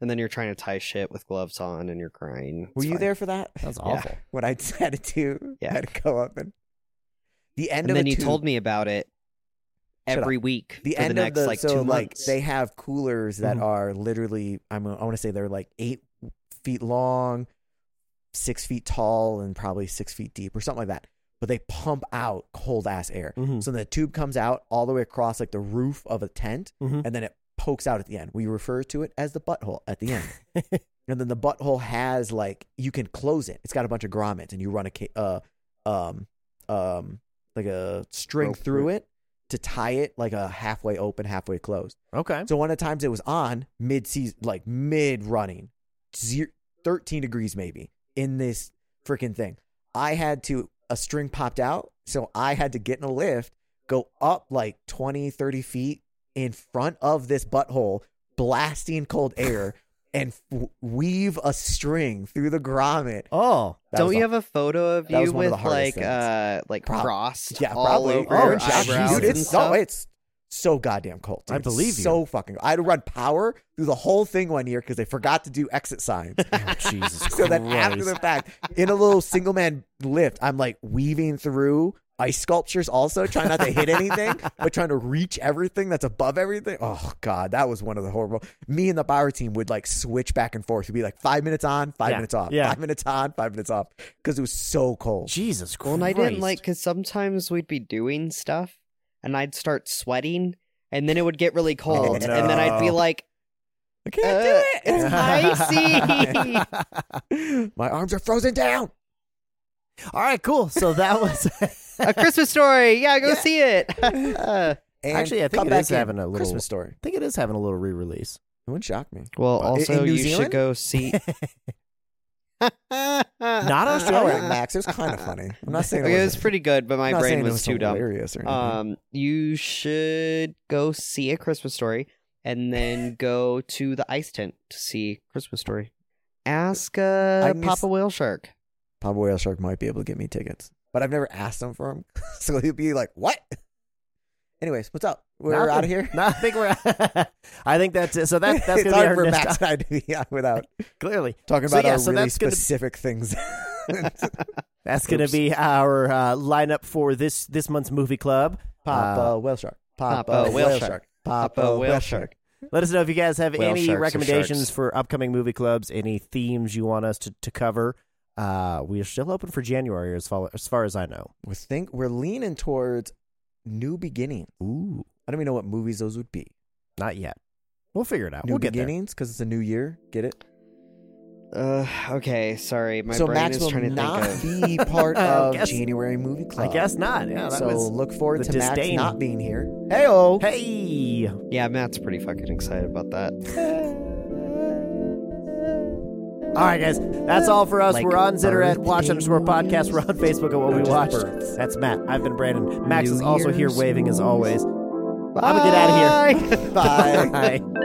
S3: And then you're trying to tie shit with gloves on, and you're crying.
S2: Were
S3: It's
S2: you
S3: fine.
S2: there for that?
S1: that's
S3: Yeah.
S1: awful.
S2: When I had to do,
S3: Oh. Yeah.
S2: I had to go up and the end
S3: And,
S2: of
S3: then
S2: a
S3: you
S2: tube-
S3: told me about it
S2: Shut
S3: every week
S2: the
S3: for
S2: end
S3: the next
S2: of the
S3: like
S2: so
S3: two
S2: like
S3: months. Mm-hmm.
S2: they have coolers that
S1: Mhm.
S2: are literally I'm I want to say they're like eight feet long, six feet tall, and probably six feet deep or something like that. But they pump out cold ass air.
S1: Mhm.
S3: Mm-hmm.
S2: So the tube comes out all the way across like the roof of a tent,
S3: Mm-hmm.
S1: Mhm.
S2: and then it pokes out at the end. We refer to it as the butthole at the end. and then the butthole has like you can close it. It's got a bunch of grommets, and you run a ca- uh um um like a string
S3: Rope
S2: through
S3: through.
S2: it to tie it like a halfway open, halfway closed.
S1: Okay,
S2: So one of the times it was on mid season, like mid running, zero, 13 degrees maybe in this freaking thing. I had to, a string popped out. So I had to get in a lift, go up like 20, 30 feet in front of this butthole, blasting cold air and w- weave a string through the grommet.
S1: oh,
S2: That
S3: Don't
S2: was
S3: you
S2: a-
S3: have a photo of
S2: that was
S3: you
S2: one of
S3: with
S2: the hardest
S3: like
S2: things.
S3: uh like
S2: Prob-
S3: frost
S2: Yeah,
S3: all
S2: probably.
S3: over
S1: Oh,
S3: your
S1: and
S2: yeah,
S1: shit.
S3: eyebrows
S2: dude,
S3: and
S2: it's
S3: stuff?
S2: so it's so goddamn cold. dude.
S1: I
S2: It's
S1: believe you.
S2: So fucking. I had to run power through the whole thing one year because they forgot to do exit signs.
S1: oh Jesus Christ!
S2: so that after the fact, in a little single man lift, I'm like weaving through ice sculptures, also trying not to hit anything, but trying to reach everything that's above everything. Oh god, that was one of the horrible. Me and the power team would like switch back and forth. It'd be like five minutes on, five
S1: Yeah.
S2: minutes off,
S1: Yeah.
S2: five minutes on, five minutes off, because it was so cold.
S1: Jesus Christ!
S3: Well, and I didn't like because sometimes we'd be doing stuff and I'd start sweating and then it would get
S2: Oh,
S3: really cold and then I'd be
S1: no.
S3: like,
S2: I can't
S3: Uh,
S2: do it.
S3: it's
S1: Uh,
S3: icy.
S2: My arms are frozen down.
S1: All right, cool. So that was
S3: "A Christmas Story, yeah, go see it."
S2: And
S1: Actually, I think
S2: come
S1: it
S2: back
S1: is
S2: in.
S1: having a little-
S2: Christmas story.
S1: I think it is having a little re-release.
S2: It wouldn't shock me.
S3: well,
S2: But- also, in-
S3: also
S2: in New
S3: you
S2: you should Zealand?
S3: should go see. Not
S2: All right, Max. It was kind of funny. I'm not saying
S3: Okay, it was
S2: wasn't-
S3: pretty good, but my
S2: I'm not saying
S3: brain
S2: it
S3: was, too dumb.
S2: hilarious or anything.
S3: Um, you should go see a Christmas story and then go to the ice tent to see Christmas story. Ask uh,
S2: miss-
S3: Papa Whale Shark.
S2: Papa Whale Shark might be able to get me tickets, but I've never asked him for them, so he'll be like, "What?" Anyways, what's up? We're
S1: Nothing.
S2: out of here.
S1: No, I think we're. I think that's it. So that that's
S2: it's
S1: gonna be
S2: hard
S1: our
S2: for
S1: next
S2: Max
S1: time,
S2: and I to be out without
S1: Clearly,
S2: talking
S1: So,
S2: about
S1: yeah,
S2: our
S1: so
S2: really
S1: that's gonna-
S2: specific things.
S1: that's going to
S2: Oops.
S1: be our uh, lineup for this this month's movie club. Uh,
S2: Papa Whale Shark. Papa,
S3: Papa Oh, Whale Shark.
S2: Papa Whale Shark.
S1: Let us know if you guys have
S3: Whale
S1: any
S3: sharks are
S1: recommendations
S3: sharks.
S1: for upcoming movie clubs, any themes you want us to, to cover. Uh, we are still open for January, as far as, far as I know.
S2: We think we're leaning towards new beginning.
S1: Ooh,
S2: I don't even know what movies those would be.
S1: not yet. We'll figure it out.
S2: New
S1: we'll get
S2: beginnings because it's a new year. Get it?
S3: Uh, okay, sorry, my
S2: so
S3: brain
S2: Max
S3: is
S2: will
S3: trying to
S2: not
S3: think of.
S2: be part
S1: I
S2: of
S1: guess-
S2: January Movie
S1: there.
S2: Club.
S1: I guess not. Yeah, that
S2: so
S1: was.
S2: look forward
S1: the
S2: to
S1: disdain.
S2: Max not being here. Heyo.
S1: Hey,
S3: Yeah, Matt's pretty fucking excited about that.
S1: all right, guys, that's all for us.
S3: Like
S1: We're on Zitter at
S3: birthday
S1: Watch Underscore Podcast. We're on Facebook at What We
S2: No, just
S1: Watched.
S2: birds.
S1: That's Matt. I've been Brandon. Max
S3: New
S1: is also here
S3: Year's
S1: waving as
S3: Eve.
S1: always. I'm gonna get out of here.
S3: Bye.
S1: Bye.